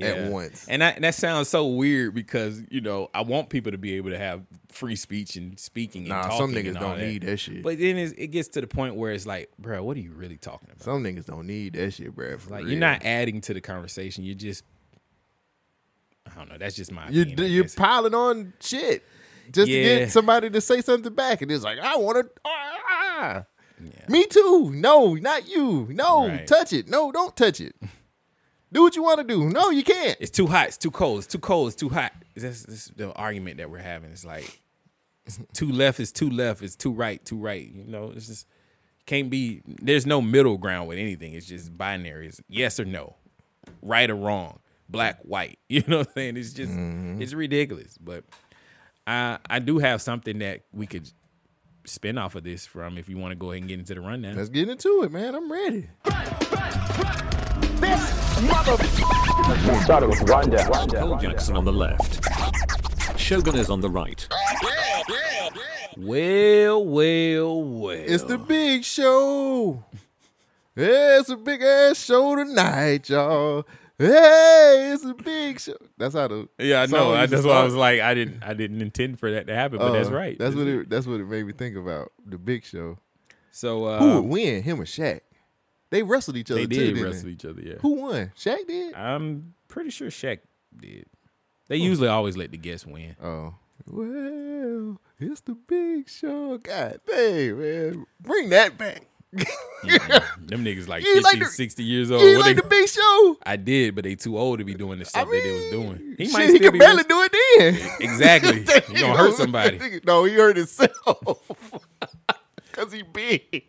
[SPEAKER 1] at once.
[SPEAKER 2] And that, that sounds so weird because you know I want people to be able to have free speech and speaking. And
[SPEAKER 1] Nah,
[SPEAKER 2] talking
[SPEAKER 1] some niggas
[SPEAKER 2] and all
[SPEAKER 1] don't need that shit.
[SPEAKER 2] But then it's, it gets to the point where it's like, bro, what are you really talking about?
[SPEAKER 1] Some niggas don't need that shit, bruh. for
[SPEAKER 2] Like
[SPEAKER 1] real.
[SPEAKER 2] you're not adding to the conversation. You're just, I don't know. That's just my.
[SPEAKER 1] You're
[SPEAKER 2] opinion, I
[SPEAKER 1] you're
[SPEAKER 2] guess.
[SPEAKER 1] piling on shit just to
[SPEAKER 2] Yeah.
[SPEAKER 1] get somebody to say something back, and it's like I want to. Me too. No, not you. No,
[SPEAKER 2] Right.
[SPEAKER 1] touch it. No, don't
[SPEAKER 2] <laughs>
[SPEAKER 1] touch it. do what you want to do. No, you can't.
[SPEAKER 2] It's too hot. It's too cold. It's too cold. It's too hot. That's, that's the argument that we're having. It's like it's too left is too left. It's too right. Too right. You know, it's just can't be. There's no middle ground with anything. It's just binary. It's yes or no, right or wrong, black white. <laughs> You know what I'm saying? It's just
[SPEAKER 1] Mm-hmm.
[SPEAKER 2] it's ridiculous. But I I do have something that we could spin off of this from if you want to go ahead and get into the rundown.
[SPEAKER 1] Let's get into it, man. I'm ready.
[SPEAKER 13] Started with Rwanda. Cole Jackson on the left. Shogun is on the right.
[SPEAKER 2] Well, well, well.
[SPEAKER 1] It's the big show. Yeah, it's a big ass show tonight, y'all. Hey, it's a big show. That's how the
[SPEAKER 2] Yeah, I
[SPEAKER 1] song
[SPEAKER 2] know. I,
[SPEAKER 1] used to
[SPEAKER 2] that's why I
[SPEAKER 1] start.
[SPEAKER 2] was like, I didn't, I didn't intend for that to happen, but that's
[SPEAKER 1] Uh,
[SPEAKER 2] right.
[SPEAKER 1] That's what it, that's what it made me think about the big show.
[SPEAKER 2] So uh,
[SPEAKER 1] Who would win? Him or Shaq? They wrestled each
[SPEAKER 2] They
[SPEAKER 1] other. too,
[SPEAKER 2] did
[SPEAKER 1] didn't
[SPEAKER 2] wrestle
[SPEAKER 1] they?
[SPEAKER 2] each other. Yeah.
[SPEAKER 1] Who won? Shaq did.
[SPEAKER 2] I'm pretty sure Shaq did. They usually always let the guests win.
[SPEAKER 1] Oh. Well, it's the big show. God dang, man, bring that back.
[SPEAKER 2] Them niggas like
[SPEAKER 1] You
[SPEAKER 2] 50,
[SPEAKER 1] like the-
[SPEAKER 2] 60 years
[SPEAKER 1] You
[SPEAKER 2] old.
[SPEAKER 1] ain't
[SPEAKER 2] What
[SPEAKER 1] like
[SPEAKER 2] they-
[SPEAKER 1] the big show.
[SPEAKER 2] I did, but they too old to be doing the stuff that they was doing.
[SPEAKER 1] He Shit, he could barely
[SPEAKER 2] wrestling-
[SPEAKER 1] do it then.
[SPEAKER 2] <laughs>
[SPEAKER 1] <laughs>
[SPEAKER 2] Exactly. you
[SPEAKER 1] He
[SPEAKER 2] gonna hurt
[SPEAKER 1] was- <laughs>
[SPEAKER 2] somebody.
[SPEAKER 1] No, he hurt himself. <laughs> Cause he big.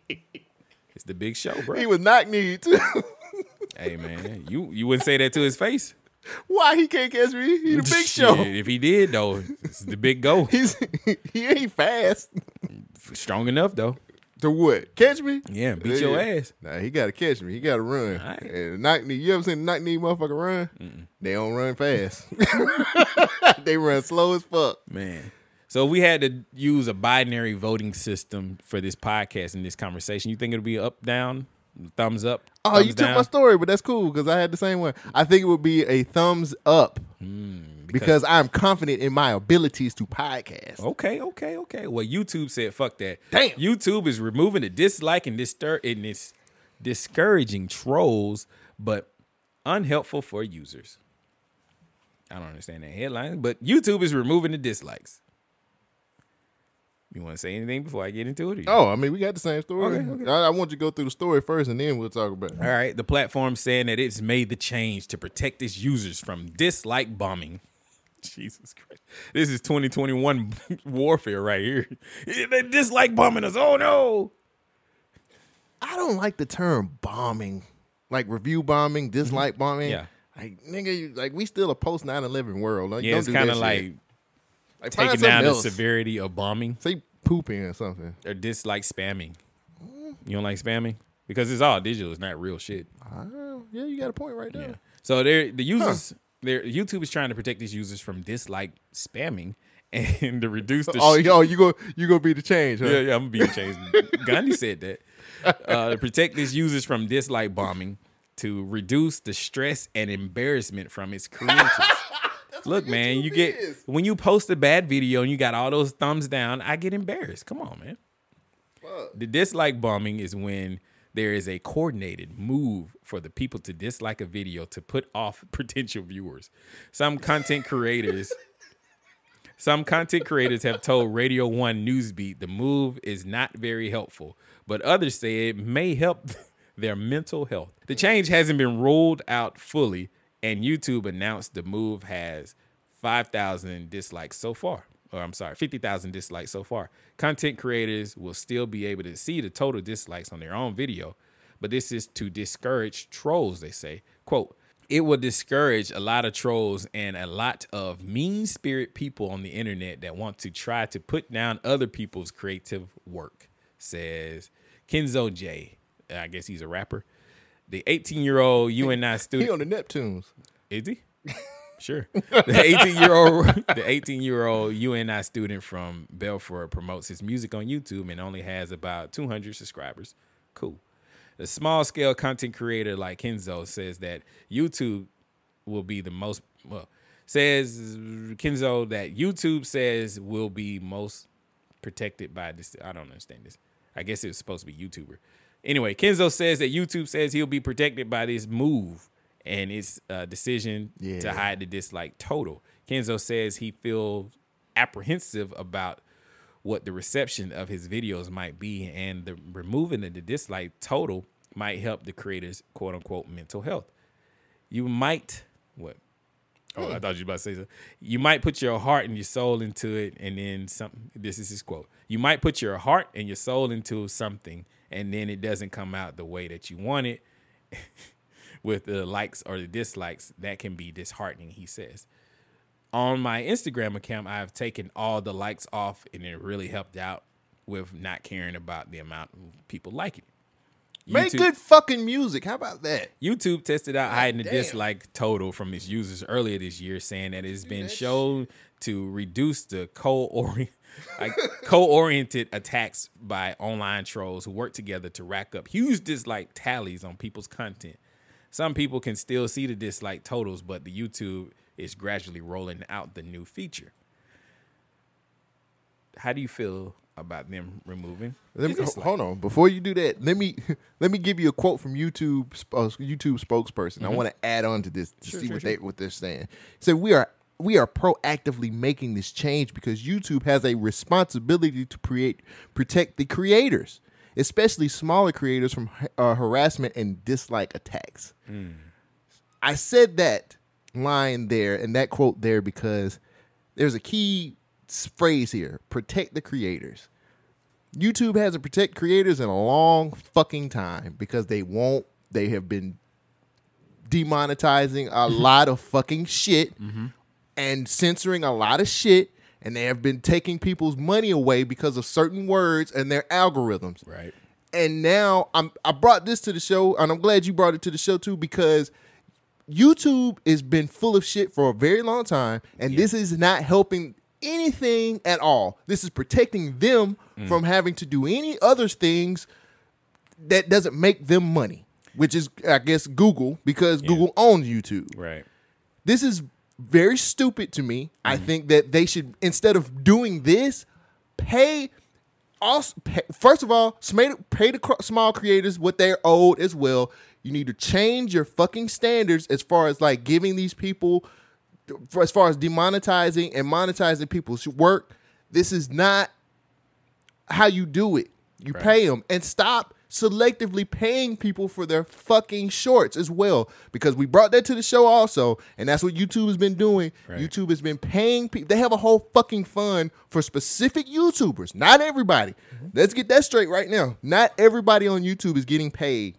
[SPEAKER 2] It's the big show, bro.
[SPEAKER 1] He was knock kneed too. <laughs>
[SPEAKER 2] hey man, you you wouldn't say that to his face.
[SPEAKER 1] Why he can't catch me? He the big show.
[SPEAKER 2] Shit, if he did though, it's the big go.
[SPEAKER 1] <laughs> He's he ain't fast.
[SPEAKER 2] strong enough though.
[SPEAKER 1] To what? Catch me?
[SPEAKER 2] Yeah, beat your
[SPEAKER 1] Yeah.
[SPEAKER 2] ass.
[SPEAKER 1] Nah, he gotta catch me. He gotta run. And knock knee. You ever seen a knock knee motherfucker <laughs> run? They don't run fast. they run slow as fuck.
[SPEAKER 2] Man. So if we had to use a binary voting system for this podcast and this conversation, you think it'll be up, down, thumbs up?
[SPEAKER 1] Oh, you
[SPEAKER 2] thumbs
[SPEAKER 1] took my
[SPEAKER 2] down?
[SPEAKER 1] story, but that's cool because I had the same one. I think it would be a thumbs up
[SPEAKER 2] Hmm,
[SPEAKER 1] because, I'm confident in my abilities to podcast.
[SPEAKER 2] Okay, okay, okay. Well, YouTube said fuck that. Damn. YouTube is removing the dislike and distur- and this discouraging trolls, but unhelpful for users. I don't understand that headline, but YouTube is removing the dislikes. You want to say anything before I get into it? or you-
[SPEAKER 1] Oh, I mean, we got the same story.
[SPEAKER 2] Okay, okay.
[SPEAKER 1] I, I want you to go through the story first, and then we'll talk about it.
[SPEAKER 2] All right, the platform saying that it's made the change to protect its users from dislike bombing. Jesus Christ. This is 2021 <laughs> warfare right here. <laughs> they dislike bombing us. Oh no.
[SPEAKER 1] I don't like the term bombing, like review bombing, dislike bombing.
[SPEAKER 2] Mm-hmm. Yeah.
[SPEAKER 1] Like nigga, you, like we still a post 9-11 world. Like,
[SPEAKER 2] Yeah,
[SPEAKER 1] don't
[SPEAKER 2] it's
[SPEAKER 1] do that
[SPEAKER 2] kind of
[SPEAKER 1] shit.
[SPEAKER 2] like,
[SPEAKER 1] Like, find
[SPEAKER 2] taking
[SPEAKER 1] something
[SPEAKER 2] down
[SPEAKER 1] else.
[SPEAKER 2] the severity of bombing
[SPEAKER 1] say pooping or something.
[SPEAKER 2] or dislike spamming. You don't like spamming because it's all digital; it's not real shit.
[SPEAKER 1] Oh, yeah, you got a point right there.
[SPEAKER 2] So they the users, their YouTube is trying to protect these users from dislike spamming <laughs> and to reduce the.
[SPEAKER 1] Oh,
[SPEAKER 2] sh-
[SPEAKER 1] yo, you go, you gonna be the change? Huh?
[SPEAKER 2] Yeah, yeah, I'm being
[SPEAKER 1] <laughs>
[SPEAKER 2] changed. <laughs> Gandhi said that. Uh, to protect its users from dislike bombing, to reduce the stress and embarrassment from its
[SPEAKER 1] <laughs>
[SPEAKER 2] creators. Look, man, you get when you post a bad video and you got all those thumbs down, I get embarrassed. Come on, man. The dislike bombing is when there is a coordinated move for the people to dislike a video to put off <laughs> potential viewers. Some content creators some content creators have told Radio 1 Newsbeat the move is not very helpful, but others say it may help <laughs> their mental health. The change hasn't been ruled out fully, and YouTube announced the move has 5,000 dislikes so far. Or I'm sorry, 50,000 dislikes so far. Content creators will still be able to see the total dislikes on their own video, but this is to discourage trolls, they say. Quote, it will discourage a lot of trolls and a lot of mean spirit people on the internet that want to try to put down other people's creative work, says Kenzo J. I guess he's a rapper. The 18 year old UNI
[SPEAKER 1] <laughs> He
[SPEAKER 2] student.
[SPEAKER 1] on the Neptunes.
[SPEAKER 2] Is
[SPEAKER 1] <laughs>
[SPEAKER 2] he? Sure. The 18 year old the 18 year old UNI student from Belfort promotes his music on YouTube and only has about 200 subscribers. Cool. The small scale content creator like Kenzo says that YouTube will be the most well says Kenzo that YouTube says will be most protected by this. I don't understand this. I guess it was supposed to be YouTuber. Anyway, Kenzo says that YouTube says he'll be protected by this move and its uh, decision to
[SPEAKER 1] Yeah.
[SPEAKER 2] hide the dislike total. Kenzo says he feels apprehensive about what the reception of his videos might be, and the removing of the dislike total might help the creator's quote unquote mental health. You might what? Oh, I thought you were about to say something. You might put your heart and your soul into it, and then something. This is his quote. You might put your heart and your soul into something, and then it doesn't come out the way that you want it, <laughs> with the likes or the dislikes. That can be disheartening, he says. On my Instagram account, I've taken all the likes off, and it really helped out with not caring about the amount of people liking it.
[SPEAKER 1] Make
[SPEAKER 2] YouTube-
[SPEAKER 1] good fucking music. How about that?
[SPEAKER 2] YouTube tested out hiding the
[SPEAKER 1] damn.
[SPEAKER 2] dislike total from its users earlier this year, saying that it's been shown to reduce the co-orient, like, co-oriented attacks by online trolls who work together to rack up huge dislike tallies on people's content. Some people can still see the dislike totals, but the YouTube is gradually rolling out the new feature. How do you feel about them removing?
[SPEAKER 1] Let me,
[SPEAKER 2] the dislike?
[SPEAKER 1] hold on. Before you do that, let me <laughs> let me give you a quote from YouTube sp- uh, YouTube spokesperson. I
[SPEAKER 2] Mhm.
[SPEAKER 1] want to add on to this to
[SPEAKER 2] Sure,
[SPEAKER 1] see
[SPEAKER 2] sure,
[SPEAKER 1] what
[SPEAKER 2] sure.
[SPEAKER 1] they what they're saying. So we are we are proactively making this change because YouTube has a responsibility to create protect the creators, especially smaller creators from ha- uh, harassment and dislike attacks.
[SPEAKER 2] Hmm.
[SPEAKER 1] I said that line there and that quote there because there's a key s- phrase here protect the creators. YouTube hasn't protect creators in a long fucking time because they won't. They have been demonetizing a lot of fucking shit and censoring a lot of shit, and they have been taking people's money away because of certain words and their algorithms.
[SPEAKER 2] Right.
[SPEAKER 1] And now I'm I brought this to the show, and I'm glad you brought it to the show too because YouTube has been full of shit for a very long time, and this is not helping anything at all. This is protecting them from having to do any other things that doesn't make them money, which is, I guess, Google because Google owns YouTube.
[SPEAKER 2] Right.
[SPEAKER 1] This is very stupid to me. I think that they should instead of doing this, pay. Also, pay, first of all, sma- pay the cr- small creators what they're owed as well. You need to change your fucking standards as far as like giving these people, for as far as demonetizing and monetizing people's work. This is not how you do it. You pay 'em pay them and stop selectively paying people for their fucking shorts as well because we brought that to the show also and that's what YouTube has been doing. YouTube has been paying people. They have a whole fucking fund for specific YouTubers, not everybody. Let's get that straight right now. Not everybody on YouTube is getting paid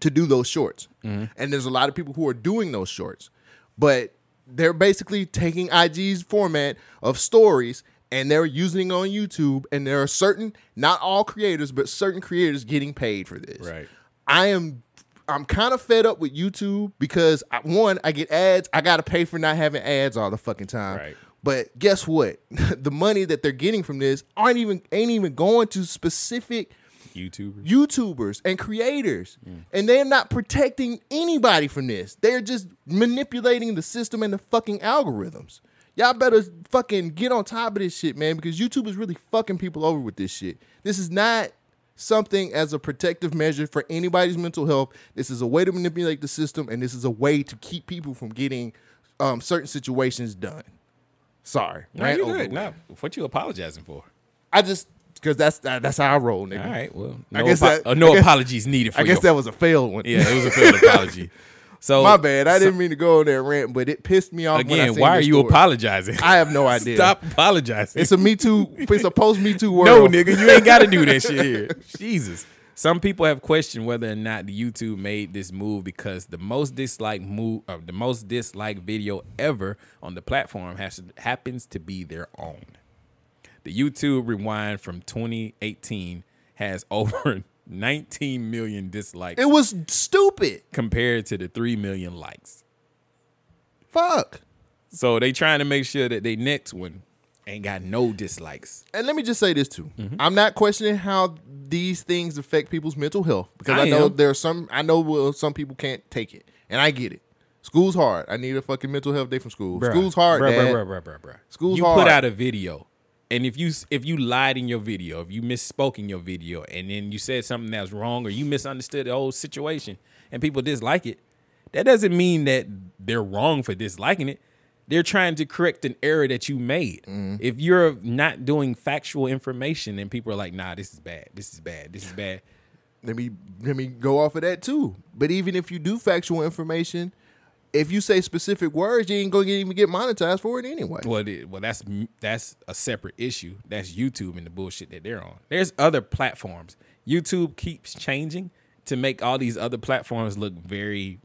[SPEAKER 1] to do those shorts. And there's a lot of people who are doing those shorts. But they're basically taking IG's format of stories and they're using it on YouTube. And there are certain, not all creators, but certain creators getting paid for this. Right. I am I'm kind of fed up with YouTube because I, one, I get ads. I gotta pay for not having ads all the fucking time. Right. But guess what? <laughs> the money that they're getting from this aren't even ain't even going to specific
[SPEAKER 2] YouTubers.
[SPEAKER 1] YouTubers and creators. And they're not protecting anybody from this. They're just manipulating the system and the fucking algorithms. Y'all better fucking get on top of this shit, man, because YouTube is really fucking people over with this shit. This is not something as a protective measure for anybody's mental health. This is a way to manipulate the system, and this is a way to keep people from getting um, certain situations done. Sorry.
[SPEAKER 2] No,
[SPEAKER 1] Rant
[SPEAKER 2] you
[SPEAKER 1] over
[SPEAKER 2] good.
[SPEAKER 1] with.
[SPEAKER 2] No, what you apologizing for?
[SPEAKER 1] I just because that's that, that's how I roll, nigga.
[SPEAKER 2] All right, well,
[SPEAKER 1] I
[SPEAKER 2] no
[SPEAKER 1] guess
[SPEAKER 2] apo-
[SPEAKER 1] that-
[SPEAKER 2] uh, no
[SPEAKER 1] I guess-
[SPEAKER 2] apologies needed for
[SPEAKER 1] I guess
[SPEAKER 2] your-
[SPEAKER 1] that was a failed one.
[SPEAKER 2] Yeah, it was a
[SPEAKER 1] <laughs>
[SPEAKER 2] failed apology. So
[SPEAKER 1] my bad. I didn't mean to go on that rant, but it pissed me off. when I
[SPEAKER 2] Again,
[SPEAKER 1] seen
[SPEAKER 2] why are
[SPEAKER 1] this
[SPEAKER 2] you
[SPEAKER 1] story.
[SPEAKER 2] apologizing?
[SPEAKER 1] I have
[SPEAKER 2] <laughs>
[SPEAKER 1] no idea.
[SPEAKER 2] Stop apologizing.
[SPEAKER 1] It's a Me Too. It's a post Me
[SPEAKER 2] <laughs>
[SPEAKER 1] Too
[SPEAKER 2] no,
[SPEAKER 1] world.
[SPEAKER 2] nigga, you ain't got to do that shit
[SPEAKER 1] <laughs>
[SPEAKER 2] here. <laughs> Jesus. Some people have questioned whether or not the YouTube made this move because the most disliked move, uh, the most disliked video ever on the platform has happens to be their own. The YouTube Rewind from 2018 has <laughs> over 19 million dislikes.
[SPEAKER 1] It was stupid.
[SPEAKER 2] compared to the 3 million likes.
[SPEAKER 1] Fuck.
[SPEAKER 2] So they trying to make sure that they next one ain't got no dislikes.
[SPEAKER 1] And let me just say this too.
[SPEAKER 2] Mm-hmm.
[SPEAKER 1] I'm not questioning how these things affect people's mental health because I,
[SPEAKER 2] I
[SPEAKER 1] know
[SPEAKER 2] am.
[SPEAKER 1] there are some. I know well, some people can't take it, and I get it. School's hard. I need a fucking mental health day from school.
[SPEAKER 2] Bruh.
[SPEAKER 1] School's hard,
[SPEAKER 2] Bruh,
[SPEAKER 1] Dad.
[SPEAKER 2] bruh, bruh, bruh, bruh.
[SPEAKER 1] School's
[SPEAKER 2] you
[SPEAKER 1] hard.
[SPEAKER 2] put out a video, and if you if you lied in your video, if you misspoke in your video, and then you said something that's wrong, or you misunderstood the whole situation, and people dislike it, that doesn't mean that they're wrong for disliking it. They're trying to correct an error that you made.
[SPEAKER 1] Mm-hmm.
[SPEAKER 2] If you're not doing factual information, and people are like, "Nah, this is bad. This is bad. This is bad."
[SPEAKER 1] let me let me go off of that too. But even if you do factual information, if you say specific words, you ain't gonna get, even get monetized for it anyway.
[SPEAKER 2] Well, it, well, that's that's a separate issue. That's YouTube and the bullshit that they're on. There's other platforms. YouTube keeps changing to make all these other platforms look very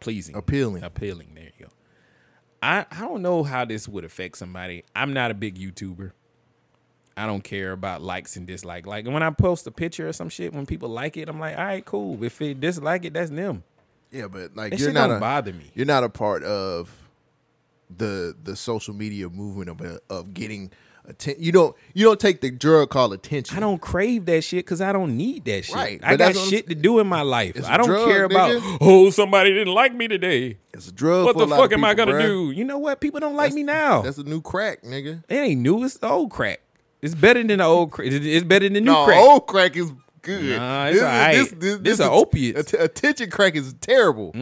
[SPEAKER 2] pleasing,
[SPEAKER 1] appealing,
[SPEAKER 2] appealing. There you go. I I don't know how this would affect somebody. I'm not a big YouTuber. I don't care about likes and dislike. Like when I post a picture or some shit, when people like it, I'm like, all right, cool. If they dislike it, that's them.
[SPEAKER 1] Yeah, but like
[SPEAKER 2] That
[SPEAKER 1] you're
[SPEAKER 2] shit
[SPEAKER 1] not
[SPEAKER 2] don't
[SPEAKER 1] a,
[SPEAKER 2] bother me.
[SPEAKER 1] You're not a part of the the social media movement of uh, of getting attention. You don't you don't take the drug called attention.
[SPEAKER 2] I don't crave that shit because I don't need that shit.
[SPEAKER 1] Right,
[SPEAKER 2] I got
[SPEAKER 1] but that's what I'm
[SPEAKER 2] shit to do in my life.
[SPEAKER 1] It's a
[SPEAKER 2] I don't
[SPEAKER 1] drug,
[SPEAKER 2] care about
[SPEAKER 1] nigga.
[SPEAKER 2] oh somebody didn't like me today.
[SPEAKER 1] It's a drug.
[SPEAKER 2] What
[SPEAKER 1] for
[SPEAKER 2] the
[SPEAKER 1] a lot of
[SPEAKER 2] fuck am I
[SPEAKER 1] people,
[SPEAKER 2] gonna do?
[SPEAKER 1] bruh.
[SPEAKER 2] You know what? People don't like me now. It
[SPEAKER 1] That's a new crack, nigga.
[SPEAKER 2] ain't new. It's the old crack. It's better than the old crack. It's better than new
[SPEAKER 1] no,
[SPEAKER 2] crack.
[SPEAKER 1] old crack is good.
[SPEAKER 2] Nah, it's alright. This a opiate.
[SPEAKER 1] att- attention crack is terrible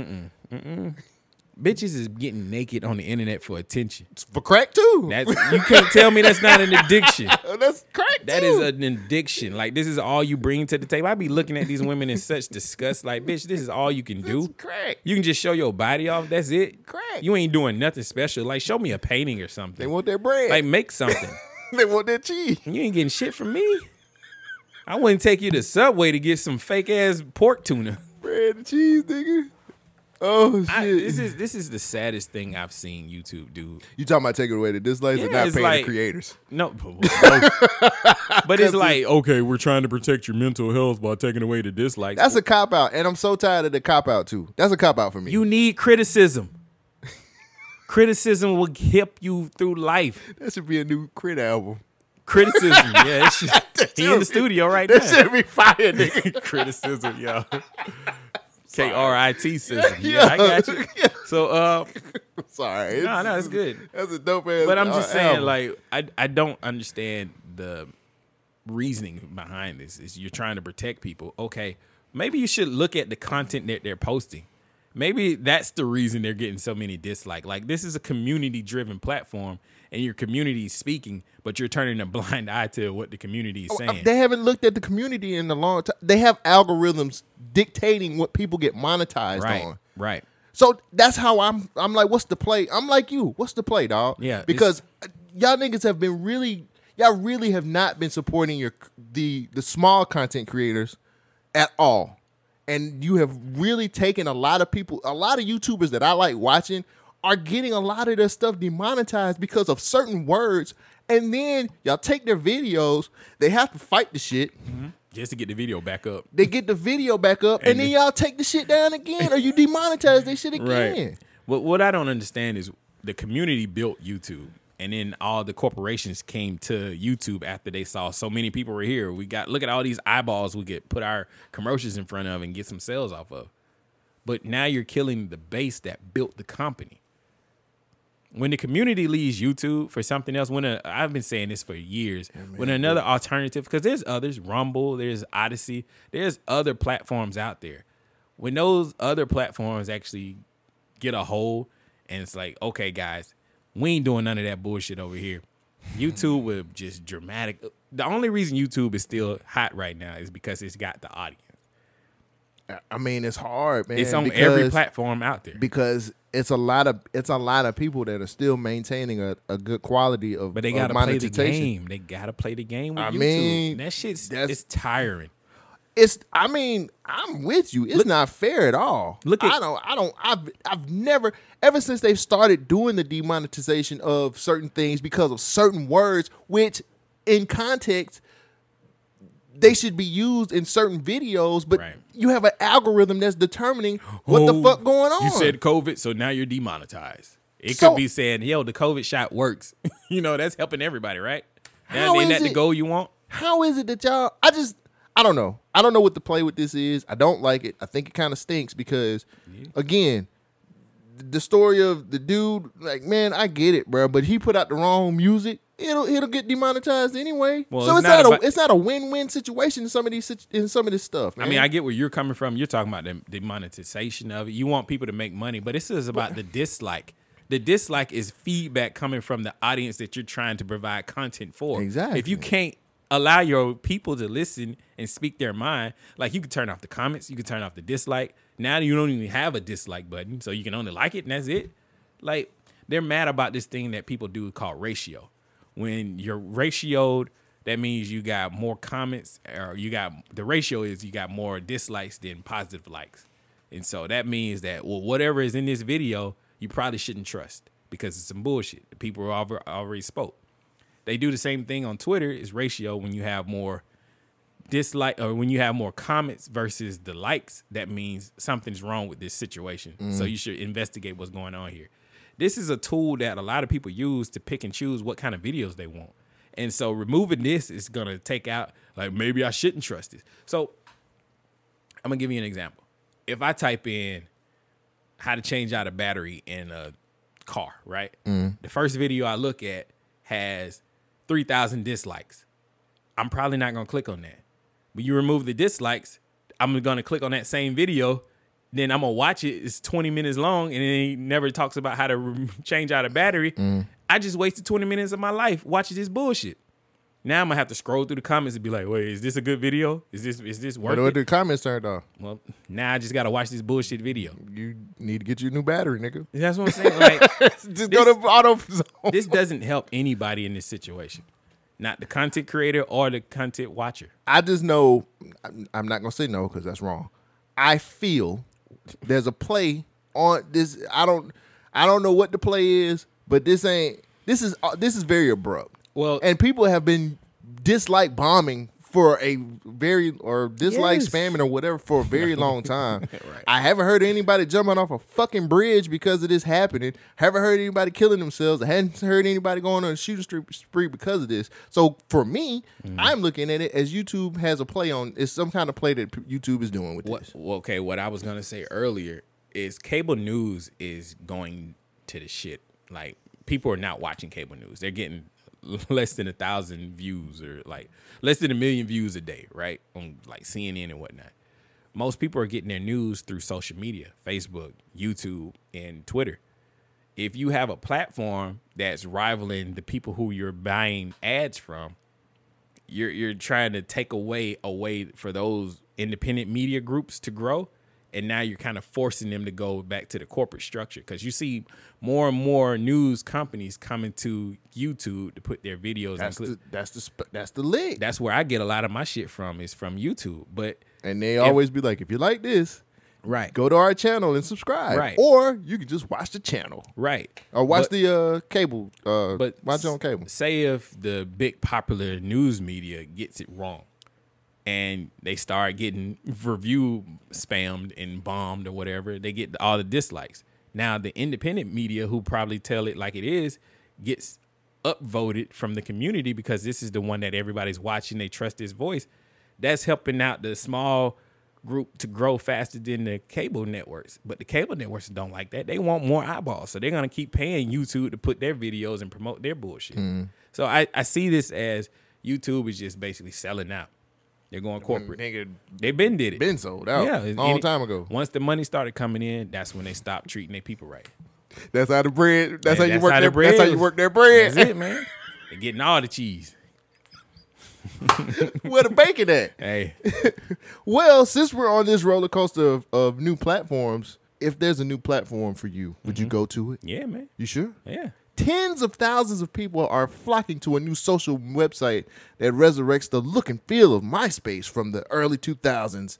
[SPEAKER 2] Bitches is getting naked on the internet for attention.
[SPEAKER 1] for crack too.
[SPEAKER 2] That's you can't tell me that's not an
[SPEAKER 1] <laughs>
[SPEAKER 2] addiction.
[SPEAKER 1] That's crack.
[SPEAKER 2] That
[SPEAKER 1] too.
[SPEAKER 2] is an addiction. Like this is all you bring to the table. I be looking at these women in such disgust. Like, bitch, this is all you can do.
[SPEAKER 1] crack.
[SPEAKER 2] You can just show your body off. That's it.
[SPEAKER 1] Crack.
[SPEAKER 2] You ain't doing nothing special. Like, show me a painting or
[SPEAKER 1] They
[SPEAKER 2] something.
[SPEAKER 1] want their bread.
[SPEAKER 2] Like, make something.
[SPEAKER 1] <laughs> they want their cheese.
[SPEAKER 2] you ain't getting shit from me. I wouldn't take you to Subway to get some fake ass pork tuna.
[SPEAKER 1] Bread and cheese, nigga. Oh shit!
[SPEAKER 2] I, this is this is the saddest thing I've seen YouTube do.
[SPEAKER 1] you talking about taking away the dislikes and
[SPEAKER 2] Yeah,
[SPEAKER 1] not
[SPEAKER 2] it's
[SPEAKER 1] paying
[SPEAKER 2] like-
[SPEAKER 1] the creators?
[SPEAKER 2] No, <laughs>
[SPEAKER 1] <laughs>
[SPEAKER 2] but, but it's like okay, we're trying to protect your mental health by taking away the dislikes.
[SPEAKER 1] That's a cop <laughs> out, and I'm so tired of the cop out too. That's a cop out for me.
[SPEAKER 2] You need criticism. Criticism will help you through life.
[SPEAKER 1] That should be a new crit album.
[SPEAKER 2] Criticism, yeah.
[SPEAKER 1] <laughs>
[SPEAKER 2] That shit- he in the studio right
[SPEAKER 1] That
[SPEAKER 2] now.
[SPEAKER 1] should be fire,
[SPEAKER 2] <laughs>
[SPEAKER 1] nigga.
[SPEAKER 2] Criticism, yo. K R I T
[SPEAKER 1] <laughs>
[SPEAKER 2] system. Yeah, I got you. So, uh,
[SPEAKER 1] Sorry.
[SPEAKER 2] No, no, it's good.
[SPEAKER 1] That's a dope ass.
[SPEAKER 2] but I'm just
[SPEAKER 1] uh,
[SPEAKER 2] saying,
[SPEAKER 1] album.
[SPEAKER 2] like, I I don't understand the reasoning behind this. Is you're trying to protect people? Okay, maybe you should look at the content that they're posting. Maybe that's the reason they're getting so many dislike. Like, this is a community driven platform, and your community is speaking, but you're turning a <laughs> blind eye to what the community
[SPEAKER 1] Oh,
[SPEAKER 2] is saying.
[SPEAKER 1] uh, they haven't looked at the community in a long time. They have algorithms dictating what people get monetized
[SPEAKER 2] right,
[SPEAKER 1] on.
[SPEAKER 2] right.
[SPEAKER 1] So that's how I'm. I'm like, what's the play? I'm like you. What's the play, dog?
[SPEAKER 2] Yeah, it's-
[SPEAKER 1] Because uh, y'all niggas have been really, y'all really have not been supporting your the the small content creators at all, and you have really taken a lot of people, a lot of YouTubers that I like watching are getting a lot of their stuff demonetized because of certain words, and then y'all take their videos. They have to fight the shit.
[SPEAKER 2] Just to get the video back up.
[SPEAKER 1] They get the video back up, and,
[SPEAKER 2] And
[SPEAKER 1] then
[SPEAKER 2] the-
[SPEAKER 1] y'all take the shit down again,
[SPEAKER 2] <laughs>
[SPEAKER 1] or you demonetize that shit again.
[SPEAKER 2] What what I don't understand is the community built YouTube, and then all the corporations came to YouTube after they saw so many people were here. We got look at all these eyeballs we could put our commercials in front of and get some sales off of. But now you're killing the base that built the company. When the community leaves YouTube for something else, when a, I've been saying this for years, when another alternative, because there's others, Rumble, there's Odyssey, there's other platforms out there. When those other platforms actually get a hold and it's like, okay, guys, we ain't doing none of that bullshit over here.
[SPEAKER 1] <laughs>
[SPEAKER 2] YouTube will just dramatic. The only reason YouTube is still hot right now is because it's got the audience.
[SPEAKER 1] I mean, it's hard, man.
[SPEAKER 2] it's on every
[SPEAKER 1] because-
[SPEAKER 2] platform out there,
[SPEAKER 1] because it's a lot of it's a lot of people that are still maintaining a, a good quality of
[SPEAKER 2] but they
[SPEAKER 1] of
[SPEAKER 2] gotta play the
[SPEAKER 1] monetization.
[SPEAKER 2] game. They gotta play the game with
[SPEAKER 1] I
[SPEAKER 2] YouTube.
[SPEAKER 1] mean,
[SPEAKER 2] that shit's it's tiring.
[SPEAKER 1] It's I mean I'm with you. It's not fair at all. Look, I don't I don't I've I've never ever since they've started doing the demonetization of certain things because of certain words, which in context they should be used in certain videos, but you have an algorithm that's determining what the
[SPEAKER 2] Oh,
[SPEAKER 1] fuck going on.
[SPEAKER 2] You said COVID, so now you're demonetized. It
[SPEAKER 1] So-
[SPEAKER 2] could be saying, "Yo, the COVID shot works." <laughs> you know, that's helping everybody, right?
[SPEAKER 1] How
[SPEAKER 2] Now, isn't
[SPEAKER 1] is
[SPEAKER 2] that the
[SPEAKER 1] it-
[SPEAKER 2] goal you want?
[SPEAKER 1] how is it that y'all I just I don't know. I don't know what the play with this is. I don't like it. I think it kind of stinks because again, th- the story of the dude like man, I get it, bro, but he put out the wrong music. It'll it'll get demonetized anyway.
[SPEAKER 2] Well,
[SPEAKER 1] so
[SPEAKER 2] it's
[SPEAKER 1] it's
[SPEAKER 2] not
[SPEAKER 1] not,
[SPEAKER 2] about-
[SPEAKER 1] a it's not a win-win situation in some of these situ- in some of this stuff, man.
[SPEAKER 2] I mean, I get where you're coming from. You're talking about the, the monetization of it. You want people to make money, but this is about the dislike. The dislike is feedback coming from the audience that you're trying to provide content for.
[SPEAKER 1] Exactly.
[SPEAKER 2] If you can't allow your people to listen and speak their mind, like you could turn off the comments, you could turn off the dislike. Now you don't even have a dislike button, so you can only like it, and that's it. Like they're mad about this thing that people do called ratio. When you're ratioed, that means you got more comments, or you got the ratio is you got more dislikes than positive likes, and so that means that well, whatever is in this video, you probably shouldn't trust because it's some bullshit. The people who alre- already spoke. They do the same thing on Twitter. Is ratio when you have more dislike or when you have more comments versus the likes, that means something's wrong with this situation. So
[SPEAKER 13] Mm.
[SPEAKER 2] you should investigate what's going on here. This is a tool that a lot of people use to pick and choose what kind of videos they want. And so removing this is gonna take out like maybe I shouldn't trust this. So I'm gonna give you an example. If I type in how to change out a battery in a car, right?
[SPEAKER 1] Mm.
[SPEAKER 2] The first video I look at has 3,000 dislikes. I'm probably not gonna click on that. But you remove the dislikes, I'm gonna click on that same video. Then I'm gonna watch it. It's 20 minutes long, and it never talks about how to re- <laughs> change out a battery.
[SPEAKER 1] mm.
[SPEAKER 2] I just wasted 20 minutes of my life watching this bullshit. Now I'm gonna have to scroll through the comments and be like, "Wait, is this a good video? Is this is this
[SPEAKER 1] What
[SPEAKER 2] worth
[SPEAKER 1] what
[SPEAKER 2] it?"
[SPEAKER 1] the comments turned off?
[SPEAKER 2] Well, now I just gotta watch this bullshit video.
[SPEAKER 1] You need to get your new battery, nigga.
[SPEAKER 2] That's what I'm saying. Like,
[SPEAKER 1] <laughs> Just go to AutoZone.
[SPEAKER 2] this doesn't help anybody in this situation, not the content creator or the content watcher.
[SPEAKER 1] I just know I'm- I'm not gonna say no because that's wrong. I feel there's a play on this. I don't I don't know what the play is, but this ain't this is uh, this is very abrupt.
[SPEAKER 2] Well,
[SPEAKER 1] and people have been dislike bombing for a very or dislike spamming or whatever for a very
[SPEAKER 2] <laughs>
[SPEAKER 1] long time. I haven't heard anybody jumping off a fucking bridge because of this happening. Haven't heard anybody killing themselves. I hadn't heard anybody going on a shooting stre- spree because of this. So for me,
[SPEAKER 2] Mm.
[SPEAKER 1] I'm looking at it as YouTube has a play on. It's some kind of play that p- YouTube is doing with
[SPEAKER 2] what, well, okay, what I was gonna say earlier is cable news is going to the shit. Like people are not watching cable news. They're getting <laughs> less than a thousand views or like less than a million views a day, right? On like CNN and whatnot. Most people are getting their news through social media, Facebook, YouTube, and Twitter. If you have a platform that's rivaling the people who you're buying ads from, you're you're trying to take away a way for those independent media groups to grow and now you're kind of forcing them to go back to the corporate structure because you see more and more news companies coming to YouTube to put their videos.
[SPEAKER 1] That's
[SPEAKER 2] and
[SPEAKER 1] the- that's the that's the lick.
[SPEAKER 2] That's where I get a lot of my shit from is from YouTube. But
[SPEAKER 1] and they always be like, if you like this,
[SPEAKER 2] right,
[SPEAKER 1] go to our channel and subscribe,
[SPEAKER 2] Right.
[SPEAKER 1] Or you can just watch the channel,
[SPEAKER 2] right,
[SPEAKER 1] or watch
[SPEAKER 2] But-
[SPEAKER 1] the uh, cable. Uh,
[SPEAKER 2] but
[SPEAKER 1] watch it on cable.
[SPEAKER 2] Say if the big popular news media gets it wrong, and they start getting review spammed and bombed or whatever, they get all the dislikes. Now the independent media, who probably tell it like it is, gets upvoted from the community because this is the one that everybody's watching. They trust his voice. That's helping out the small group to grow faster than the cable networks. But the cable networks don't like that. They want more eyeballs. So they're gonna keep paying YouTube to put their videos and promote their bullshit.
[SPEAKER 1] Mm.
[SPEAKER 2] So I, I see this as YouTube is just basically selling out. They're going corporate. they been did it.
[SPEAKER 1] Been sold out.
[SPEAKER 2] it's-
[SPEAKER 1] Long time ago.
[SPEAKER 2] Once the money started coming in, that's when they stopped treating their people right.
[SPEAKER 1] That's how the bread. That's
[SPEAKER 2] Man,
[SPEAKER 1] how you work.
[SPEAKER 2] the
[SPEAKER 1] their, that's how you
[SPEAKER 2] was-
[SPEAKER 1] work their bread.
[SPEAKER 2] That's it,
[SPEAKER 1] <laughs>
[SPEAKER 2] man. They're getting all the cheese.
[SPEAKER 1] <laughs> Where the bacon at?
[SPEAKER 2] Hey,
[SPEAKER 1] <laughs> Well, since we're on this roller coaster of, of new platforms, if there's a new platform for you, would you go to it?
[SPEAKER 2] Mm-hmm. Yeah, man.
[SPEAKER 1] You sure?
[SPEAKER 2] Yeah.
[SPEAKER 1] Tens of thousands of people are flocking to a new social website that resurrects the look and feel of MySpace from the early 2000s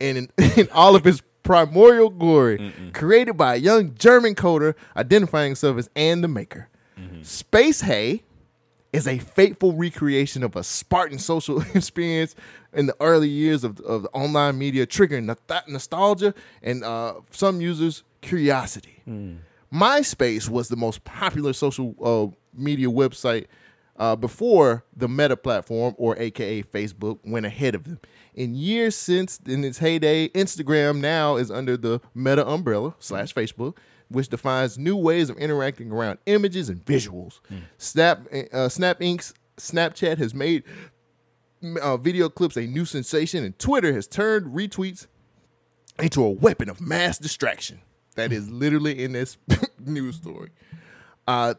[SPEAKER 1] and in, <laughs> in all of its primordial glory, created by a young German coder identifying himself as Anne the Maker.
[SPEAKER 2] Mm-hmm.
[SPEAKER 1] Space Hay is a faithful recreation of a Spartan social <laughs> experience in the early years of, of the online media, triggering noth- nostalgia and uh, some users' curiosity. MySpace was the most popular social uh, media website uh, before the Meta platform, or AKA Facebook, went ahead of them. In years since in its heyday, Instagram now is under the Meta umbrella slash Facebook, which defines new ways of interacting around images and visuals. Snap, uh, Snap Inc.'s Snapchat has made uh, video clips a new sensation, and Twitter has turned retweets into a weapon of mass distraction. That is literally in this <laughs> news story. Uh,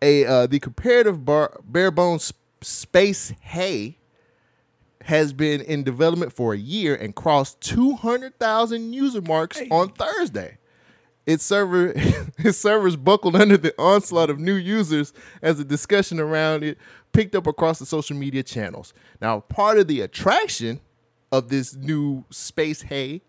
[SPEAKER 1] a uh, the comparative bar, bare bones sp- space hay has been in development for a year and crossed two hundred thousand user marks on Thursday. Its server, <laughs> its servers buckled under the onslaught of new users as the discussion around it picked up across the social media channels. Now, part of the attraction of this new space hay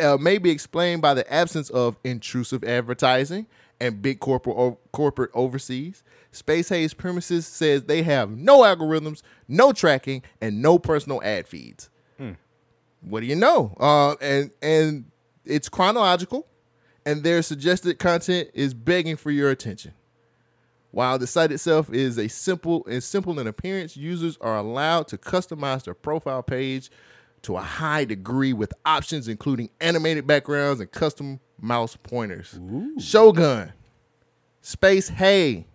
[SPEAKER 1] uh, may be explained by the absence of intrusive advertising and big corporate corporate overseas. Space Hayes premises says they have no algorithms, no tracking, and no personal ad feeds.
[SPEAKER 12] Hmm.
[SPEAKER 1] What do you know? Uh, and and it's chronological, and their suggested content is begging for your attention. While the site itself is a simple is simple in appearance, users are allowed to customize their profile page to a high degree with options including animated backgrounds and custom mouse pointers. Shogun, Space Hay,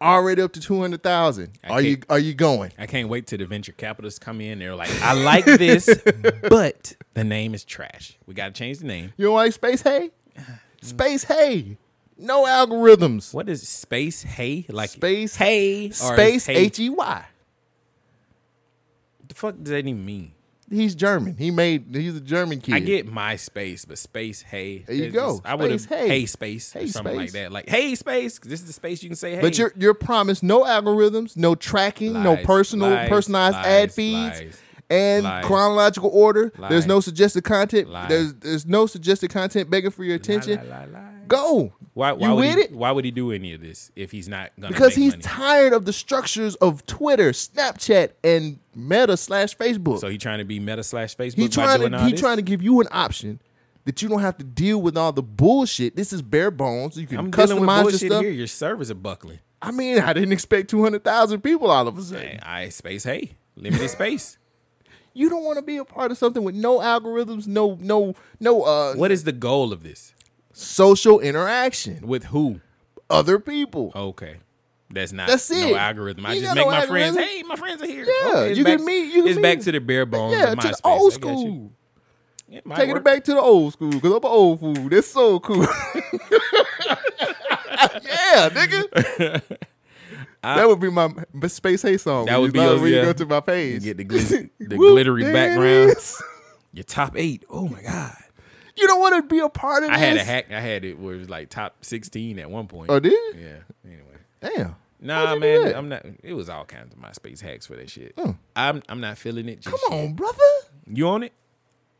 [SPEAKER 1] already up to two hundred thousand. Are you are you going?
[SPEAKER 2] I can't wait till the venture capitalists come in. They're like, I like
[SPEAKER 1] <laughs>
[SPEAKER 2] this, but the name is trash. We got to change the name.
[SPEAKER 1] You don't like Space Hay? Space Hay, no algorithms.
[SPEAKER 2] What is Space Hay? Like
[SPEAKER 1] Space
[SPEAKER 2] Hay? or
[SPEAKER 1] Space
[SPEAKER 2] Hay?
[SPEAKER 1] H E Y.
[SPEAKER 2] The fuck does that even mean?
[SPEAKER 1] He's German. He made. He's a German kid.
[SPEAKER 2] I get my space, but space, hey.
[SPEAKER 1] There you
[SPEAKER 2] it's
[SPEAKER 1] go.
[SPEAKER 2] just- I would have
[SPEAKER 1] Space, hey.
[SPEAKER 2] hey. space
[SPEAKER 1] Hey,
[SPEAKER 2] or something like
[SPEAKER 1] space.
[SPEAKER 2] that. Like, hey, space. 'cause This is the space you can say hey.
[SPEAKER 1] But you're you're promised no algorithms, no tracking, no
[SPEAKER 2] Lies,
[SPEAKER 1] personal
[SPEAKER 2] lies,
[SPEAKER 1] personalized
[SPEAKER 2] lies,
[SPEAKER 1] ad feeds,
[SPEAKER 2] lies,
[SPEAKER 1] and
[SPEAKER 2] lies,
[SPEAKER 1] chronological order. There's no
[SPEAKER 2] lies,
[SPEAKER 1] suggested content.
[SPEAKER 2] lies.
[SPEAKER 1] There's there's no suggested content begging for your attention. go.
[SPEAKER 2] Why? Why
[SPEAKER 1] You
[SPEAKER 2] would
[SPEAKER 1] with
[SPEAKER 2] he, Why would he do any of this if he's not gonna?
[SPEAKER 1] Because
[SPEAKER 2] make
[SPEAKER 1] he's
[SPEAKER 2] money?
[SPEAKER 1] tired of the structures of Twitter, Snapchat, and Meta slash Facebook.
[SPEAKER 2] So he trying to be Meta slash Facebook.
[SPEAKER 1] He
[SPEAKER 2] by
[SPEAKER 1] trying
[SPEAKER 2] doing
[SPEAKER 1] to
[SPEAKER 2] all
[SPEAKER 1] he
[SPEAKER 2] this?
[SPEAKER 1] trying to give you an option that you don't have to deal with all the bullshit. This is bare bones. You can
[SPEAKER 2] I'm
[SPEAKER 1] customize
[SPEAKER 2] dealing with bullshit
[SPEAKER 1] your stuff.
[SPEAKER 2] here. Your servers are buckling.
[SPEAKER 1] I mean, I didn't expect two hundred thousand people all of a sudden.
[SPEAKER 2] Hey, I space. Hey, limited space.
[SPEAKER 1] You don't want to be a part of something with no algorithms, no, no, no. <laughs> Uh,
[SPEAKER 2] What is the goal of this?
[SPEAKER 1] Social interaction
[SPEAKER 2] with who?
[SPEAKER 1] Other people.
[SPEAKER 2] Okay, that's not
[SPEAKER 1] That's
[SPEAKER 2] no
[SPEAKER 1] it.
[SPEAKER 2] algorithm. I
[SPEAKER 1] You
[SPEAKER 2] just
[SPEAKER 1] got no
[SPEAKER 2] make my friends.
[SPEAKER 1] algorithm.
[SPEAKER 2] Hey, my friends are here.
[SPEAKER 1] Yeah,
[SPEAKER 2] it's
[SPEAKER 1] you
[SPEAKER 2] back,
[SPEAKER 1] can meet. You can
[SPEAKER 2] it's
[SPEAKER 1] meet.
[SPEAKER 2] back to the bare bones.
[SPEAKER 1] Yeah,
[SPEAKER 2] of
[SPEAKER 1] to the
[SPEAKER 2] MySpace.
[SPEAKER 1] old
[SPEAKER 2] I got you.
[SPEAKER 1] school.
[SPEAKER 2] It might
[SPEAKER 1] Take
[SPEAKER 2] work.
[SPEAKER 1] it back to the old school because I'm an old fool. That's so cool. <laughs> yeah,
[SPEAKER 2] <laughs>
[SPEAKER 1] nigga. that would be my my Space Hay song.
[SPEAKER 2] That would be
[SPEAKER 1] like
[SPEAKER 2] yours,
[SPEAKER 1] Oh, when
[SPEAKER 2] yeah.
[SPEAKER 1] you go to my page.
[SPEAKER 2] You get the
[SPEAKER 1] <laughs>
[SPEAKER 2] glit- the
[SPEAKER 1] Whoop,
[SPEAKER 2] glittery
[SPEAKER 1] there it
[SPEAKER 2] background.
[SPEAKER 1] is.
[SPEAKER 2] <laughs> Your top eight. Oh my god.
[SPEAKER 1] You don't want to be a part of
[SPEAKER 2] I
[SPEAKER 1] this.
[SPEAKER 2] had a hack. I had it where it was like top sixteen at one point.
[SPEAKER 1] Oh, did you?
[SPEAKER 2] Yeah. Anyway.
[SPEAKER 1] Damn.
[SPEAKER 2] Nah,
[SPEAKER 1] How'd you do
[SPEAKER 2] man.
[SPEAKER 1] that? Oh.
[SPEAKER 2] I'm not. It was all kinds of MySpace hacks for that shit. I'm. I'm not feeling it. Just
[SPEAKER 1] Come on,
[SPEAKER 2] yet.
[SPEAKER 1] brother.
[SPEAKER 2] You on it?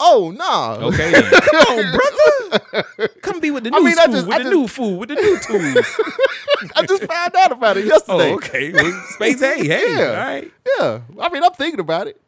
[SPEAKER 1] Oh nah.
[SPEAKER 2] Okay.
[SPEAKER 1] <laughs>
[SPEAKER 2] Then.
[SPEAKER 1] Come on, brother.
[SPEAKER 2] Come be with the
[SPEAKER 1] I
[SPEAKER 2] new
[SPEAKER 1] mean, I
[SPEAKER 2] school,
[SPEAKER 1] just-
[SPEAKER 2] with
[SPEAKER 1] I
[SPEAKER 2] the
[SPEAKER 1] just-
[SPEAKER 2] new food, with the new tools.
[SPEAKER 1] <laughs> I just found out about it
[SPEAKER 2] <laughs>
[SPEAKER 1] yesterday.
[SPEAKER 2] oh, okay. Well, Space hey, hey.
[SPEAKER 1] <laughs> yeah.
[SPEAKER 2] All right.
[SPEAKER 1] Yeah. I mean, I'm thinking about it.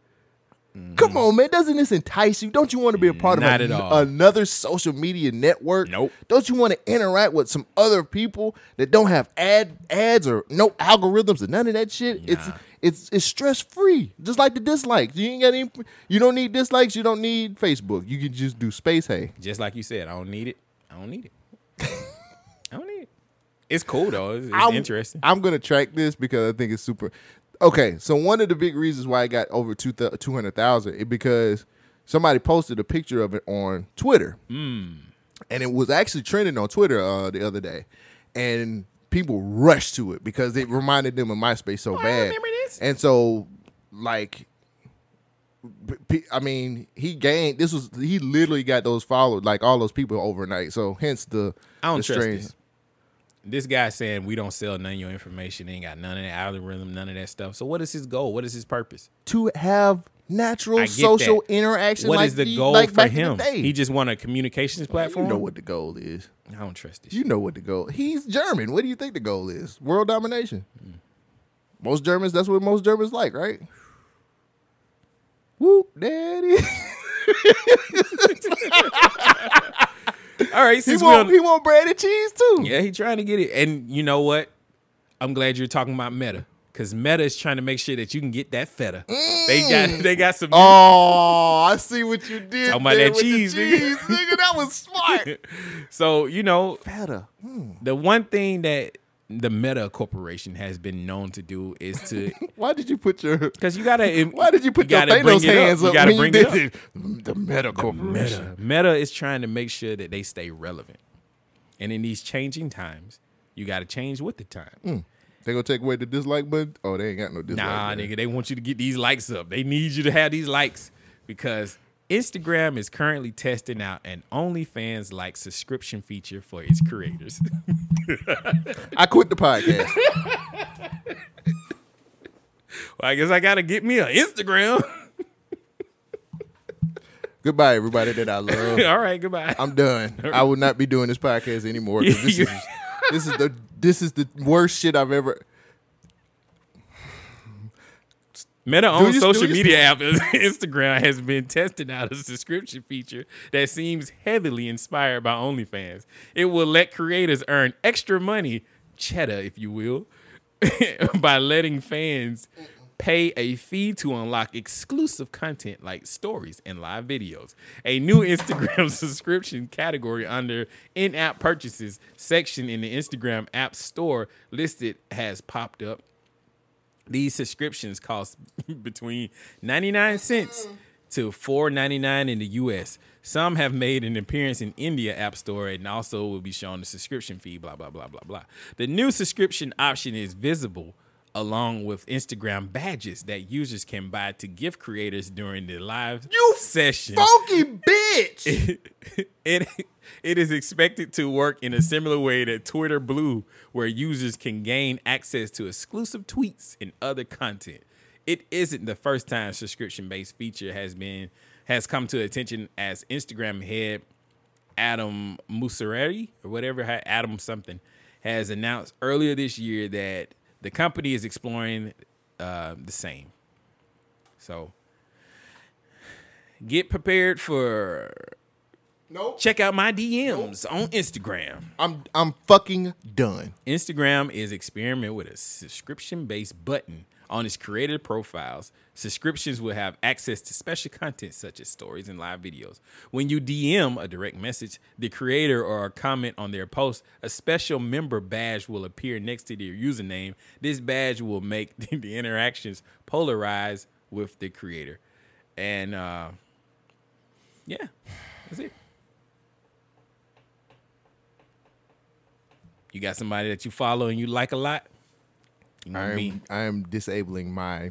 [SPEAKER 1] Come on, man. Doesn't this entice you? Don't you want to be a part
[SPEAKER 2] Not
[SPEAKER 1] of
[SPEAKER 2] at
[SPEAKER 1] a-
[SPEAKER 2] all.
[SPEAKER 1] another social media network? Nope. Don't you want to interact with some other people that don't have ad ads or no algorithms or none of that shit? It's it's it's stress free. Just like the dislikes. You ain't got any you don't need dislikes, you don't need Facebook. You can just do space hey.
[SPEAKER 2] Just like you said, I don't need it. I don't need it. I don't need it. It's cool though. Oh, It's, it's
[SPEAKER 1] I'm-
[SPEAKER 2] interesting.
[SPEAKER 1] I'm gonna track this because I think it's super. Okay, so one of the big reasons why I got over two two hundred thousand is because somebody posted a picture of it on Twitter,
[SPEAKER 2] Mm.
[SPEAKER 1] and it was actually trending on Twitter uh, the other day, and people rushed to it because it reminded them of MySpace so bad.
[SPEAKER 2] Oh, remember this.
[SPEAKER 1] And so, like, p- p- I mean, he gained. This was he literally got those followed like all those people overnight. So hence the
[SPEAKER 2] I don't
[SPEAKER 1] the
[SPEAKER 2] trust
[SPEAKER 1] strange-
[SPEAKER 2] this. This guy saying we don't sell none of your information, ain't got none of that algorithm, none of that stuff. So what is his goal? What is his purpose?
[SPEAKER 1] to have natural
[SPEAKER 2] I get
[SPEAKER 1] social
[SPEAKER 2] that.
[SPEAKER 1] interaction.
[SPEAKER 2] What
[SPEAKER 1] like
[SPEAKER 2] is the
[SPEAKER 1] the-
[SPEAKER 2] goal
[SPEAKER 1] like
[SPEAKER 2] for
[SPEAKER 1] back in the
[SPEAKER 2] him?
[SPEAKER 1] day.
[SPEAKER 2] He just want a communications platform.
[SPEAKER 1] You know what the goal is.
[SPEAKER 2] I don't trust this.
[SPEAKER 1] You know what the goal. He's German. What do you think the goal is? World domination. Most Germans. That's what most Germans like, right? Whoop, daddy.
[SPEAKER 2] All right,
[SPEAKER 1] he
[SPEAKER 2] since we
[SPEAKER 1] want
[SPEAKER 2] on-
[SPEAKER 1] he want bread and cheese too.
[SPEAKER 2] Yeah, he trying to get it. And you know what? I'm glad you're talking about Meta because Meta is trying to make sure that you can get that feta. They got they got
[SPEAKER 1] <laughs>
[SPEAKER 2] some.
[SPEAKER 1] Mm. Oh, I see what you did.
[SPEAKER 2] Talking about
[SPEAKER 1] there
[SPEAKER 2] that
[SPEAKER 1] with the
[SPEAKER 2] cheese, nigga.
[SPEAKER 1] cheese, nigga. That was smart.
[SPEAKER 2] <laughs> So you know,
[SPEAKER 1] Feta. Hmm.
[SPEAKER 2] the one thing that the Meta Corporation has been known to do is to
[SPEAKER 1] Why did you put your?
[SPEAKER 2] Because you gotta.
[SPEAKER 1] Why did you put
[SPEAKER 2] you
[SPEAKER 1] your
[SPEAKER 2] gotta bring
[SPEAKER 1] Thanos
[SPEAKER 2] it up.
[SPEAKER 1] hands
[SPEAKER 2] You
[SPEAKER 1] up?
[SPEAKER 2] gotta
[SPEAKER 1] when
[SPEAKER 2] bring it
[SPEAKER 1] did
[SPEAKER 2] up.
[SPEAKER 1] this? The Meta Corporation.
[SPEAKER 2] Meta. Meta is trying to make sure that they stay relevant, and in these changing times, you got to change with the time.
[SPEAKER 1] Mm. They gonna take away the dislike button? Oh, they ain't got no dislike.
[SPEAKER 2] Nah,
[SPEAKER 1] button.
[SPEAKER 2] nigga, they want you to get these likes up. They need you to have these likes because Instagram is currently testing out an OnlyFans like subscription feature for its creators.
[SPEAKER 1] I quit the podcast.
[SPEAKER 2] <laughs> Well, I guess I gotta get me an Instagram.
[SPEAKER 1] Goodbye, everybody
[SPEAKER 2] <laughs>
[SPEAKER 1] that I love.
[SPEAKER 2] All right, goodbye.
[SPEAKER 1] I'm done. I will not be doing this
[SPEAKER 2] <laughs>
[SPEAKER 1] podcast anymore. 'cause This is, this is the this is the worst shit I've ever.
[SPEAKER 2] Meta
[SPEAKER 1] Do
[SPEAKER 2] own
[SPEAKER 1] you-
[SPEAKER 2] social
[SPEAKER 1] do you- <laughs>
[SPEAKER 2] media app <laughs> Instagram has been testing out a subscription feature that seems heavily inspired by OnlyFans. It will let creators earn extra money, cheddar, if you will, <laughs> by letting fans pay a fee to unlock exclusive content like stories and live videos. A new <laughs> Instagram subscription category under in-app purchases section in the Instagram app store listed has popped up. These subscriptions cost <laughs> between 99 cents to 4.99 in the US. Some have made an appearance in India App Store and also will be shown the subscription fee blah blah blah blah blah. The new subscription option is visible along with Instagram badges that users can buy to gift creators during the live you session.
[SPEAKER 1] Funky bitch.
[SPEAKER 2] <laughs> It it is expected to work in a similar way that Twitter Blue, where users can gain access to exclusive tweets and other content. It isn't the first time subscription-based feature has been has come to attention as Instagram head Adam Muserati or whatever, ha- Adam something, has announced earlier this year that the company is exploring uh, the same. So get prepared for.
[SPEAKER 1] Nope.
[SPEAKER 2] Check out my DMs on Instagram.
[SPEAKER 1] I'm I'm fucking done.
[SPEAKER 2] Instagram is experimenting with a subscription-based button on its creator profiles. Subscriptions will have access to special content such as stories and live videos. When you DM a direct message, the creator or a comment on their post, a special member badge will appear next to their username. This badge will make <laughs> the interactions polarized with the creator. And uh, yeah, that's it. You got somebody that you follow and you like a lot. You know
[SPEAKER 1] I
[SPEAKER 2] what I mean?
[SPEAKER 1] am I am disabling my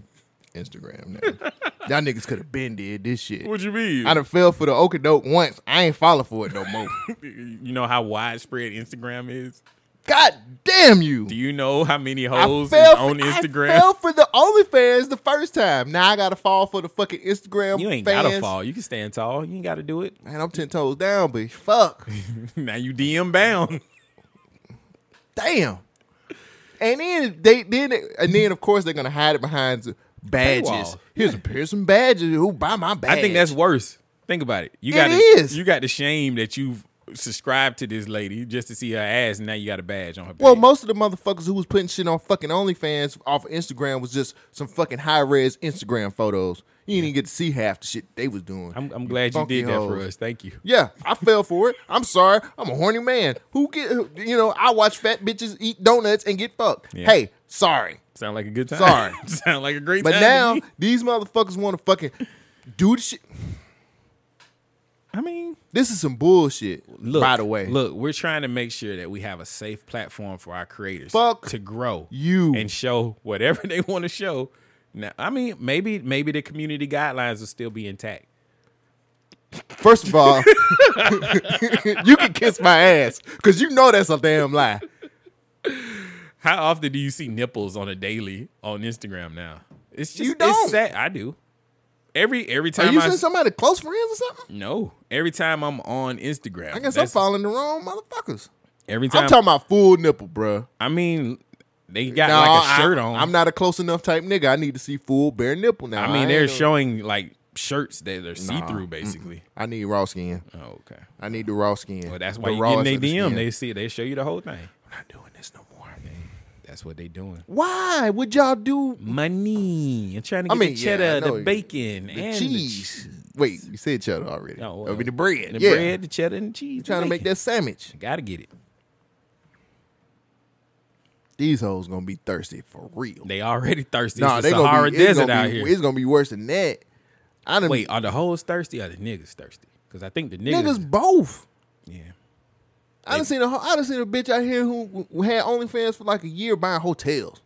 [SPEAKER 1] Instagram now. Y'all niggas could have been did this shit.
[SPEAKER 2] What you mean?
[SPEAKER 1] I done fell for the Okadoke once. I ain't follow for it no
[SPEAKER 2] <laughs>
[SPEAKER 1] more.
[SPEAKER 2] you know how widespread Instagram is.
[SPEAKER 1] God damn you!
[SPEAKER 2] Do you know how many
[SPEAKER 1] I
[SPEAKER 2] hoes is
[SPEAKER 1] fell for-
[SPEAKER 2] on Instagram?
[SPEAKER 1] I fell for the OnlyFans the first time. Now I gotta fall for the fucking Instagram.
[SPEAKER 2] you ain't
[SPEAKER 1] fans.
[SPEAKER 2] gotta fall. You can stand tall. You ain't gotta do it.
[SPEAKER 1] Man, I'm ten toes down, bitch. Fuck.
[SPEAKER 2] <laughs> now you DM bound.
[SPEAKER 1] Damn. And then they then and then of course they're gonna hide it behind badges.
[SPEAKER 2] Paywall.
[SPEAKER 1] Here's here's some badges. Who buy my badge?
[SPEAKER 2] I think that's worse. Think about it. You
[SPEAKER 1] It
[SPEAKER 2] got
[SPEAKER 1] is.
[SPEAKER 2] You got the shame that you've subscribed to this lady just to see her ass, and now you got a badge on her.
[SPEAKER 1] Well, most of the motherfuckers who was putting shit on fucking OnlyFans off of Instagram was just some fucking high res Instagram photos. You didn't even get to see half the shit they was doing.
[SPEAKER 2] I'm, I'm glad you
[SPEAKER 1] Funky
[SPEAKER 2] did that for
[SPEAKER 1] hoes.
[SPEAKER 2] us. Thank you.
[SPEAKER 1] Yeah, I fell for it. I'm sorry. I'm a horny man. Who get who- you know? I watch fat bitches eat donuts and get fucked.
[SPEAKER 2] Yeah.
[SPEAKER 1] Hey, sorry.
[SPEAKER 2] Sound like a good time.
[SPEAKER 1] Sorry.
[SPEAKER 2] <laughs> Sound like a great
[SPEAKER 1] But
[SPEAKER 2] time. to
[SPEAKER 1] now
[SPEAKER 2] me.
[SPEAKER 1] <laughs> these motherfuckers want to fucking do the shit.
[SPEAKER 2] I mean,
[SPEAKER 1] this is some bullshit.
[SPEAKER 2] Look,
[SPEAKER 1] by the way,
[SPEAKER 2] look, we're trying to make sure that we have a safe platform for our creators
[SPEAKER 1] Fuck
[SPEAKER 2] to grow
[SPEAKER 1] you.
[SPEAKER 2] and show whatever <laughs> they want to show. Now, I mean, maybe maybe the community guidelines will still be intact.
[SPEAKER 1] First of all, <laughs> you can kiss my ass because you know that's a damn lie.
[SPEAKER 2] How often do you see nipples on a daily on Instagram now? It's just
[SPEAKER 1] You don't.
[SPEAKER 2] It's sad. I do. Every every
[SPEAKER 1] Are
[SPEAKER 2] time
[SPEAKER 1] you
[SPEAKER 2] I
[SPEAKER 1] seeing somebody close friends or something?
[SPEAKER 2] no every time I'm on Instagram.
[SPEAKER 1] I guess I'm
[SPEAKER 2] that's-
[SPEAKER 1] following the wrong motherfuckers.
[SPEAKER 2] every time.
[SPEAKER 1] I'm talking about full nipple, bruh.
[SPEAKER 2] I mean, they got
[SPEAKER 1] Nah,
[SPEAKER 2] like
[SPEAKER 1] I-
[SPEAKER 2] a shirt on.
[SPEAKER 1] I'm not a close enough type nigga. I need to see full bare nipple now.
[SPEAKER 2] I
[SPEAKER 1] ain't
[SPEAKER 2] mean, they're
[SPEAKER 1] no-
[SPEAKER 2] showing like shirts that are see through
[SPEAKER 1] mm-mm.
[SPEAKER 2] basically.
[SPEAKER 1] I need raw skin.
[SPEAKER 2] Oh, okay.
[SPEAKER 1] I need the raw skin.
[SPEAKER 2] Well, that's
[SPEAKER 1] The
[SPEAKER 2] why you
[SPEAKER 1] raw
[SPEAKER 2] get in
[SPEAKER 1] is
[SPEAKER 2] their
[SPEAKER 1] in the
[SPEAKER 2] DM.
[SPEAKER 1] skin.
[SPEAKER 2] They see, they show you the whole thing. We're not doing this no more. That's what they doing.
[SPEAKER 1] Why would y'all do?
[SPEAKER 2] Money. I'm trying to
[SPEAKER 1] I
[SPEAKER 2] get
[SPEAKER 1] mean,
[SPEAKER 2] the
[SPEAKER 1] yeah, I
[SPEAKER 2] cheddar,
[SPEAKER 1] know.
[SPEAKER 2] the bacon,
[SPEAKER 1] The
[SPEAKER 2] and
[SPEAKER 1] cheese. Wait, you said cheddar already.
[SPEAKER 2] The,
[SPEAKER 1] I mean, the bread.
[SPEAKER 2] The
[SPEAKER 1] yeah.
[SPEAKER 2] bread, the cheddar, and the cheese.
[SPEAKER 1] You're trying to make that sandwich.
[SPEAKER 2] Got to get it.
[SPEAKER 1] These hoes gonna be thirsty for real.
[SPEAKER 2] <laughs> They already thirsty.
[SPEAKER 1] Nah,
[SPEAKER 2] it's the
[SPEAKER 1] they gonna
[SPEAKER 2] Sahara
[SPEAKER 1] be- it's
[SPEAKER 2] Desert
[SPEAKER 1] gonna
[SPEAKER 2] out
[SPEAKER 1] be-
[SPEAKER 2] here.
[SPEAKER 1] It's gonna be worse than that. I done
[SPEAKER 2] Wait, are the hoes thirsty or the niggas thirsty? Because I think the niggas.
[SPEAKER 1] niggas both.
[SPEAKER 2] yeah.
[SPEAKER 1] I done seen a ho- I done seen a bitch out here who, who had OnlyFans for like a year buying hotels.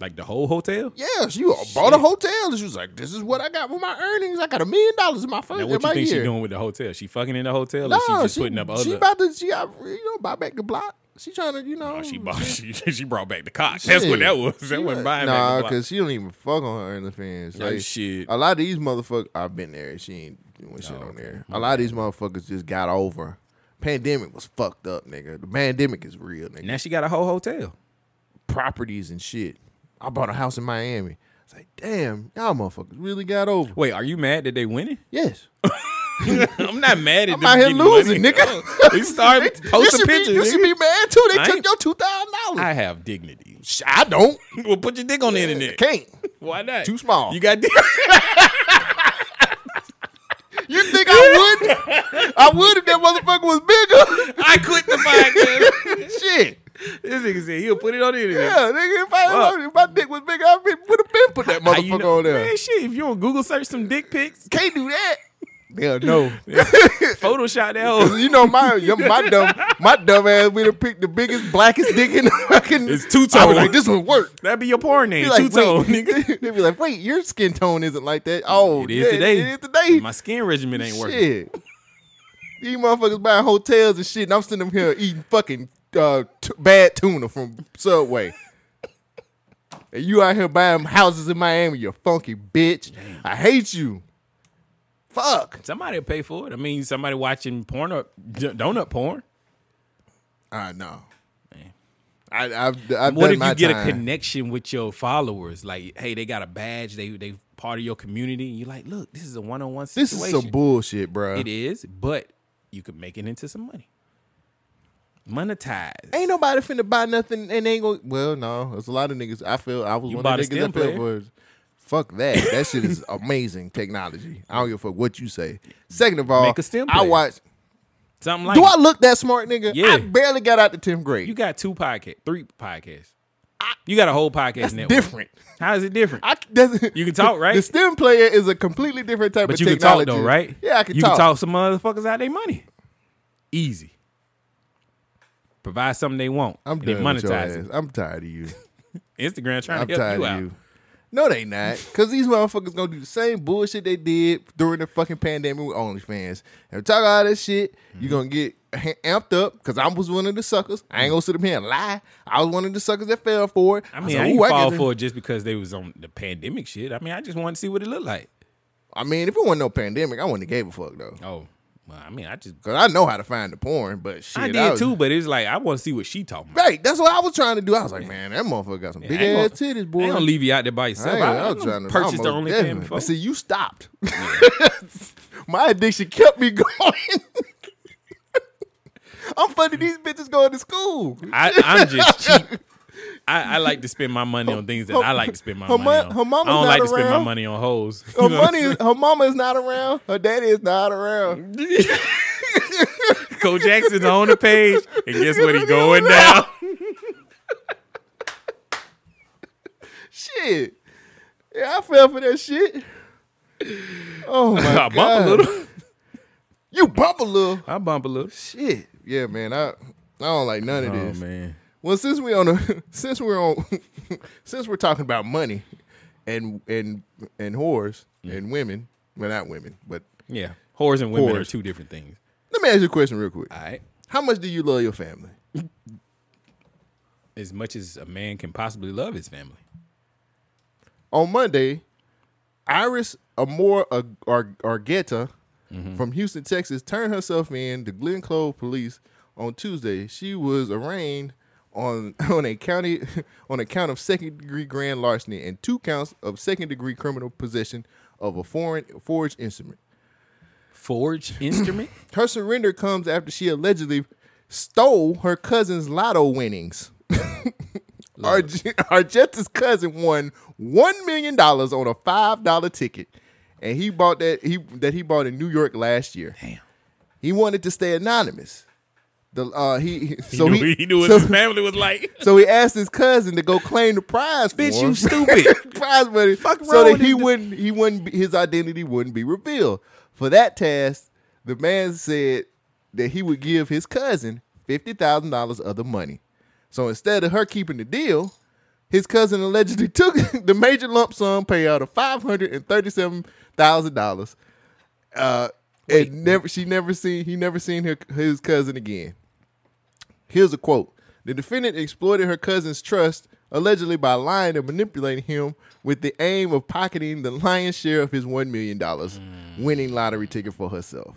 [SPEAKER 2] Like the whole hotel?
[SPEAKER 1] Yeah, she bought a hotel and she was like, "This is what I got with my earnings. I got a million dollars in my first
[SPEAKER 2] Now,
[SPEAKER 1] in
[SPEAKER 2] what you
[SPEAKER 1] my
[SPEAKER 2] think
[SPEAKER 1] year."
[SPEAKER 2] she doing with the hotel? She fucking in the hotel
[SPEAKER 1] No,
[SPEAKER 2] or she just
[SPEAKER 1] she,
[SPEAKER 2] putting up
[SPEAKER 1] she
[SPEAKER 2] other.
[SPEAKER 1] about to she got, you know buy back the block. She trying to you know
[SPEAKER 2] she, bought, <laughs> she, she brought back the cock. That's what that was. That wasn't buying back
[SPEAKER 1] Nah,
[SPEAKER 2] the block.
[SPEAKER 1] because she don't even fuck on her OnlyFans.
[SPEAKER 2] Oh,
[SPEAKER 1] Like,
[SPEAKER 2] shit. Oh,
[SPEAKER 1] A lot of these motherfuckers, I've been there. She ain't doing shit on there. A lot of these motherfuckers just got over. Pandemic was fucked up, nigga. The pandemic is real, nigga.
[SPEAKER 2] Now she got a whole hotel.
[SPEAKER 1] Properties and shit. I bought a house in Miami. It's like, damn, y'all motherfuckers really got over.
[SPEAKER 2] Wait, are you mad that they
[SPEAKER 1] <laughs>
[SPEAKER 2] winning?
[SPEAKER 1] Yes.
[SPEAKER 2] I'm not mad at
[SPEAKER 1] I'm
[SPEAKER 2] them
[SPEAKER 1] out here
[SPEAKER 2] getting
[SPEAKER 1] losing,
[SPEAKER 2] money.
[SPEAKER 1] nigga.
[SPEAKER 2] <laughs> We
[SPEAKER 1] <laughs>
[SPEAKER 2] started
[SPEAKER 1] You
[SPEAKER 2] posting
[SPEAKER 1] should be-
[SPEAKER 2] pictures.
[SPEAKER 1] you should
[SPEAKER 2] nigga.
[SPEAKER 1] be mad too. They
[SPEAKER 2] I
[SPEAKER 1] took
[SPEAKER 2] ain't-
[SPEAKER 1] your two thousand
[SPEAKER 2] I
[SPEAKER 1] dollars.
[SPEAKER 2] have dignity.
[SPEAKER 1] I don't. <laughs>
[SPEAKER 2] Well, put your dick on the internet.
[SPEAKER 1] Can't.
[SPEAKER 2] Why not?
[SPEAKER 1] Too small.
[SPEAKER 2] You got dick.
[SPEAKER 1] You think I would? I would if that motherfucker was <laughs> bigger.
[SPEAKER 2] I quit the
[SPEAKER 1] <laughs>
[SPEAKER 2] podcast.
[SPEAKER 1] Shit.
[SPEAKER 2] this nigga said he'll put it on the internet.
[SPEAKER 1] Yeah, nigga. If, I,
[SPEAKER 2] Fuck.
[SPEAKER 1] if my dick was bigger, I would have been put that
[SPEAKER 2] How
[SPEAKER 1] motherfucker
[SPEAKER 2] you know-
[SPEAKER 1] on there.
[SPEAKER 2] Man, shit, if you don't Google search some dick pics,
[SPEAKER 1] Can't do that. Yeah, no.
[SPEAKER 2] <laughs> Photoshop that hoe.
[SPEAKER 1] you know my your- my dumb my dumb ass would have picked the biggest blackest dick in the fucking.
[SPEAKER 2] It's two-tone.
[SPEAKER 1] I was like this would work.
[SPEAKER 2] That'd be your porn
[SPEAKER 1] Be
[SPEAKER 2] name,
[SPEAKER 1] like,
[SPEAKER 2] two
[SPEAKER 1] <laughs>
[SPEAKER 2] tone,
[SPEAKER 1] wait.
[SPEAKER 2] nigga.
[SPEAKER 1] They be like, wait, your skin tone isn't like that. Oh,
[SPEAKER 2] It is
[SPEAKER 1] yeah,
[SPEAKER 2] today.
[SPEAKER 1] It is today.
[SPEAKER 2] My skin regimen ain't working.
[SPEAKER 1] Shit. These motherfuckers buying hotels and shit, and I'm sitting up here eating fucking uh, t- bad tuna from Subway. and you out here buying houses in Miami, you funky bitch. I hate you. Fuck.
[SPEAKER 2] Somebody will pay for it. I mean, somebody watching porn or d- donut porn.
[SPEAKER 1] I know. I, I've, I've
[SPEAKER 2] what
[SPEAKER 1] done
[SPEAKER 2] if
[SPEAKER 1] my
[SPEAKER 2] you get
[SPEAKER 1] time.
[SPEAKER 2] a connection with your followers? Like, hey, they got a badge. They they part of your community. And you're like, look, this is a one on one
[SPEAKER 1] This
[SPEAKER 2] situation.
[SPEAKER 1] is some bullshit, bro.
[SPEAKER 2] It is, but you could make it into some money. Monetize.
[SPEAKER 1] Ain't nobody finna buy nothing and ain't gonna. Well, no, there's a lot of niggas. I feel I was
[SPEAKER 2] You
[SPEAKER 1] one of
[SPEAKER 2] bought a
[SPEAKER 1] the niggas I
[SPEAKER 2] stem
[SPEAKER 1] feel
[SPEAKER 2] player.
[SPEAKER 1] for. Fuck that. That
[SPEAKER 2] <laughs>
[SPEAKER 1] shit is amazing technology. I don't give a fuck what you say. Second of all,
[SPEAKER 2] Make a stem
[SPEAKER 1] I
[SPEAKER 2] player.
[SPEAKER 1] watch.
[SPEAKER 2] Something like
[SPEAKER 1] Do I look that smart, nigga?
[SPEAKER 2] Yeah.
[SPEAKER 1] I barely got out the tenth grade.
[SPEAKER 2] You got two podcast, three podcasts. You got a whole podcast network.
[SPEAKER 1] different.
[SPEAKER 2] How is it different?
[SPEAKER 1] I, that's-
[SPEAKER 2] You can
[SPEAKER 1] <laughs>
[SPEAKER 2] talk, right?
[SPEAKER 1] The stem player is a completely different type
[SPEAKER 2] but
[SPEAKER 1] of
[SPEAKER 2] you can
[SPEAKER 1] technology.
[SPEAKER 2] talk though, right?
[SPEAKER 1] Yeah, I can
[SPEAKER 2] you
[SPEAKER 1] talk.
[SPEAKER 2] can talk some motherfuckers out their money. Easy. Provide something they want.
[SPEAKER 1] I'm
[SPEAKER 2] and they
[SPEAKER 1] done with your
[SPEAKER 2] monetize
[SPEAKER 1] ass. I'm tired of you.
[SPEAKER 2] it. <laughs> Instagram trying
[SPEAKER 1] I'm
[SPEAKER 2] to help
[SPEAKER 1] tired
[SPEAKER 2] you
[SPEAKER 1] of
[SPEAKER 2] out.
[SPEAKER 1] you. No, they not. Cause these motherfuckers gonna do the same bullshit they did during the fucking pandemic with OnlyFans. And talk all this shit,
[SPEAKER 2] Mm-hmm.
[SPEAKER 1] you gonna get ha- amped up. Cause I was one of the suckers. I ain't gonna sit up here and lie. I was one of the suckers that fell for it.
[SPEAKER 2] I mean,
[SPEAKER 1] said,
[SPEAKER 2] I didn't
[SPEAKER 1] "Ooh, I
[SPEAKER 2] fall
[SPEAKER 1] get it."
[SPEAKER 2] for it just because they was on the pandemic shit. I mean, I just wanted to see what it looked like.
[SPEAKER 1] I mean, if it wasn't no pandemic, I wouldn't have gave a fuck though.
[SPEAKER 2] Oh, well, I mean, I just
[SPEAKER 1] Cause I know how to find the porn, but shit,
[SPEAKER 2] I did
[SPEAKER 1] was-
[SPEAKER 2] too, but it's like I want to see what she talking about.
[SPEAKER 1] Right, that's what I was trying to do. I was like, man, that motherfucker got some
[SPEAKER 2] Yeah,
[SPEAKER 1] big
[SPEAKER 2] I
[SPEAKER 1] ass
[SPEAKER 2] ain't
[SPEAKER 1] titties,
[SPEAKER 2] I
[SPEAKER 1] boy.
[SPEAKER 2] ain't gonna leave you out there by
[SPEAKER 1] I
[SPEAKER 2] yourself.
[SPEAKER 1] ain't-
[SPEAKER 2] I,
[SPEAKER 1] I was
[SPEAKER 2] I
[SPEAKER 1] trying to
[SPEAKER 2] purchased the
[SPEAKER 1] almost
[SPEAKER 2] OnlyFans
[SPEAKER 1] definitely.
[SPEAKER 2] before.
[SPEAKER 1] See, you stopped. <laughs> My addiction kept me <laughs> going. I'm funny. These bitches going to school.
[SPEAKER 2] <laughs> I, I'm
[SPEAKER 1] <laughs>
[SPEAKER 2] just cheap. I, I like to spend my money on things that I like to spend my
[SPEAKER 1] Her
[SPEAKER 2] money
[SPEAKER 1] mo-
[SPEAKER 2] on.
[SPEAKER 1] her mama's
[SPEAKER 2] I don't
[SPEAKER 1] not
[SPEAKER 2] like to spend my
[SPEAKER 1] around.
[SPEAKER 2] money on hoes. <laughs>
[SPEAKER 1] Her
[SPEAKER 2] You know what
[SPEAKER 1] money, is, her mama is not around. Her daddy is
[SPEAKER 2] <laughs>
[SPEAKER 1] not around.
[SPEAKER 2] I'm saying? Cole Jackson's on the page, and guess
[SPEAKER 1] <laughs>
[SPEAKER 2] what? He going down.
[SPEAKER 1] Shit. Yeah, I fell for that shit. Oh
[SPEAKER 2] <laughs>
[SPEAKER 1] my
[SPEAKER 2] I
[SPEAKER 1] god.
[SPEAKER 2] bump a little.
[SPEAKER 1] <laughs> You bump a little.
[SPEAKER 2] I bump a little.
[SPEAKER 1] Shit. Yeah, man. I I don't like none of
[SPEAKER 2] Oh
[SPEAKER 1] this.
[SPEAKER 2] man,
[SPEAKER 1] Well, since we on a, <laughs> since we're on <laughs> since we're talking about money and and and whores and women, well not women, but
[SPEAKER 2] yeah. Whores and women are
[SPEAKER 1] Whores.
[SPEAKER 2] two different things.
[SPEAKER 1] let me ask you a question real quick.
[SPEAKER 2] All right.
[SPEAKER 1] How much do you love your family?
[SPEAKER 2] As much as a man can possibly love his family.
[SPEAKER 1] On Monday, Iris Amor Ar- Ar- Argueta
[SPEAKER 2] Mm-hmm.
[SPEAKER 1] from Houston, Texas, turned herself in to Glenclove police on Tuesday. She was arraigned on <laughs> on a county on a count of second degree grand larceny and two counts of second degree criminal possession of a foreign forged instrument. <clears throat>
[SPEAKER 2] Forge instrument.
[SPEAKER 1] Her surrender comes after she allegedly stole her cousin's
[SPEAKER 2] <laughs>
[SPEAKER 1] lotto winnings. Arge- <laughs> Argenta's cousin won one million dollars on a five dollar ticket, and he bought that he that he bought in New York last year.
[SPEAKER 2] Damn.
[SPEAKER 1] He wanted to stay anonymous. The uh, he, he-
[SPEAKER 2] He
[SPEAKER 1] so
[SPEAKER 2] knew, he, knew what
[SPEAKER 1] so, <laughs>
[SPEAKER 2] his family was like.
[SPEAKER 1] so he asked his cousin to go claim the prize. for
[SPEAKER 2] Bitch,
[SPEAKER 1] him. <laughs>
[SPEAKER 2] you stupid.
[SPEAKER 1] prize money.
[SPEAKER 2] wrong
[SPEAKER 1] so that
[SPEAKER 2] with
[SPEAKER 1] he
[SPEAKER 2] this dude?
[SPEAKER 1] wouldn't he wouldn't be, his identity wouldn't be revealed. For that task, the man said that he would give his cousin fifty thousand dollars of the money. So instead of her keeping the deal, his cousin allegedly <laughs> took the major lump sum payout of five hundred and thirty-seven thousand dollars. Uh, and never she never seen he never seen her his cousin again. Here's a quote. The defendant exploited her cousin's trust, allegedly by lying and manipulating him with the aim of pocketing the lion's share of his $1 million winning lottery ticket for herself.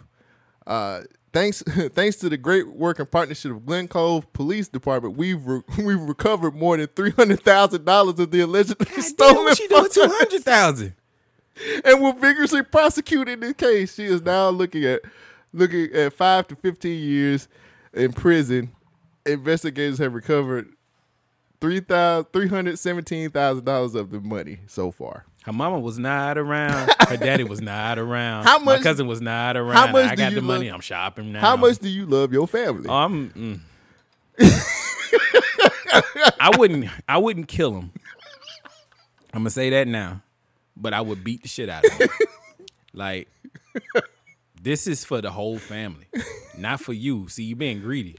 [SPEAKER 1] Uh, thanks, <laughs> thanks to the great work and partnership of Glen Cove Police Department, we've re- <laughs> we've recovered more than three hundred thousand dollars of the allegedly
[SPEAKER 2] Damn,
[SPEAKER 1] stolen
[SPEAKER 2] what she doing?
[SPEAKER 1] funds
[SPEAKER 2] Two hundred thousand.
[SPEAKER 1] and will vigorously prosecute in this case. She is now looking at looking at five to fifteen years in prison. Investigators have recovered three thousand three hundred seventeen thousand dollars of the money so far.
[SPEAKER 2] Her mama was <laughs> not around. Her daddy was not around.
[SPEAKER 1] How
[SPEAKER 2] My
[SPEAKER 1] much-
[SPEAKER 2] cousin was not around.
[SPEAKER 1] much
[SPEAKER 2] I
[SPEAKER 1] do
[SPEAKER 2] got
[SPEAKER 1] you
[SPEAKER 2] the
[SPEAKER 1] love-
[SPEAKER 2] money. I'm shopping now.
[SPEAKER 1] How much do you love your family?
[SPEAKER 2] Um, mm. I wouldn't. I wouldn't kill him. I'm gonna say that now, but I would beat the shit out of him. like, this is for the whole family, not for you. See, you being greedy.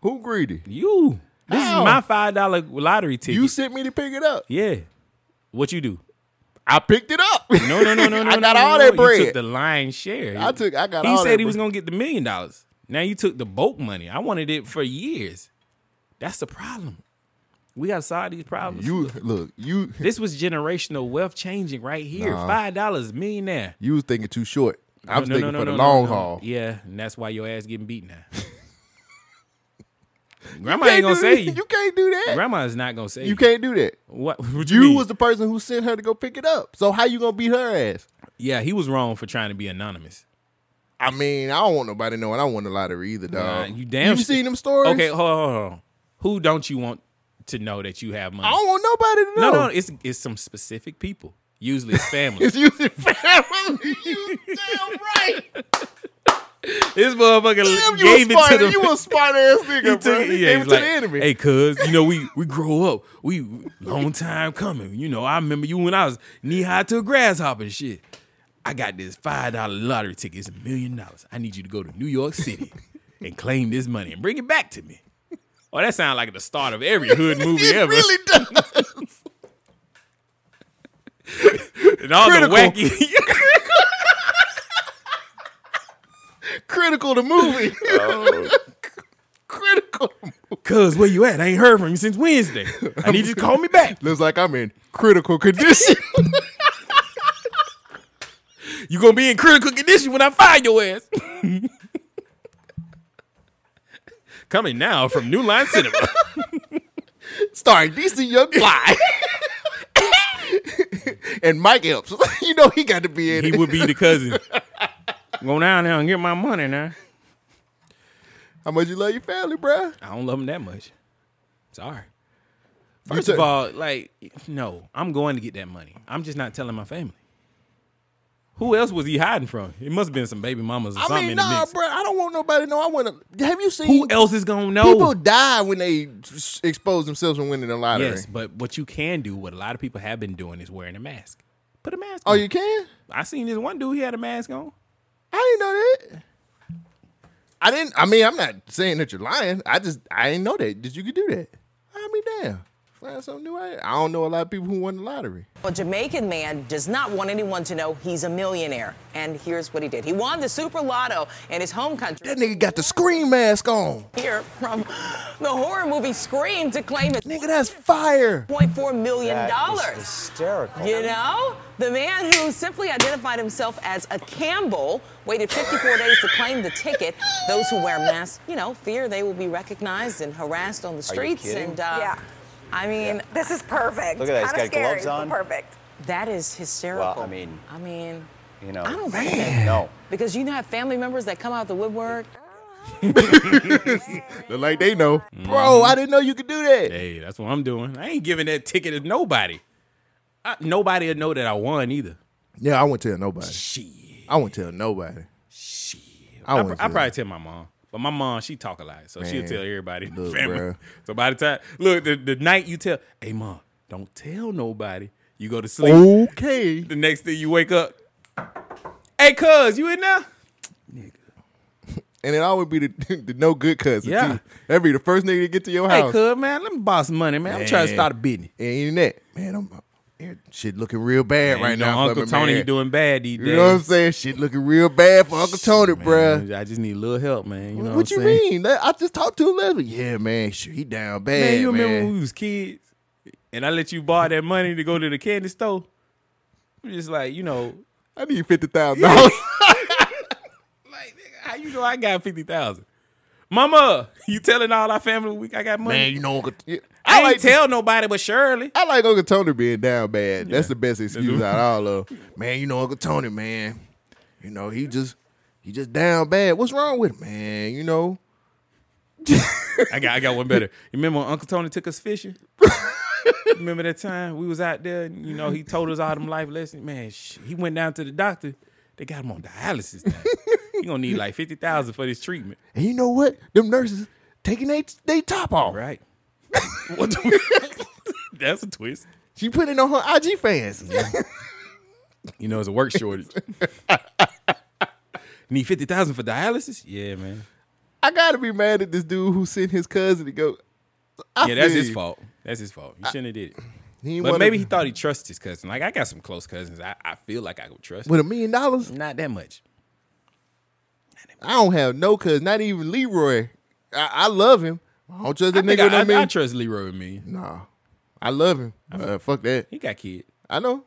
[SPEAKER 1] Who greedy?
[SPEAKER 2] You. This
[SPEAKER 1] How?
[SPEAKER 2] is my five dollar lottery ticket.
[SPEAKER 1] You sent me to pick it up.
[SPEAKER 2] yeah. What you do?
[SPEAKER 1] I picked it up.
[SPEAKER 2] No, no, no, no, no.
[SPEAKER 1] <laughs> I got
[SPEAKER 2] no,
[SPEAKER 1] all
[SPEAKER 2] no.
[SPEAKER 1] that
[SPEAKER 2] You
[SPEAKER 1] bread.
[SPEAKER 2] took the lion's share.
[SPEAKER 1] I took- I got
[SPEAKER 2] He
[SPEAKER 1] all
[SPEAKER 2] said
[SPEAKER 1] that
[SPEAKER 2] he was
[SPEAKER 1] bread.
[SPEAKER 2] gonna get the million dollars. Now you took the bulk money. I wanted it for years. That's the problem. We got to solve these problems.
[SPEAKER 1] You look, you <laughs>
[SPEAKER 2] this was generational wealth changing right here.
[SPEAKER 1] Nah.
[SPEAKER 2] Five dollars millionaire.
[SPEAKER 1] you was thinking too short. I
[SPEAKER 2] No,
[SPEAKER 1] was
[SPEAKER 2] no,
[SPEAKER 1] thinking
[SPEAKER 2] no,
[SPEAKER 1] for
[SPEAKER 2] no,
[SPEAKER 1] the
[SPEAKER 2] no,
[SPEAKER 1] long
[SPEAKER 2] no, no.
[SPEAKER 1] haul.
[SPEAKER 2] Yeah, and that's why your ass getting
[SPEAKER 1] <laughs>
[SPEAKER 2] beat now. Grandma
[SPEAKER 1] can't
[SPEAKER 2] ain't gonna
[SPEAKER 1] do
[SPEAKER 2] say
[SPEAKER 1] that. You can't do that.
[SPEAKER 2] Grandma's not gonna say
[SPEAKER 1] You can't do that.
[SPEAKER 2] What? what
[SPEAKER 1] you
[SPEAKER 2] mean?
[SPEAKER 1] was the person who sent her to go pick it up. So how you gonna beat her ass?
[SPEAKER 2] Yeah, he was wrong for trying to be anonymous.
[SPEAKER 1] I mean, I don't want nobody knowing I won the lottery either,
[SPEAKER 2] Nah,
[SPEAKER 1] dog.
[SPEAKER 2] you damn.
[SPEAKER 1] You
[SPEAKER 2] sh-
[SPEAKER 1] seen them stories?
[SPEAKER 2] Okay, hold on, hold on, hold on. Who don't you want to know that you have money?
[SPEAKER 1] I don't want nobody to know.
[SPEAKER 2] No, no, it's it's some specific people. Usually it's family.
[SPEAKER 1] <laughs> It's usually family. You damn right.
[SPEAKER 2] This motherfucker
[SPEAKER 1] Damn, you
[SPEAKER 2] gave
[SPEAKER 1] a
[SPEAKER 2] it
[SPEAKER 1] smart,
[SPEAKER 2] to the <laughs>
[SPEAKER 1] you a smart ass nigga,
[SPEAKER 2] He
[SPEAKER 1] bro.
[SPEAKER 2] took it,
[SPEAKER 1] He
[SPEAKER 2] yeah,
[SPEAKER 1] gave it
[SPEAKER 2] he's
[SPEAKER 1] to
[SPEAKER 2] like,
[SPEAKER 1] the enemy.
[SPEAKER 2] Hey, cuz, you know, we we grow up. We long time coming. You know, I remember you when I was knee high to a grasshopper and shit. I got this five dollar lottery ticket. It's a million dollars. I need you to go to New York
[SPEAKER 1] <laughs>
[SPEAKER 2] City and claim this money and bring it back to me. Oh, that sounds like the start of every
[SPEAKER 1] <laughs>
[SPEAKER 2] hood movie
[SPEAKER 1] It
[SPEAKER 2] ever.
[SPEAKER 1] really does.
[SPEAKER 2] <laughs> and all the
[SPEAKER 1] Critical.
[SPEAKER 2] wacky.
[SPEAKER 1] <laughs> Critical to movie.
[SPEAKER 2] Oh,
[SPEAKER 1] Critical.
[SPEAKER 2] Cuz, where you at? I ain't heard from you since
[SPEAKER 1] <laughs>
[SPEAKER 2] Wednesday. I need you to call me back.
[SPEAKER 1] Looks like I'm in critical condition.
[SPEAKER 2] <laughs> You gonna be in critical condition when I find your ass. Coming now from New Line Cinema.
[SPEAKER 1] <laughs> Starring DC Young
[SPEAKER 2] <laughs>
[SPEAKER 1] Fly. and Mike Epps. <laughs> you know he got to be in
[SPEAKER 2] He
[SPEAKER 1] it.
[SPEAKER 2] would be the
[SPEAKER 1] <laughs>
[SPEAKER 2] cousin. Go down there and get my money now.
[SPEAKER 1] How much you love your family, bruh?
[SPEAKER 2] I don't love him that much. Sorry.
[SPEAKER 1] You
[SPEAKER 2] First
[SPEAKER 1] took-
[SPEAKER 2] of all, like, no, I'm going to get that money. I'm just not telling my family. Who else was he hiding from? It must have been some baby mamas or
[SPEAKER 1] I
[SPEAKER 2] something
[SPEAKER 1] mean,
[SPEAKER 2] in the
[SPEAKER 1] nah,
[SPEAKER 2] mix.
[SPEAKER 1] bruh. I don't want nobody to know. I want to. Have you seen
[SPEAKER 2] Who else is gonna know?
[SPEAKER 1] People die when they s- expose themselves and winning the lottery.
[SPEAKER 2] Yes, but what you can do, what a lot of people have been doing, is wearing a mask. Put a mask.
[SPEAKER 1] Oh,
[SPEAKER 2] on.
[SPEAKER 1] you can?
[SPEAKER 2] I seen this one dude. He had a mask on.
[SPEAKER 1] I didn't know that. I didn't. I mean, I'm not saying that you're lying. I just I didn't know that. Did you could do that? I mean, damn. Find something new. out. I don't know a lot of people who won the lottery.
[SPEAKER 11] A Jamaican man does not want anyone to know he's a millionaire. And here's what he did. He won the Super Lotto in his home country.
[SPEAKER 1] That nigga got the scream mask on.
[SPEAKER 11] Here from the horror movie Scream to claim his
[SPEAKER 1] nigga, that's fire.
[SPEAKER 11] $1.4 million
[SPEAKER 9] That
[SPEAKER 11] dollars.
[SPEAKER 9] is hysterical.
[SPEAKER 11] You know, the man who simply identified himself as a Campbell waited 54 days to claim the ticket. Those who wear masks, you know, fear they will be recognized and harassed on the
[SPEAKER 9] Are you
[SPEAKER 11] streets.
[SPEAKER 9] kidding?
[SPEAKER 11] And uh,
[SPEAKER 9] Yeah.
[SPEAKER 11] I mean, this is perfect.
[SPEAKER 9] Look at that, he's Kinda got scary, gloves but on.
[SPEAKER 11] Perfect. That is hysterical.
[SPEAKER 9] Well, I mean-
[SPEAKER 11] I mean,
[SPEAKER 9] You know.
[SPEAKER 11] I don't blame him.
[SPEAKER 9] No.
[SPEAKER 11] because you know, have family members that come out the woodwork.
[SPEAKER 1] Look like they know, bro. I didn't know you could do that.
[SPEAKER 2] Mm-hmm. Hey, that's what I'm doing. I ain't giving that ticket to nobody. I, nobody will know that I won either.
[SPEAKER 1] Yeah, I won't tell nobody. She. I won't tell nobody. She. I
[SPEAKER 2] I,
[SPEAKER 1] won't.
[SPEAKER 2] pr- I
[SPEAKER 1] tell-
[SPEAKER 2] probably tell my mom. But my mom, she talk a lot, so she'll
[SPEAKER 1] Man,
[SPEAKER 2] tell everybody. in the
[SPEAKER 1] look,
[SPEAKER 2] family.
[SPEAKER 1] bruh.
[SPEAKER 2] <laughs> So by the time, look, the, the night you tell, hey mom, don't tell nobody. You go to sleep.
[SPEAKER 1] Okay.
[SPEAKER 2] The next thing you wake up, hey cuz, you in there?
[SPEAKER 1] and it always be the, <laughs> the no good cousin.
[SPEAKER 2] Yeah.
[SPEAKER 1] too. that'd be the first nigga to get to your
[SPEAKER 2] Hey
[SPEAKER 1] house.
[SPEAKER 2] cuz, man, let me borrow some money, man. I'm trying to
[SPEAKER 1] Man.
[SPEAKER 2] start a business.
[SPEAKER 1] Ain't that man? I'm shit looking real bad
[SPEAKER 2] Man,
[SPEAKER 1] right
[SPEAKER 2] you know,
[SPEAKER 1] now. for
[SPEAKER 2] Uncle
[SPEAKER 1] me,
[SPEAKER 2] Tony
[SPEAKER 1] man.
[SPEAKER 2] doing bad these
[SPEAKER 1] You know what I'm
[SPEAKER 2] days.
[SPEAKER 1] saying? Shit looking real bad for Uncle Tony, bruh.
[SPEAKER 2] I just need a little help, man. You know
[SPEAKER 1] What,
[SPEAKER 2] what,
[SPEAKER 1] you
[SPEAKER 2] I'm saying?
[SPEAKER 1] mean? That- I just talked to him last week. Yeah, man. Shit, he down bad,
[SPEAKER 2] man,
[SPEAKER 1] man.
[SPEAKER 2] you remember when we was kids and I let you borrow that money to go to the candy store? I'm just like, you know, <laughs>
[SPEAKER 1] I need <laughs> fifty thousand dollars.
[SPEAKER 2] how you know I got fifty thousand? Mama, you telling all our family we I got money?
[SPEAKER 1] Man, you know Uncle. yeah.
[SPEAKER 2] I, ain't tell nobody but Shirley.
[SPEAKER 1] I like Uncle Tony being down bad. That's the best excuse out of all of. 'em. Man, you know Uncle Tony, man. You know he just he just down bad. What's wrong with him, man? You know.
[SPEAKER 2] I got I got one better. You remember when Uncle Tony took us
[SPEAKER 1] <laughs>
[SPEAKER 2] fishing? remember that time we was out there and you know he told us all them life lessons? Man, sh- he went down to the doctor. They got him on dialysis now. he gonna need like fifty thousand for this treatment.
[SPEAKER 1] And you know what? Them nurses taking they they top off. <laughs>
[SPEAKER 2] Right. What the- That's a twist.
[SPEAKER 1] She put it on her IG fans.
[SPEAKER 2] You know, it's a work shortage. Need fifty thousand for dialysis? Yeah, man.
[SPEAKER 1] <laughs> I gotta be mad at this dude who sent his cousin to go. I
[SPEAKER 2] yeah, that's
[SPEAKER 1] feel
[SPEAKER 2] his
[SPEAKER 1] you.
[SPEAKER 2] fault. That's his fault. He shouldn't have did it.
[SPEAKER 1] He
[SPEAKER 2] but
[SPEAKER 1] wanna-
[SPEAKER 2] maybe he thought he trusted his cousin. Like I got some close cousins. I, I feel like I would trust
[SPEAKER 1] With a million dollars?
[SPEAKER 2] Not that much.
[SPEAKER 1] I don't have no cousin, not even Leroy. I, I love him. I don't trust that
[SPEAKER 2] I think
[SPEAKER 1] nigga with
[SPEAKER 2] I,
[SPEAKER 1] no
[SPEAKER 2] I, I
[SPEAKER 1] million.
[SPEAKER 2] trust <laughs> Leroy with me.
[SPEAKER 1] Nah. I love him. Uh, fuck that.
[SPEAKER 2] He got kid. <laughs>
[SPEAKER 1] I know.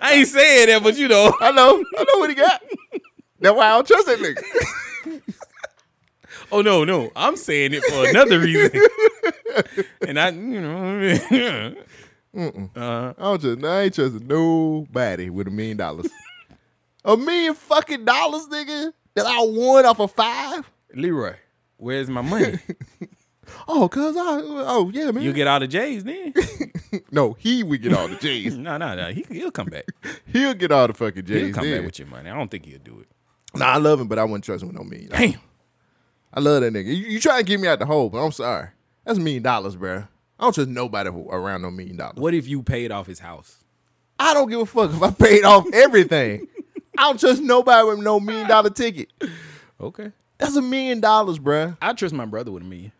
[SPEAKER 2] I ain't saying that, but you know.
[SPEAKER 1] I know. I know what he got. That's why I don't trust that nigga.
[SPEAKER 2] Oh no, no, I'm saying it for
[SPEAKER 1] <laughs>
[SPEAKER 2] another reason. and I, you <laughs> know,
[SPEAKER 1] Mm-mm.
[SPEAKER 2] Uh-huh.
[SPEAKER 1] I don't trust. I ain't trusting nobody with a million dollars. a million fucking dollars, nigga. That I won off of five.
[SPEAKER 2] <laughs> Leroy, where's my money?
[SPEAKER 1] Oh, cause I. Oh yeah, man.
[SPEAKER 2] You get all the J's then.
[SPEAKER 1] <laughs> no, he would get all the
[SPEAKER 2] <laughs>
[SPEAKER 1] J's.
[SPEAKER 2] no, no, no. He, he'll come back.
[SPEAKER 1] <laughs> He'll get all the fucking J's.
[SPEAKER 2] He'll come
[SPEAKER 1] then.
[SPEAKER 2] back with your money. I don't think he'll do it.
[SPEAKER 1] Nah, I love him, but I wouldn't trust him with no million. Dollars.
[SPEAKER 2] Damn.
[SPEAKER 1] I love that nigga. You, you try to get me out the hole, but I'm sorry. That's a million dollars, bruh. I don't trust nobody who- around no million dollars.
[SPEAKER 2] What if you paid off his house?
[SPEAKER 1] I don't give a fuck if I paid off everything. I don't trust nobody with no million dollar ticket.
[SPEAKER 2] <laughs> Okay.
[SPEAKER 1] That's a million dollars, bruh.
[SPEAKER 2] I trust my brother with a million.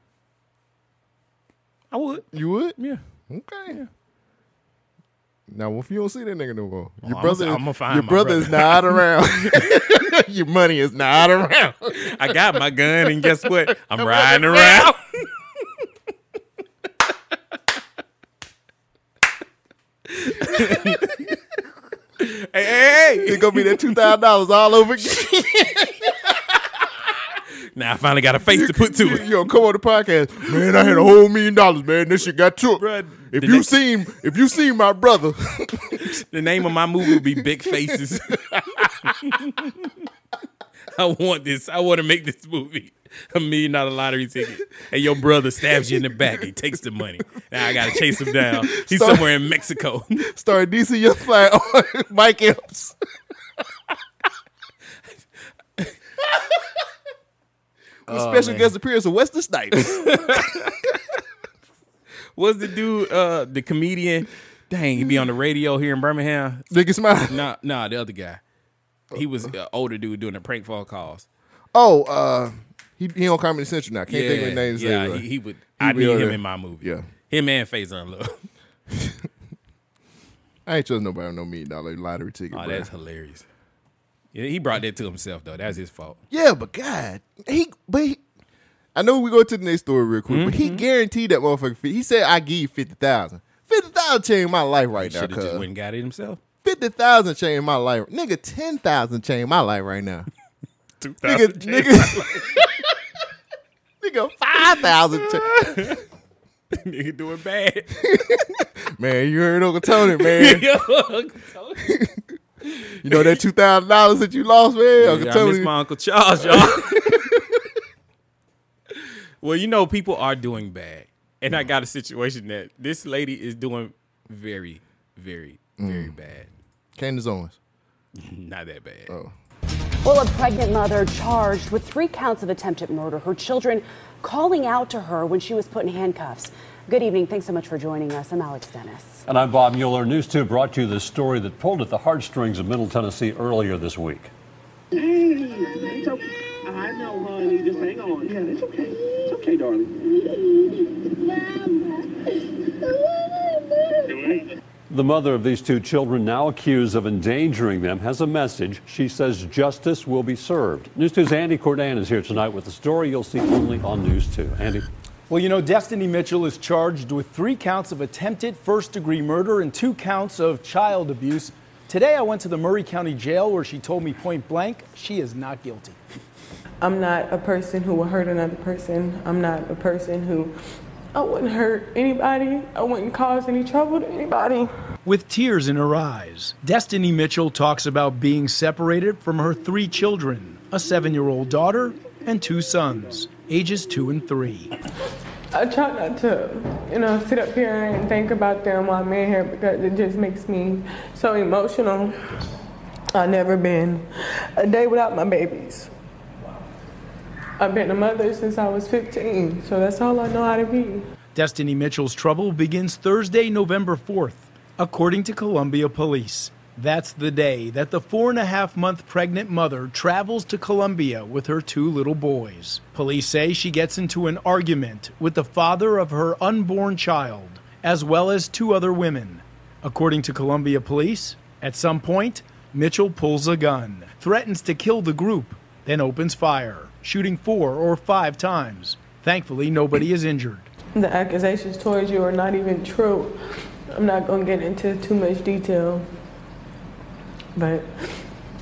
[SPEAKER 2] I would.
[SPEAKER 1] You would?
[SPEAKER 2] Yeah.
[SPEAKER 1] Okay. Now, if you don't see that nigga no more,
[SPEAKER 2] Oh,
[SPEAKER 1] your
[SPEAKER 2] I'ma-
[SPEAKER 1] brother,
[SPEAKER 2] I'ma find
[SPEAKER 1] your
[SPEAKER 2] my
[SPEAKER 1] brother is
[SPEAKER 2] brother.
[SPEAKER 1] not around. <laughs> your money is not around.
[SPEAKER 2] I got my gun, and guess what?
[SPEAKER 1] <laughs>
[SPEAKER 2] I'm riding around. hey, hey, hey.
[SPEAKER 1] It's gonna be that two thousand dollars all over again.
[SPEAKER 2] <laughs>
[SPEAKER 1] <laughs>
[SPEAKER 2] Now I finally got a face to put to it.
[SPEAKER 1] You gonna come on the podcast, man? I had a whole million dollars, man. This shit got took. if
[SPEAKER 2] the
[SPEAKER 1] you
[SPEAKER 2] next-
[SPEAKER 1] seen, if you seen my
[SPEAKER 2] <laughs>
[SPEAKER 1] brother,
[SPEAKER 2] The name of my movie would be Big Faces. <laughs> I want this. I want to make this movie a million dollar lottery ticket. And your brother stabs you in the back. He takes the money. Now I gotta chase him down. He's
[SPEAKER 1] Sorry.
[SPEAKER 2] somewhere in Mexico. <laughs>
[SPEAKER 1] starring DC Young <laughs> Fly on Mike Epps. With
[SPEAKER 2] Oh,
[SPEAKER 1] special
[SPEAKER 2] man.
[SPEAKER 1] guest appearance of Wesley
[SPEAKER 2] <laughs>
[SPEAKER 1] Snipes.
[SPEAKER 2] What's the dude? Uh, the comedian. Dang, he be on the radio here in Birmingham.
[SPEAKER 1] Nigga smile.
[SPEAKER 2] Nah, nah, the other guy. He was an older dude doing the prank phone calls.
[SPEAKER 1] Oh, uh, he, he on Comedy Central now. Can't
[SPEAKER 2] yeah,
[SPEAKER 1] think of his name.
[SPEAKER 2] yeah,
[SPEAKER 1] anyway.
[SPEAKER 2] he, he would. I
[SPEAKER 1] be
[SPEAKER 2] need
[SPEAKER 1] on
[SPEAKER 2] him
[SPEAKER 1] there.
[SPEAKER 2] in my movie.
[SPEAKER 1] Yeah,
[SPEAKER 2] him and Faison Love.
[SPEAKER 1] I ain't trust nobody with no million dollar lottery ticket.
[SPEAKER 2] Oh,
[SPEAKER 1] <laughs> bruh.
[SPEAKER 2] that's hilarious. Yeah, he brought that to himself though. That's his fault. <laughs>
[SPEAKER 1] Yeah, but God, he but he, I know we go to the next story real quick, but he
[SPEAKER 2] Mm-hmm.
[SPEAKER 1] guaranteed that motherfucker. fi- He said, "I give you fifty thousand. Fifty thousand changed my life right
[SPEAKER 2] Should
[SPEAKER 1] now.
[SPEAKER 2] have just went and
[SPEAKER 1] Cause
[SPEAKER 2] got it himself.
[SPEAKER 1] fifty thousand changed my life, nigga. Ten thousand changed my life right now,
[SPEAKER 2] <laughs> Two
[SPEAKER 1] nigga.
[SPEAKER 2] thousand.
[SPEAKER 1] Nigga, <laughs> nigga, five thousand. Cha-
[SPEAKER 2] nigga doing bad.
[SPEAKER 1] <laughs> man, you heard Uncle Tony,
[SPEAKER 2] <laughs>
[SPEAKER 1] man.
[SPEAKER 2] Yo, Uncle Tony.
[SPEAKER 1] <laughs> You know that two thousand dollars that you lost, man. Uncle
[SPEAKER 2] Yeah, I miss
[SPEAKER 1] Tony,
[SPEAKER 2] my Uncle Charles, y'all. well, you know, people are doing bad. And I got a situation that this lady is doing very, very, very
[SPEAKER 12] Mm.
[SPEAKER 2] bad.
[SPEAKER 1] <laughs> Candace Owens.
[SPEAKER 2] <laughs> Not that bad.
[SPEAKER 1] Oh.
[SPEAKER 14] Well, a pregnant mother charged with three counts of attempted murder, her children calling out to her when she was put in handcuffs. Good evening. Thanks so much for joining us. I'm Alex Dennis.
[SPEAKER 13] And I'm Bob Mueller. News 2 brought you the story that pulled at the heartstrings of Middle Tennessee earlier this week.
[SPEAKER 11] It's okay. I know, honey. Just hang on. Yeah, it's okay. It's okay, darling.
[SPEAKER 13] The mother of these two children, now accused of endangering them, has a message. She says justice will be served. News 2's Andy Cordan is here tonight with a story you'll see only on News 2. Andy.
[SPEAKER 15] Well, you know, Destiny Mitchell is charged with three counts of attempted first degree murder and two counts of child abuse. Today, I went to the Murray County Jail where she told me point blank she is not guilty.
[SPEAKER 16] I'm not a person who will hurt another person. I'm not a person who I wouldn't hurt anybody. I wouldn't cause any trouble to anybody.
[SPEAKER 15] With tears in her eyes, Destiny Mitchell talks about being separated from her three children a seven year old daughter and two sons, ages two and three.
[SPEAKER 16] I try not to, you know, sit up here and think about them while I'm in here because it just makes me so emotional. I've never been a day without my babies. I've been a mother since I was 15, so that's all I know how to be.
[SPEAKER 15] Destiny Mitchell's trouble begins Thursday, November 4th, according to Columbia Police. That's the day that the four and a half month pregnant mother travels to Columbia with her two little boys. Police say she gets into an argument with the father of her unborn child, as well as two other women. According to Columbia Police, at some point, Mitchell pulls a gun, threatens to kill the group, then opens fire. shooting four or five times. Thankfully, nobody is injured.
[SPEAKER 16] The accusations towards you are not even true. I'm not going to get into too much detail, but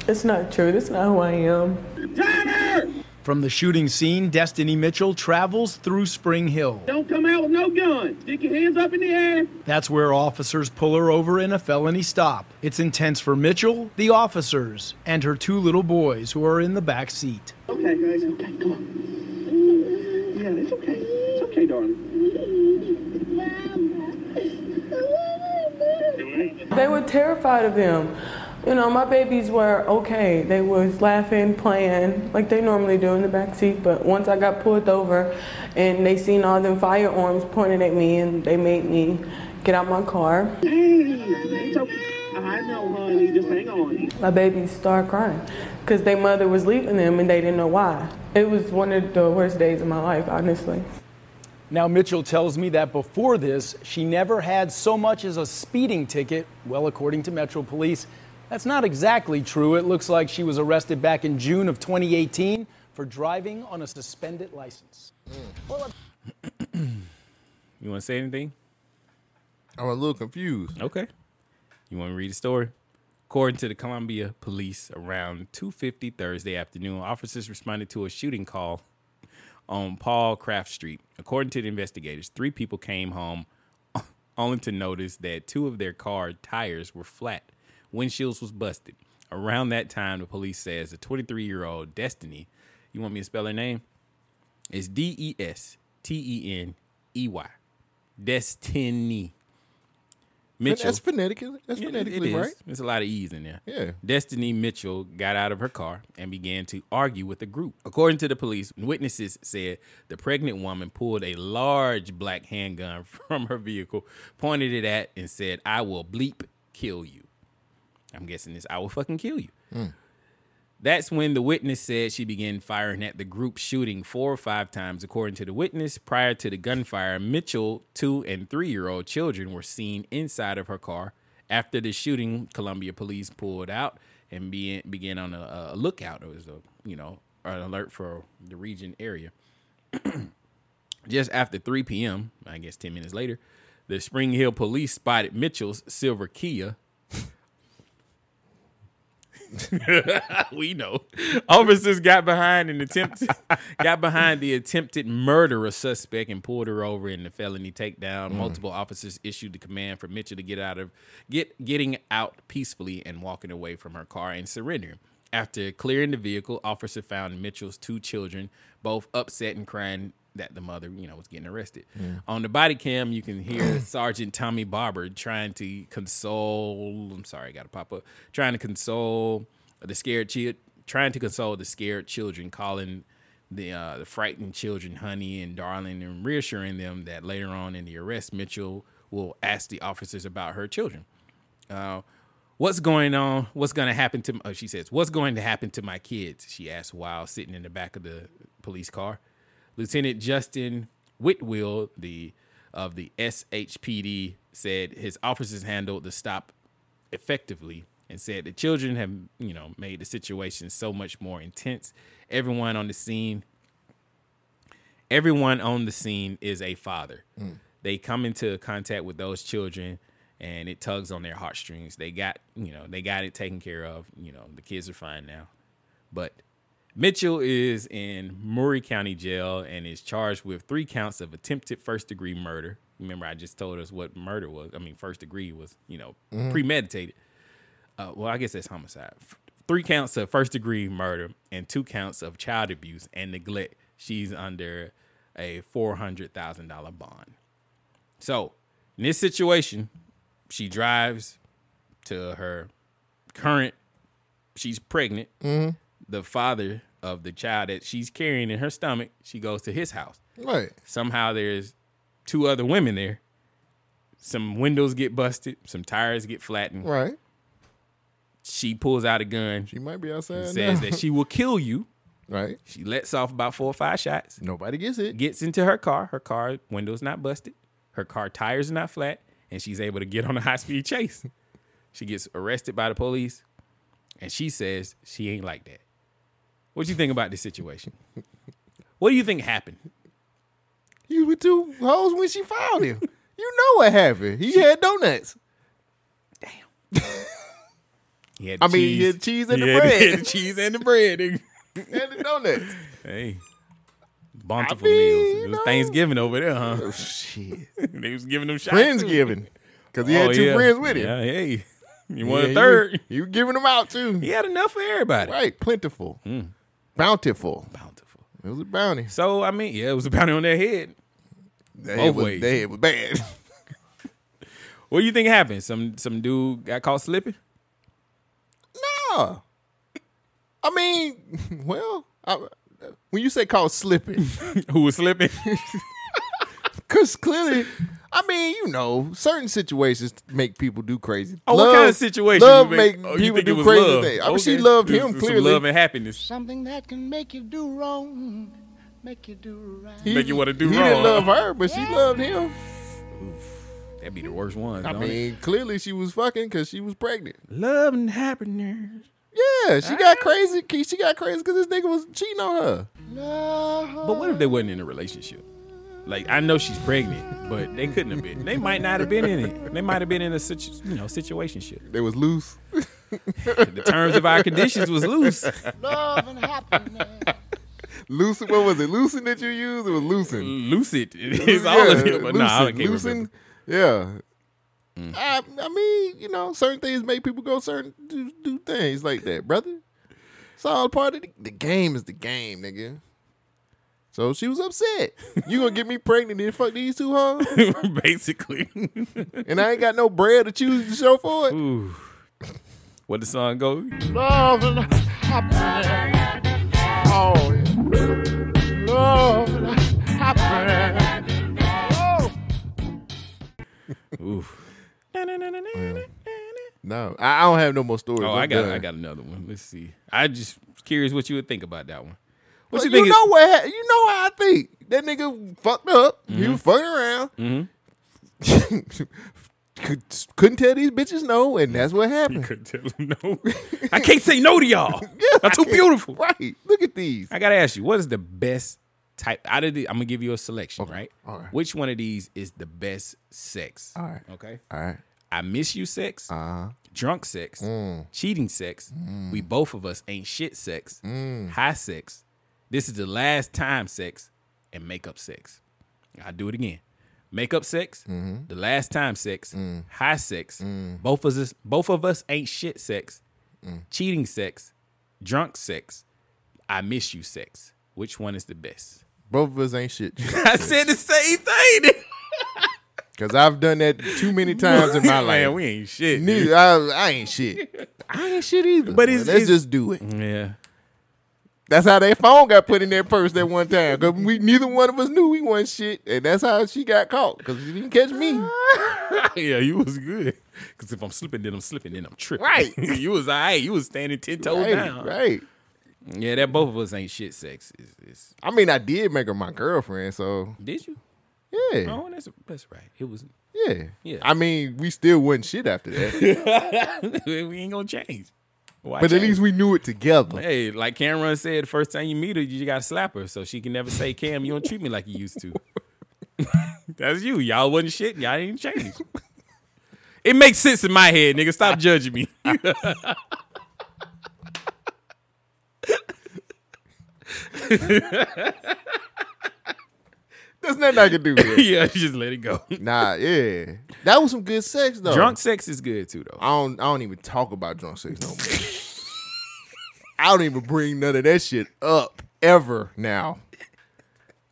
[SPEAKER 16] it's not true. That's not who I am.
[SPEAKER 15] From the shooting scene, Destiny Mitchell travels through Spring Hill.
[SPEAKER 17] Don't come out with no gun. Stick your hands up in the air.
[SPEAKER 15] That's where officers pull her over in a felony stop. It's intense for Mitchell, the officers, and her two little boys who are in the back seat.
[SPEAKER 17] Okay, guys. Okay, come on. Yeah, it's okay. It's okay, darling.
[SPEAKER 16] They were terrified of them. You know, my babies were okay. They was laughing, playing like they normally do in the back seat. But once I got pulled over, and they seen all them firearms pointed at me, and they made me get out my car.
[SPEAKER 17] Hey, it's okay. I know, honey. Just hang on.
[SPEAKER 16] My babies started crying because their mother was leaving them, and they didn't know why. It was one of the worst days of my life, honestly.
[SPEAKER 15] Now, Mitchell tells me that before this, she never had so much as a speeding ticket. Well, according to Metro Police, that's not exactly true. It looks like she was arrested back in June of 2018 for driving on a suspended license.
[SPEAKER 2] You want to say anything?
[SPEAKER 12] I'm a little confused.
[SPEAKER 2] Okay. You want to read the story? According to the Columbia Police, around 2:50 Thursday afternoon, officers responded to a shooting call on Paul Craft Street. According to the investigators, three people came home <laughs> only to notice that two of their car tires were flat. Windshields was busted. Around that time, the police says the 23-year-old Destiny, you want me to spell her name? It's D E S T E N E Y. Destiny. Mitchell.
[SPEAKER 12] That's phonetically, that's
[SPEAKER 2] Yeah, it-
[SPEAKER 12] phonetically
[SPEAKER 2] it is.
[SPEAKER 12] right.
[SPEAKER 2] There's a lot of E's in there.
[SPEAKER 12] Yeah.
[SPEAKER 2] Destiny Mitchell got out of her car and began to argue with the group. According to the police, witnesses said the pregnant woman pulled a large black handgun <laughs> from her vehicle, pointed it at, and said, I will bleep kill you. I'm guessing this, I will fucking kill you. That's when the witness said she began firing at the group, shooting four or five times. According to the witness, prior to the gunfire, Mitchell, two and three year old children were seen inside of her car. After the shooting, Columbia police pulled out and began, began on a, a lookout. It was a, you know, an alert for the region area. Just after 3 p.m., I guess 10 minutes later, the Spring Hill police spotted Mitchell's silver Kia. <laughs> we know. Officers got behind an attempt got behind the attempted murder of suspect and pulled her over in the felony takedown. Multiple officers issued the command for Mitchell to get out of get getting out peacefully and walking away from her car and surrendering. After clearing the vehicle, officer found Mitchell's two children, both upset and crying that the mother, you know, was getting arrested.
[SPEAKER 12] Yeah.
[SPEAKER 2] On the body cam, you can hear Sergeant Tommy Barber trying to console. I'm sorry, I got to pop up. Trying to console the scared child, trying to console the scared children, calling the uh, the frightened children honey and darling, and reassuring them that later on in the arrest, Mitchell will ask the officers about her children. Uh, what's going on? What's going to happen to? Oh, she says, "What's going to happen to my kids?" She asked while sitting in the back of the police car. Lieutenant Justin Whitwill, the of the SHPD, said his officers handled the stop effectively and said the children have, you know, made the situation so much more intense. Everyone on the scene everyone on the scene is a father.
[SPEAKER 12] Mm.
[SPEAKER 2] They come into contact with those children and it tugs on their heartstrings. They got, you know, they got it taken care of. You know, the kids are fine now. But Mitchell is in Murray County Jail and is charged with three counts of attempted first degree murder. Remember, I just told us what murder was. I mean, first degree was, you know,
[SPEAKER 12] Mhm.
[SPEAKER 2] premeditated. Uh, well, I guess that's homicide. F- Three counts of first degree murder and two counts of child abuse and neglect. She's under a $400,000 bond. So, in this situation, she drives to her current, she's pregnant
[SPEAKER 12] Mhm.
[SPEAKER 2] the father of the child that she's carrying in her stomach, she goes to his house.
[SPEAKER 1] Mm-hmm.
[SPEAKER 12] Right.
[SPEAKER 2] Somehow there's two other women there. Some windows get busted, some tires get flattened.
[SPEAKER 12] Right.
[SPEAKER 2] She pulls out a gun.
[SPEAKER 12] She might be outside.
[SPEAKER 2] and says
[SPEAKER 12] now.
[SPEAKER 2] that she will kill
[SPEAKER 1] <laughs>
[SPEAKER 2] you.
[SPEAKER 12] Right.
[SPEAKER 2] She lets off about four or five shots.
[SPEAKER 12] Nobody gets it.
[SPEAKER 2] Gets into her car. Her car windows not busted. Her car tires are not flat, and she's able to get on a high speed chase. she gets arrested by the police, and she says she ain't like that. What you think about this situation? What do you think happened?
[SPEAKER 1] You were two hoes when she found
[SPEAKER 2] <laughs>
[SPEAKER 1] him. you know what happened. He had donuts.
[SPEAKER 2] He had
[SPEAKER 1] I mean, he had cheese and
[SPEAKER 2] He <laughs>
[SPEAKER 1] the
[SPEAKER 2] had- he had
[SPEAKER 1] bread.
[SPEAKER 2] the cheese and the bread. nigga.
[SPEAKER 1] <laughs> and the donuts.
[SPEAKER 2] Hey. Bountiful meals. It was Thanksgiving over there, huh? Oh, <laughs>
[SPEAKER 1] shit.
[SPEAKER 2] <laughs> they was giving them shots.
[SPEAKER 1] Friendsgiving. Because he had
[SPEAKER 2] Oh,
[SPEAKER 1] two
[SPEAKER 2] yeah.
[SPEAKER 1] friends with him.
[SPEAKER 2] Yeah, hey. <laughs> You
[SPEAKER 1] Yeah,
[SPEAKER 2] want a
[SPEAKER 1] you-
[SPEAKER 2] third?
[SPEAKER 1] You, giving them out too. He
[SPEAKER 2] had enough for everybody.
[SPEAKER 1] Right. Plentiful. Bountiful.
[SPEAKER 2] Bountiful.
[SPEAKER 1] It was a bounty.
[SPEAKER 2] Mm. So, I mean, yeah, it was a bounty on their head.
[SPEAKER 1] That
[SPEAKER 2] Both
[SPEAKER 1] head was-
[SPEAKER 2] ways.
[SPEAKER 1] that head was bad. <laughs>
[SPEAKER 2] what do you think happened? Some some dude got caught slipping?
[SPEAKER 1] Nah. I mean, <laughs> well, I, when you say called slipping,
[SPEAKER 2] <laughs> who was
[SPEAKER 1] <laughs>
[SPEAKER 2] slipping?
[SPEAKER 1] Because clearly, I mean, you know, certain situations make people do crazy.
[SPEAKER 2] Oh, what kind of situation?
[SPEAKER 1] Love
[SPEAKER 2] you
[SPEAKER 1] make
[SPEAKER 2] make- oh, you
[SPEAKER 1] people
[SPEAKER 2] think it
[SPEAKER 1] do
[SPEAKER 2] was
[SPEAKER 1] crazy
[SPEAKER 2] love.
[SPEAKER 1] things. I mean, she
[SPEAKER 2] Okay.
[SPEAKER 1] loved
[SPEAKER 2] This
[SPEAKER 1] him
[SPEAKER 2] is some
[SPEAKER 1] clearly.
[SPEAKER 2] love and happiness.
[SPEAKER 11] Something that can make you do wrong, make you do right.
[SPEAKER 1] He-
[SPEAKER 2] Make you want to do
[SPEAKER 1] he
[SPEAKER 2] wrong.
[SPEAKER 1] didn't love
[SPEAKER 2] huh?
[SPEAKER 1] her, but she loved him.
[SPEAKER 2] That'd be the worst one.
[SPEAKER 1] I
[SPEAKER 2] don't it?
[SPEAKER 1] mean, clearly she was fucking because she was pregnant.
[SPEAKER 2] Love and happiness.
[SPEAKER 1] Yeah, she got crazy. She got crazy because this nigga was cheating on her.
[SPEAKER 2] But what if they wasn't in a relationship? Like I know she's pregnant, but they couldn't have been. They might not have been in it. They might have been in a situ- you know situation shit.
[SPEAKER 1] They was loose.
[SPEAKER 2] the terms of our conditions was loose.
[SPEAKER 11] Love and happiness.
[SPEAKER 1] Lucid, what was it? Lucid that you used? It was Lucid.
[SPEAKER 2] Lucid. <laughs> It's all of it, but nah, I can't
[SPEAKER 1] Lucid.
[SPEAKER 2] remember.
[SPEAKER 1] Yeah. I, I mean, you know, certain things make people go certain do, do things like that, brother. It's all part of the, the game. Is the game, nigga. So she was upset. You gonna get me pregnant and fuck these two hoes?
[SPEAKER 2] <laughs> Basically.
[SPEAKER 1] and I ain't got no bread to choose to show for it.
[SPEAKER 2] Ooh. What the song go?
[SPEAKER 11] Love and happiness. Oh, yeah. Love and
[SPEAKER 2] <laughs>
[SPEAKER 11] happiness. Oh.
[SPEAKER 2] Ooh.
[SPEAKER 1] No, I, I don't have no more stories.
[SPEAKER 2] Oh,
[SPEAKER 1] I'm
[SPEAKER 2] I got
[SPEAKER 1] done.
[SPEAKER 2] I got another one. Let's see. I just curious what you would think about that one. What
[SPEAKER 1] Well,
[SPEAKER 2] you think?
[SPEAKER 1] Oh, You know what? hap- You know how I think. That nigga fucked up. He
[SPEAKER 2] Mhm.
[SPEAKER 1] was fucking around.
[SPEAKER 2] Mhm. Mm-hmm.
[SPEAKER 1] <laughs> Could, couldn't tell these bitches no, and that's what happened.
[SPEAKER 2] couldn't tell them no.
[SPEAKER 1] <laughs>
[SPEAKER 2] I can't say no to y'all. I'm too beautiful.
[SPEAKER 1] Right. Look at these.
[SPEAKER 2] I gotta ask you, what is the best type out of the I'm gonna give you a selection, right?
[SPEAKER 1] All right.
[SPEAKER 2] Which one of these is the best sex?
[SPEAKER 1] All right.
[SPEAKER 2] Okay.
[SPEAKER 1] All right.
[SPEAKER 2] I miss you sex,
[SPEAKER 1] uh-huh. Mm.
[SPEAKER 2] drunk sex, cheating sex, we both of us ain't shit sex,
[SPEAKER 1] Mm.
[SPEAKER 2] high sex, this is the last time sex, and makeup sex. I'll do it again. Makeup sex,
[SPEAKER 1] Mm-hmm.
[SPEAKER 2] the last time sex,
[SPEAKER 1] Mm.
[SPEAKER 2] high sex, both of us both of us ain't shit sex,
[SPEAKER 1] Mm.
[SPEAKER 2] cheating sex, drunk sex, I miss you sex. Which one is the best?
[SPEAKER 1] Both of us
[SPEAKER 2] <laughs>
[SPEAKER 1] ain't shit.
[SPEAKER 2] I said the same
[SPEAKER 1] <laughs>
[SPEAKER 2] thing.
[SPEAKER 1] Because I've done that too many times in
[SPEAKER 2] <laughs>
[SPEAKER 1] my
[SPEAKER 2] Man,
[SPEAKER 1] life.
[SPEAKER 2] we ain't shit,
[SPEAKER 1] Neither, I, I ain't shit. I ain't shit either. But
[SPEAKER 2] it's-
[SPEAKER 1] let's
[SPEAKER 2] it's-
[SPEAKER 1] just do it.
[SPEAKER 2] Yeah.
[SPEAKER 1] That's how their phone got put in their purse that one time. Cause we neither one of us knew we wasn't shit, and that's how she got caught. Cause she didn't
[SPEAKER 2] <laughs>
[SPEAKER 1] catch me.
[SPEAKER 2] yeah, you was good. Cause if I'm slipping, then I'm slipping, then I'm tripping.
[SPEAKER 1] Right.
[SPEAKER 2] <laughs> you was all right. You was standing ten toes
[SPEAKER 1] Right,
[SPEAKER 2] down.
[SPEAKER 1] right.
[SPEAKER 2] Yeah, that both of us ain't shit sex. Is is
[SPEAKER 1] I mean, I did make her my girlfriend, so
[SPEAKER 2] did you?
[SPEAKER 1] Yeah.
[SPEAKER 2] Oh, that's that's
[SPEAKER 1] <laughs>
[SPEAKER 2] right. <laughs> It was
[SPEAKER 1] Yeah.
[SPEAKER 2] Yeah.
[SPEAKER 1] I mean, we still wasn't shit
[SPEAKER 2] <laughs>
[SPEAKER 1] after that.
[SPEAKER 2] we ain't gonna change. Why
[SPEAKER 1] but at
[SPEAKER 2] change?
[SPEAKER 1] least we knew it together.
[SPEAKER 2] Hey, like Cameron said, the first time you meet her, you gotta slap her so she can never say, Cam, you don't treat me like you used to. <laughs> That's you. Y'all wasn't shit. Y'all didn't change. It makes sense in my head, nigga. Stop judging me. <laughs>
[SPEAKER 1] There's nothing
[SPEAKER 2] <laughs>
[SPEAKER 1] I can do. With it.
[SPEAKER 2] yeah, just let it go.
[SPEAKER 1] <laughs> Nah, yeah. That was some good sex though.
[SPEAKER 2] Drunk sex is good too though.
[SPEAKER 1] I don't I don't even talk about drunk sex no more. <laughs> I don't even bring none of that shit up ever now.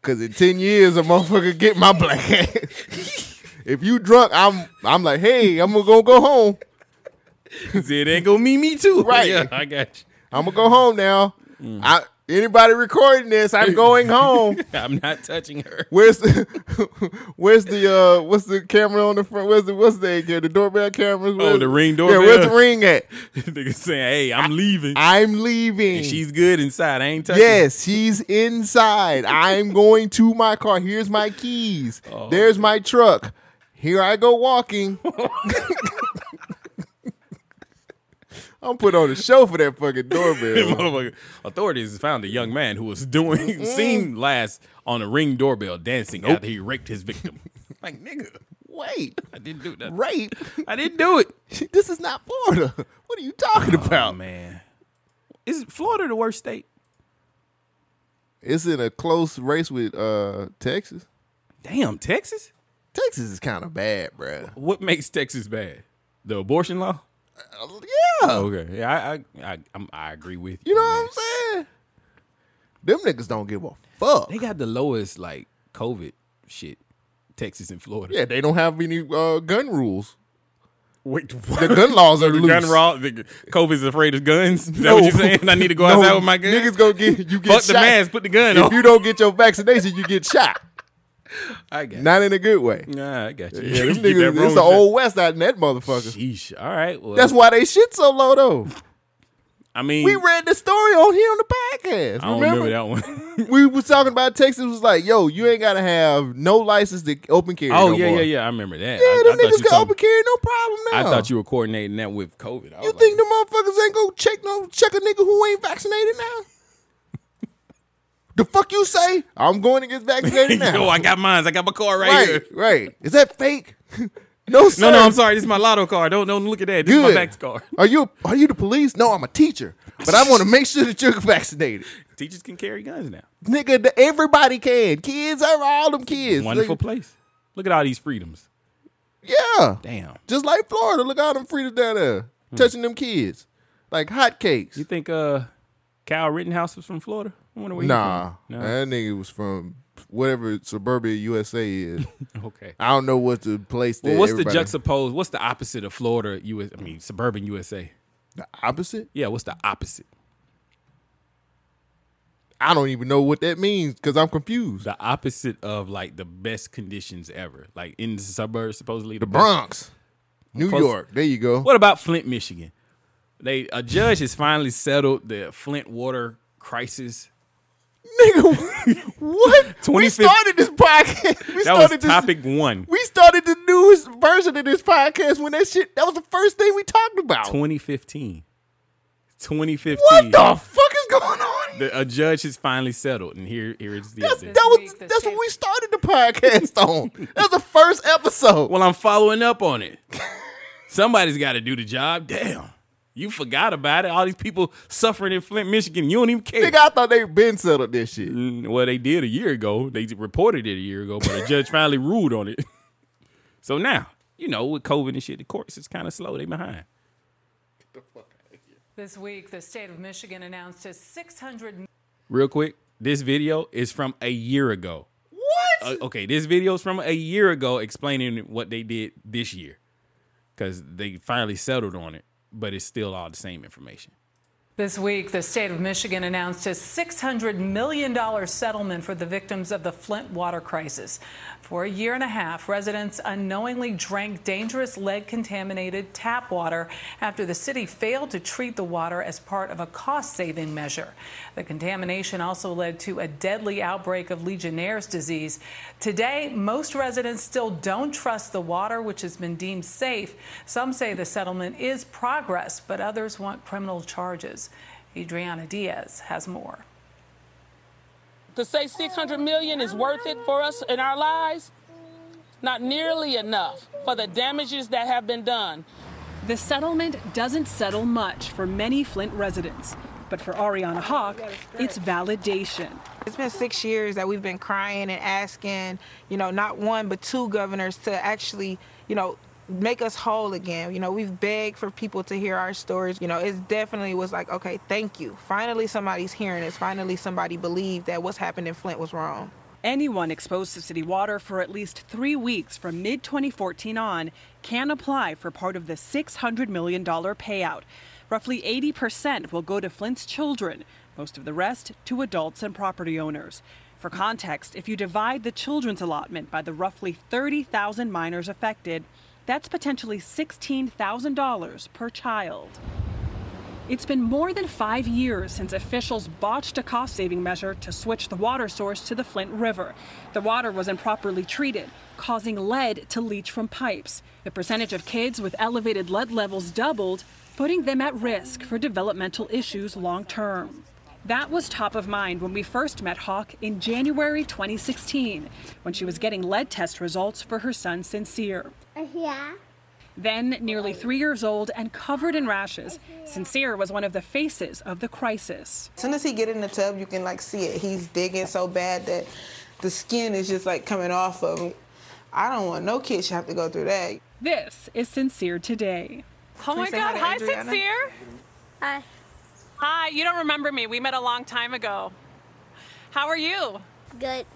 [SPEAKER 1] Cause in 10 years a motherfucker get my black ass. <laughs> if you drunk, I'm I'm like, hey, I'm gonna go go home.
[SPEAKER 2] <laughs> See, it ain't gonna meet me too.
[SPEAKER 1] <laughs> Right.
[SPEAKER 2] Yeah, I got
[SPEAKER 1] I'm gonna go home now. I anybody recording this, I'm going home.
[SPEAKER 2] you. I'm not touching her.
[SPEAKER 1] Where's <laughs> the where's the uh what's the camera on the front? Where's the what's the the doorbell cameras?
[SPEAKER 2] Oh,
[SPEAKER 1] Where's-
[SPEAKER 2] the ring
[SPEAKER 1] Yeah,
[SPEAKER 2] doorbell.
[SPEAKER 1] where's the ring at?
[SPEAKER 2] <laughs> Nigga saying, "Hey, I'm leaving.
[SPEAKER 1] I'm leaving.
[SPEAKER 2] And she's good inside. I ain't touching.
[SPEAKER 1] Yes, she's inside. I'm going to my car. Here's my keys.
[SPEAKER 2] Oh,
[SPEAKER 1] There's my truck.
[SPEAKER 2] <laughs>
[SPEAKER 1] Here I go walking. I'm put on the show for that fucking doorbell.
[SPEAKER 2] <laughs> Motherfucker. Authorities found a young man who was doing <laughs> seen last on a ring doorbell dancing after he raped his victim. <laughs> like nigga,
[SPEAKER 1] <laughs>
[SPEAKER 2] wait, <laughs> I didn't do that.
[SPEAKER 1] Rape?
[SPEAKER 2] <laughs> I didn't do it. <laughs>
[SPEAKER 1] this is not Florida. What are you talking about?
[SPEAKER 2] Oh, man, is Florida the worst state?
[SPEAKER 1] It's in a close race with uh Texas.
[SPEAKER 2] Damn, Texas.
[SPEAKER 1] Texas is kind of bad, bruh.
[SPEAKER 2] What makes Texas bad? The abortion law.
[SPEAKER 1] yeah.
[SPEAKER 2] okay. Yeah, I I I, I'm, I agree with you.
[SPEAKER 1] You know what I'm saying? Them niggas don't give a fuck.
[SPEAKER 2] They got the lowest like COVID shit. Texas and Florida.
[SPEAKER 1] Yeah, they don't have any uh, gun rules.
[SPEAKER 2] Wait, <laughs>
[SPEAKER 1] The gun laws are
[SPEAKER 2] the
[SPEAKER 1] loose.
[SPEAKER 2] gun law. The, COVID's afraid of guns. <laughs> Is that what you're saying? I need to go
[SPEAKER 1] <laughs> No.
[SPEAKER 2] outside with my gun.
[SPEAKER 1] Niggas gonna get you get
[SPEAKER 2] Fuck
[SPEAKER 1] shot.
[SPEAKER 2] the mask. Put the gun
[SPEAKER 1] if
[SPEAKER 2] on.
[SPEAKER 1] you don't get your vaccination, you get shot.
[SPEAKER 2] <laughs> I got.
[SPEAKER 1] Not in a good way.
[SPEAKER 2] Nah, I
[SPEAKER 1] <laughs>
[SPEAKER 2] got you. <laughs>
[SPEAKER 1] Yeah, them
[SPEAKER 2] You get that
[SPEAKER 1] niggas, it's the
[SPEAKER 2] wrong
[SPEAKER 1] old west out in that motherfucker.
[SPEAKER 2] shit. Sheesh. All right. Well,
[SPEAKER 1] That's why they <laughs> shit so low though.
[SPEAKER 2] I mean,
[SPEAKER 1] We read the story on here on the podcast.
[SPEAKER 2] I don't remember, that one.
[SPEAKER 1] we was talking about Texas was like, yo, you ain't gotta have no license to open carry.
[SPEAKER 2] oh
[SPEAKER 1] no
[SPEAKER 2] yeah,
[SPEAKER 1] more.
[SPEAKER 2] yeah, yeah. I remember that. I,
[SPEAKER 1] Yeah, them
[SPEAKER 2] I thought
[SPEAKER 1] niggas
[SPEAKER 2] you
[SPEAKER 1] can
[SPEAKER 2] told-
[SPEAKER 1] open carry no problem now.
[SPEAKER 2] I thought you were coordinating that with COVID. I
[SPEAKER 1] You
[SPEAKER 2] was
[SPEAKER 1] think the motherfuckers ain't gonna check no check a nigga who ain't vaccinated now? the fuck you say? I'm going to get
[SPEAKER 2] <laughs>
[SPEAKER 1] vaccinated
[SPEAKER 2] like,
[SPEAKER 1] now.
[SPEAKER 2] yo, I got mine. I got my car right,
[SPEAKER 1] right,
[SPEAKER 2] here.
[SPEAKER 1] right. Is that fake? <laughs> no, sir.
[SPEAKER 2] No, no, I'm sorry. This is my lotto card. Don't don't look at that. This is
[SPEAKER 1] Good.
[SPEAKER 2] my Max card. <laughs>
[SPEAKER 1] Are you are you the police? No, I'm a teacher, but I want to make sure that you're vaccinated,
[SPEAKER 2] Teachers can carry guns now.
[SPEAKER 1] nigga. the- Everybody can. Kids are all them kids.
[SPEAKER 2] Wonderful
[SPEAKER 1] nigga.
[SPEAKER 2] place. Look at all these freedoms.
[SPEAKER 1] Yeah,
[SPEAKER 2] Damn. Hmm.
[SPEAKER 1] just like Florida. Look all them freedoms down there, touching them kids like hotcakes.
[SPEAKER 2] You think uh Kyle Rittenhouse was from Florida? I wonder where he
[SPEAKER 1] Nah,
[SPEAKER 2] from. No.
[SPEAKER 1] that nigga was from whatever suburbia USA is.
[SPEAKER 2] <laughs> Okay.
[SPEAKER 1] I don't know what the place.
[SPEAKER 2] Well,
[SPEAKER 1] that
[SPEAKER 2] what's
[SPEAKER 1] everybody-
[SPEAKER 2] the juxtapose? What's the opposite of Florida? U.S. I mean, suburban USA.
[SPEAKER 1] The opposite?
[SPEAKER 2] Yeah. What's the opposite?
[SPEAKER 1] I don't even know what that means because I'm confused.
[SPEAKER 2] The opposite of like the best conditions ever. Like in the suburbs, supposedly
[SPEAKER 1] The
[SPEAKER 2] best-
[SPEAKER 1] Bronx, New
[SPEAKER 2] Close-
[SPEAKER 1] York. There you go.
[SPEAKER 2] What about Flint, Michigan? They a judge has finally settled the Flint water crisis.
[SPEAKER 1] Nigga, what? we
[SPEAKER 2] 25th
[SPEAKER 1] started this podcast. We
[SPEAKER 2] that
[SPEAKER 1] started
[SPEAKER 2] was
[SPEAKER 1] this.
[SPEAKER 2] topic one.
[SPEAKER 1] We started the newest version of this podcast when that shit. That was the first thing we talked about.
[SPEAKER 2] 2015. 2015.
[SPEAKER 1] What the fuck is going on?
[SPEAKER 2] The- a judge has finally settled, and here here is the
[SPEAKER 1] That's,
[SPEAKER 2] update.
[SPEAKER 1] that was that's what we started
[SPEAKER 2] <laughs>
[SPEAKER 1] the podcast on. That was the first episode.
[SPEAKER 2] Well, I'm following up on it. Somebody's got to do the job. Damn, you forgot about it. All these people suffering in Flint, Michigan. You don't even care.
[SPEAKER 1] Nigga, I thought they been settled this shit.
[SPEAKER 2] Mm, Well, they did a year ago. They reported it a year ago, but a judge finally ruled on it. <laughs> So now, you know, with COVID and shit, the courts is kind of slow. They behind.
[SPEAKER 18] This week, the state of Michigan announced a 600
[SPEAKER 2] Real quick, this video is from a year ago. What? okay, this video is from a year ago explaining what they did this year because they finally settled on it, but it's still all the same information.
[SPEAKER 18] This week, the state of Michigan announced a $600 million settlement for the victims of the Flint water crisis. For a year and a half, residents unknowingly drank dangerous lead contaminated tap water after the city failed to treat the water as part of a cost saving measure. The contamination also led to a deadly outbreak of Legionnaire's disease. Today, most residents still don't trust the water, which has been deemed safe. Some say the settlement is progress, but others want criminal charges. Adriana Diaz has more.
[SPEAKER 19] to say 600 million is worth it for us in our lives not nearly enough for the damages that have been done
[SPEAKER 20] The settlement doesn't settle much for many Flint residents, but for Ariana Hawk, it's validation.
[SPEAKER 21] It's been six years that we've been crying and asking, you know, not one but two governors to actually, you know, make us whole again. You know, we've begged for people to hear our stories. You know, it definitely was like, okay, thank you. Finally, somebody's hearing us. Finally, somebody believed that what's happened in Flint was wrong.
[SPEAKER 20] Anyone exposed to city water for at least three weeks from mid 2014 on can apply for part of the $600 million payout. Roughly 80% will go to Flint's children, most of the rest to adults and property owners. For context, if you divide the children's allotment by the roughly 30,000 minors affected, that's potentially $16,000 per child. It's been more than five years since officials botched a cost saving measure to switch the water source to the Flint River. The water was improperly treated, causing lead to leach from pipes. The percentage of kids with elevated lead levels doubled, putting them at risk for developmental issues long term. That was top of mind when we first met Hawk in January 2016, when she was getting lead test results for her son Sincere.
[SPEAKER 18] Yeah.
[SPEAKER 20] Then, nearly three years old and covered in rashes, Sincere was one of the faces of the crisis.
[SPEAKER 21] As soon as he get in the tub, you can like see it. He's digging so bad that the skin is just like coming off of him. I don't want no kid to have to go through that.
[SPEAKER 20] This is Sincere today. Oh my
[SPEAKER 21] Please say hi
[SPEAKER 20] God,
[SPEAKER 21] to
[SPEAKER 20] hi,
[SPEAKER 21] Adriana.
[SPEAKER 20] Sincere.
[SPEAKER 18] Hi.
[SPEAKER 20] Hi, you don't remember me. We met a long time ago. How are you?
[SPEAKER 18] Good.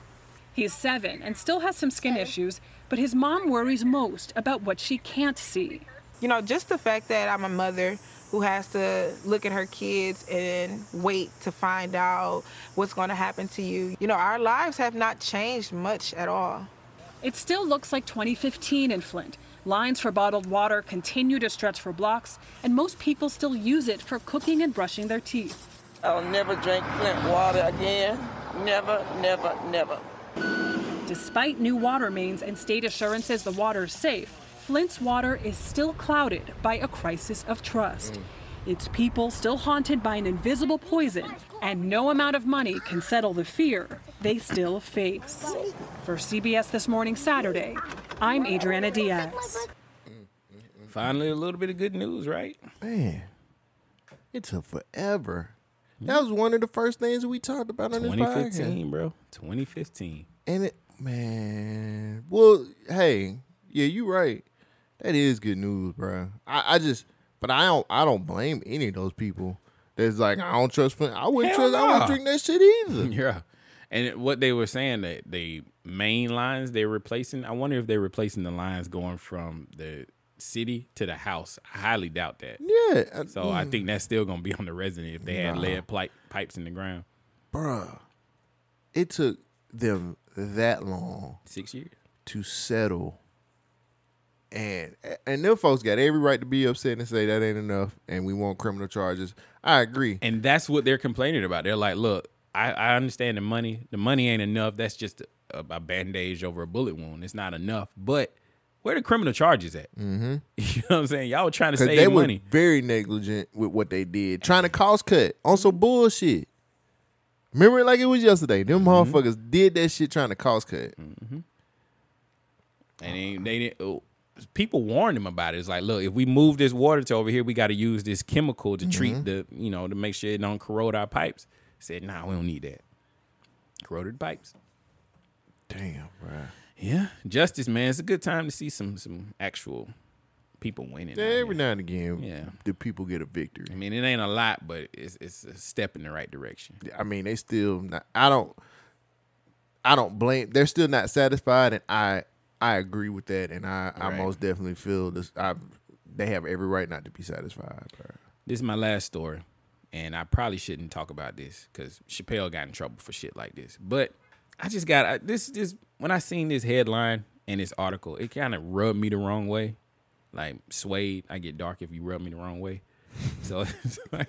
[SPEAKER 20] He's seven and still has some skin issues, but his mom worries most about what she can't see.
[SPEAKER 21] You know, just the fact that I'm a mother who has to look at her kids and wait to find out what's going to happen to you. You know, our lives have not changed much at all.
[SPEAKER 20] It still looks like 2015 in Flint. Lines for bottled water continue to stretch for blocks, and most people still use it for cooking and brushing their teeth.
[SPEAKER 22] I'll never drink Flint water again. Never, never, never.
[SPEAKER 20] Despite new water mains and state assurances the water's safe, Flint's water is still clouded by a crisis of trust. Its people still haunted by an invisible poison, and no amount of money can settle the fear they still face. For CBS This Morning Saturday, I'm Adriana Diaz.
[SPEAKER 2] Finally, a little bit of good news, right?
[SPEAKER 1] Man, it took forever. That was one of the first things we talked about on this podcast.
[SPEAKER 2] 2015, bro. 2015.
[SPEAKER 1] And it, man. Well, hey, yeah, you right. That is good news, bro. I, I just, but I don't, I don't blame any of those people. That's like, I don't trust. Flint. I wouldn't
[SPEAKER 2] Hell
[SPEAKER 1] trust. I
[SPEAKER 2] nah.
[SPEAKER 1] wouldn't drink that shit
[SPEAKER 2] <laughs>
[SPEAKER 1] either.
[SPEAKER 2] yeah. And what they were saying that the main lines they're replacing, I wonder if they're replacing the lines going from the city to the house. I highly doubt that.
[SPEAKER 1] Yeah, I-
[SPEAKER 2] So I
[SPEAKER 1] mm.
[SPEAKER 2] think that's still gonna be on the resident if they had
[SPEAKER 1] Nah.
[SPEAKER 2] lead pipe, pipes in the ground.
[SPEAKER 1] Bruh, it took them that long
[SPEAKER 2] six years
[SPEAKER 1] to settle. And and them folks got every right to be upset and say that ain't enough, and we want criminal charges. I agree.
[SPEAKER 2] And that's what they're complaining about. They're like, look, I, I understand the money. The money ain't enough. That's just a, a bandage over a bullet wound. It's not enough. But where the criminal charges at?
[SPEAKER 1] Mm-hmm.
[SPEAKER 2] <laughs> You know what I'm saying? Y'all trying to
[SPEAKER 1] Because
[SPEAKER 2] save
[SPEAKER 1] they
[SPEAKER 2] money.
[SPEAKER 1] were very negligent with what they did, trying to cost cut on some bullshit. Remember it like it was yesterday.
[SPEAKER 2] Mm-hmm.
[SPEAKER 1] Them motherfuckers did that shit trying to cost cut.
[SPEAKER 2] and they, they didn't. oh, people warned him about it. It's like, look, if we move this water to over here, we got to use this chemical to treat
[SPEAKER 1] Mhm.
[SPEAKER 2] the, you know, to make sure it don't corrode our pipes. Said, nah, we don't need that. Corroded pipes.
[SPEAKER 1] Damn, bro.
[SPEAKER 2] Yeah, justice, man. It's a good time to see some some actual people winning. out
[SPEAKER 1] Every
[SPEAKER 2] here.
[SPEAKER 1] now and again,
[SPEAKER 2] Yeah.
[SPEAKER 1] the people get a victory.
[SPEAKER 2] I mean, it ain't a lot, but it's it's a step in the right direction.
[SPEAKER 1] I mean, they still. Not, I don't. I don't blame. They're still not satisfied, and I I agree with that, and I I
[SPEAKER 2] Right.
[SPEAKER 1] most definitely feel this. I they have every right not to be satisfied, bro.
[SPEAKER 2] This is my last story, and I probably shouldn't talk about this because Chappelle got in trouble for shit like this. But I just got I, this. This when I seen this headline and this article, it kind of rubbed me the wrong way. Like suede, I get dark if you rub me the wrong way. So <laughs> it's like,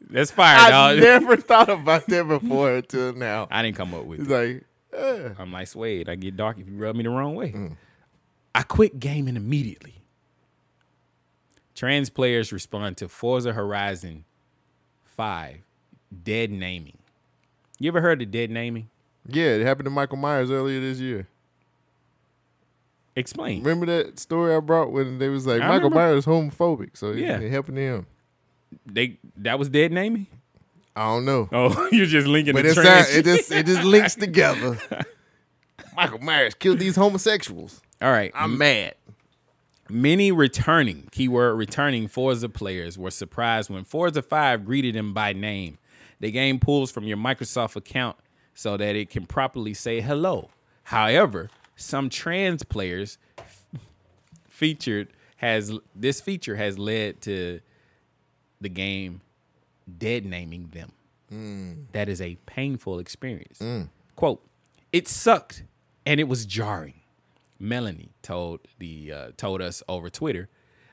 [SPEAKER 2] that's fire,
[SPEAKER 1] I
[SPEAKER 2] dog.
[SPEAKER 1] never <laughs> thought about that <laughs> before until now.
[SPEAKER 2] I didn't come up with
[SPEAKER 1] It's
[SPEAKER 2] it.
[SPEAKER 1] like, eh. Mm.
[SPEAKER 2] I'm like suede. I get dark if you rub me the wrong way. I quit gaming immediately. Trans players respond to Forza Horizon 5 dead naming. You ever heard of dead naming?
[SPEAKER 1] Yeah, it happened to Michael Myers earlier this year.
[SPEAKER 2] Explain.
[SPEAKER 1] Remember that story I brought when they was like
[SPEAKER 2] I
[SPEAKER 1] Michael
[SPEAKER 2] remember.
[SPEAKER 1] Myers homophobic, so yeah,
[SPEAKER 2] Yeah.
[SPEAKER 1] it happened to him.
[SPEAKER 2] They that was dead naming?
[SPEAKER 1] I don't know.
[SPEAKER 2] <laughs> Oh, <laughs> you're just linking
[SPEAKER 1] But
[SPEAKER 2] the
[SPEAKER 1] it,
[SPEAKER 2] trans. <laughs>
[SPEAKER 1] sound- it just it just links together. Michael Myers killed these homosexuals.
[SPEAKER 2] All right.
[SPEAKER 1] I'm mad.
[SPEAKER 2] Many returning, keyword returning Forza players were surprised when Forza 5 greeted them by name. The game pulls from your Microsoft account so that it can properly say hello. However, some trans players <laughs> featured has this feature has led to the game dead naming them.
[SPEAKER 1] Hmm.
[SPEAKER 2] That is a painful experience. Quote, it sucked and it was jarring. Melanie told the uh, told us over Twitter,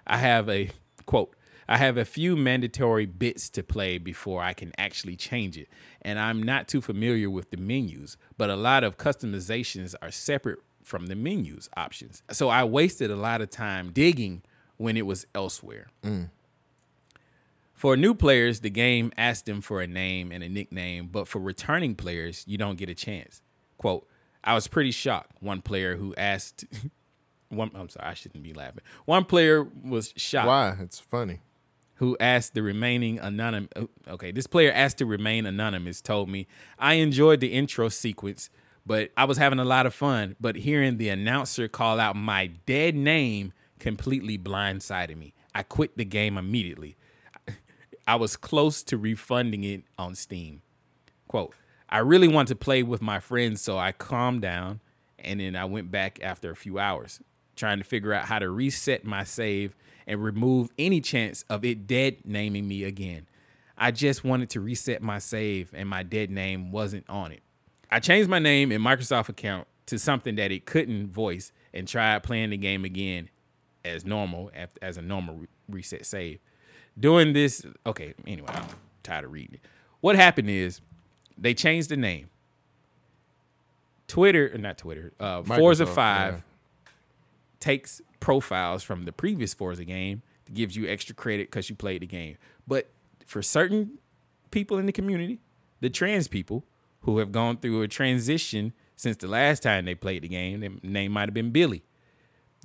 [SPEAKER 2] I have a quote, I have a few mandatory bits to play before I can actually change it, and I'm not too familiar with the menus, but a lot of customizations are separate from the menus options. So I wasted a lot of time digging when it was elsewhere.
[SPEAKER 1] Mm.
[SPEAKER 2] For new players, the game asks them for a name and a nickname, but for returning players, you don't get a chance. Quote, I was pretty shocked. One player who asked <laughs> one I'm sorry, I shouldn't be laughing. One player was shocked.
[SPEAKER 1] Why? It's funny.
[SPEAKER 2] Who asked the remaining anonymous oh, okay, this player asked to remain anonymous told me, I enjoyed the intro sequence, but I was having a lot of fun. But hearing the announcer call out my dead name completely blindsided me. I quit the game immediately. I was close to refunding it on Steam. Quote, I really want to play with my friends, so I calmed down and then I went back after a few hours, trying to figure out how to reset my save and remove any chance of it dead naming me again. I just wanted to reset my save and my dead name wasn't on it. I changed my name and Microsoft account to something that it couldn't voice and tried playing the game again as normal af- as a normal re- reset save. Doing this, okay, anyway, I'm tired of reading it. What happened is they changed the name. Twitter, or not Twitter, uh, Forza
[SPEAKER 1] Microsoft,
[SPEAKER 2] 5
[SPEAKER 1] yeah.
[SPEAKER 2] takes profiles from the previous Forza game, gives you extra credit because you played the game. But for certain people in the community, the trans people who have gone through a transition since the last time they played the game, their name might have been Billy.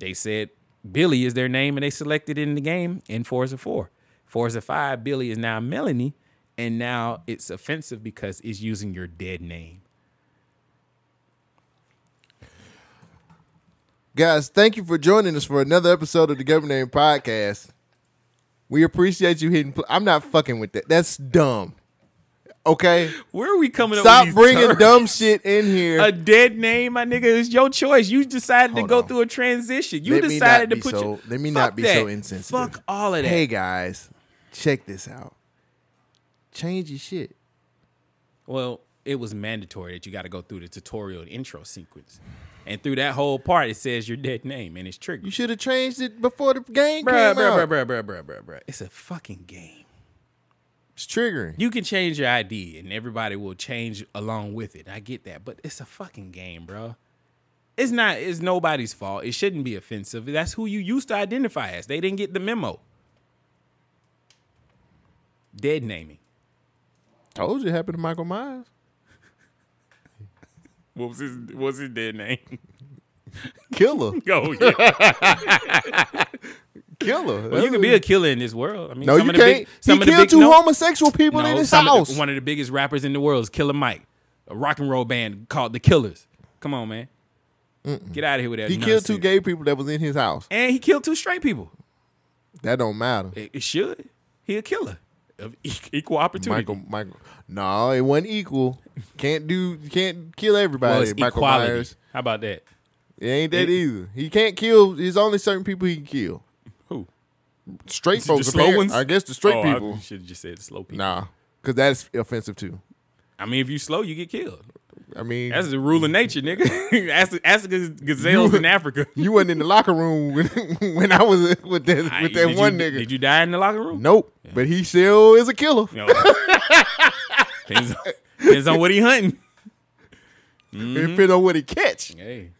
[SPEAKER 2] They said Billy is their name and they selected it in the game in Forza 4. Forza 5, Billy is now Melanie, and now it's offensive because it's using your dead name.
[SPEAKER 1] Guys, thank you for joining us for another episode of the Government Name Podcast. We appreciate you hitting. Pl- I'm not fucking with that. That's dumb. Okay.
[SPEAKER 2] Where are we coming up
[SPEAKER 1] Stop
[SPEAKER 2] with these
[SPEAKER 1] bringing
[SPEAKER 2] terms?
[SPEAKER 1] dumb shit in here.
[SPEAKER 2] <laughs> A dead name, my nigga, is your choice. You decided to go through a transition. You
[SPEAKER 1] Let me
[SPEAKER 2] decided
[SPEAKER 1] not
[SPEAKER 2] to
[SPEAKER 1] be
[SPEAKER 2] put
[SPEAKER 1] so,
[SPEAKER 2] your
[SPEAKER 1] Let me
[SPEAKER 2] Fuck
[SPEAKER 1] not be so
[SPEAKER 2] that.
[SPEAKER 1] insensitive.
[SPEAKER 2] Fuck all of that.
[SPEAKER 1] Hey guys, check this out. Change your shit.
[SPEAKER 2] Well, it was mandatory that you got to go through the tutorial and intro sequence. And through that whole part, it says your dead name and it's triggered.
[SPEAKER 1] You should have changed it before the game
[SPEAKER 2] Bruh,
[SPEAKER 1] came
[SPEAKER 2] bruh,
[SPEAKER 1] out.
[SPEAKER 2] bruh, bruh, bruh, bruh, bruh, bruh. It's a fucking game.
[SPEAKER 1] It's triggering.
[SPEAKER 2] You can change your ID and everybody will change along with it. I get that, but it's a fucking game, bro. It's not. It's nobody's fault. It shouldn't be offensive. That's who you used to identify as. They didn't get the memo. Dead naming.
[SPEAKER 1] Told you it happened to Michael Myers.
[SPEAKER 2] What was his? What was his dead name? <laughs>
[SPEAKER 1] Killer.
[SPEAKER 2] Go. yeah.
[SPEAKER 1] <laughs> Killer.
[SPEAKER 2] Well, you can be a killer in this world. I mean,
[SPEAKER 1] No,
[SPEAKER 2] some
[SPEAKER 1] you
[SPEAKER 2] of the
[SPEAKER 1] can't.
[SPEAKER 2] Big, some
[SPEAKER 1] he
[SPEAKER 2] of the
[SPEAKER 1] killed
[SPEAKER 2] big,
[SPEAKER 1] two
[SPEAKER 2] no,
[SPEAKER 1] homosexual people
[SPEAKER 2] no,
[SPEAKER 1] in his
[SPEAKER 2] some of the-
[SPEAKER 1] house.
[SPEAKER 2] one of the biggest rappers in the world is Killer Mike, a rock and roll band called The Killers. Come on, man.
[SPEAKER 1] Mm-mm.
[SPEAKER 2] Get out of here with that.
[SPEAKER 1] he killed
[SPEAKER 2] nonsense.
[SPEAKER 1] two gay people that was in his house.
[SPEAKER 2] and he killed two straight people.
[SPEAKER 1] That don't matter.
[SPEAKER 2] It, it should. He a killer of <laughs> e- equal opportunity.
[SPEAKER 1] Michael, Michael. No, it wasn't equal. Can't do. Can't kill everybody.
[SPEAKER 2] Well, it's
[SPEAKER 1] Michael
[SPEAKER 2] equality.
[SPEAKER 1] Myers.
[SPEAKER 2] How about that?
[SPEAKER 1] It ain't that
[SPEAKER 2] It-
[SPEAKER 1] either. He can't kill. There's only certain people he can kill.
[SPEAKER 2] Who?
[SPEAKER 1] Straight
[SPEAKER 2] The
[SPEAKER 1] folks.
[SPEAKER 2] slow
[SPEAKER 1] apparent-
[SPEAKER 2] ones?
[SPEAKER 1] I guess the straight
[SPEAKER 2] Oh, I
[SPEAKER 1] people.
[SPEAKER 2] should've just said the slow people.
[SPEAKER 1] Nah, because that's offensive too.
[SPEAKER 2] I mean, if you slow, you get killed.
[SPEAKER 1] I mean,
[SPEAKER 2] That's the rule of nature, nigga. <laughs> ask, the- ask the gazelles
[SPEAKER 1] You-
[SPEAKER 2] in Africa.
[SPEAKER 1] <laughs> you wasn't in the locker room <laughs> when, when I was with that with that
[SPEAKER 2] Did you-
[SPEAKER 1] one nigga.
[SPEAKER 2] Did you die in the locker room?
[SPEAKER 1] Nope. But he still is a killer.
[SPEAKER 2] No. Oh. <laughs> depends, on, depends on what he hunting.
[SPEAKER 1] It depends on what he catch.
[SPEAKER 2] Mm-hmm. Hey,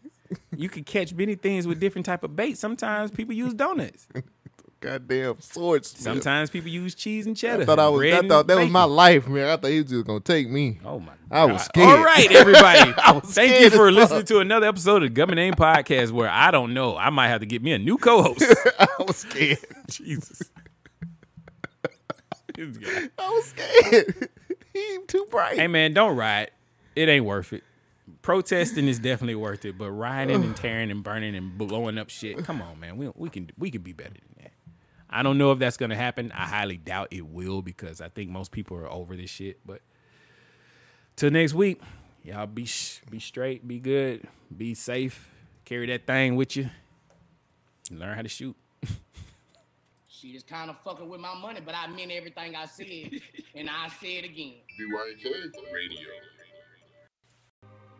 [SPEAKER 2] you can catch many things with different type of bait. Sometimes people use donuts.
[SPEAKER 1] <laughs> Goddamn swords.
[SPEAKER 2] Sometimes people use cheese and cheddar.
[SPEAKER 1] I thought I was.
[SPEAKER 2] bread
[SPEAKER 1] I
[SPEAKER 2] and
[SPEAKER 1] thought that was
[SPEAKER 2] bacon.
[SPEAKER 1] my life, man. I thought he was just gonna take me.
[SPEAKER 2] Oh my!
[SPEAKER 1] I was
[SPEAKER 2] God.
[SPEAKER 1] scared.
[SPEAKER 2] All
[SPEAKER 1] <laughs>
[SPEAKER 2] right, everybody.
[SPEAKER 1] I was
[SPEAKER 2] Thank
[SPEAKER 1] scared
[SPEAKER 2] you
[SPEAKER 1] as
[SPEAKER 2] for
[SPEAKER 1] fuck.
[SPEAKER 2] listening to another episode of the Gum and Name Podcast where I don't know. I might have to get me a new co host.
[SPEAKER 1] <laughs> I was scared.
[SPEAKER 2] <laughs> Jesus. This guy.
[SPEAKER 1] I was scared. he too bright.
[SPEAKER 2] Hey, man, don't riot. It ain't worth it. Protesting is definitely worth it, but rioting and tearing and burning and blowing up shit. Come on, man. We, we can we can be better than that. I don't know if that's gonna happen. I highly doubt it will because I think most people are over this shit. But till next week, y'all be sh- be straight, be good, be safe. Carry that thing with you. and Learn how to shoot.
[SPEAKER 11] She just kind of fucking with my money, but I meant everything I said, and I say it again.
[SPEAKER 23] BYK Radio.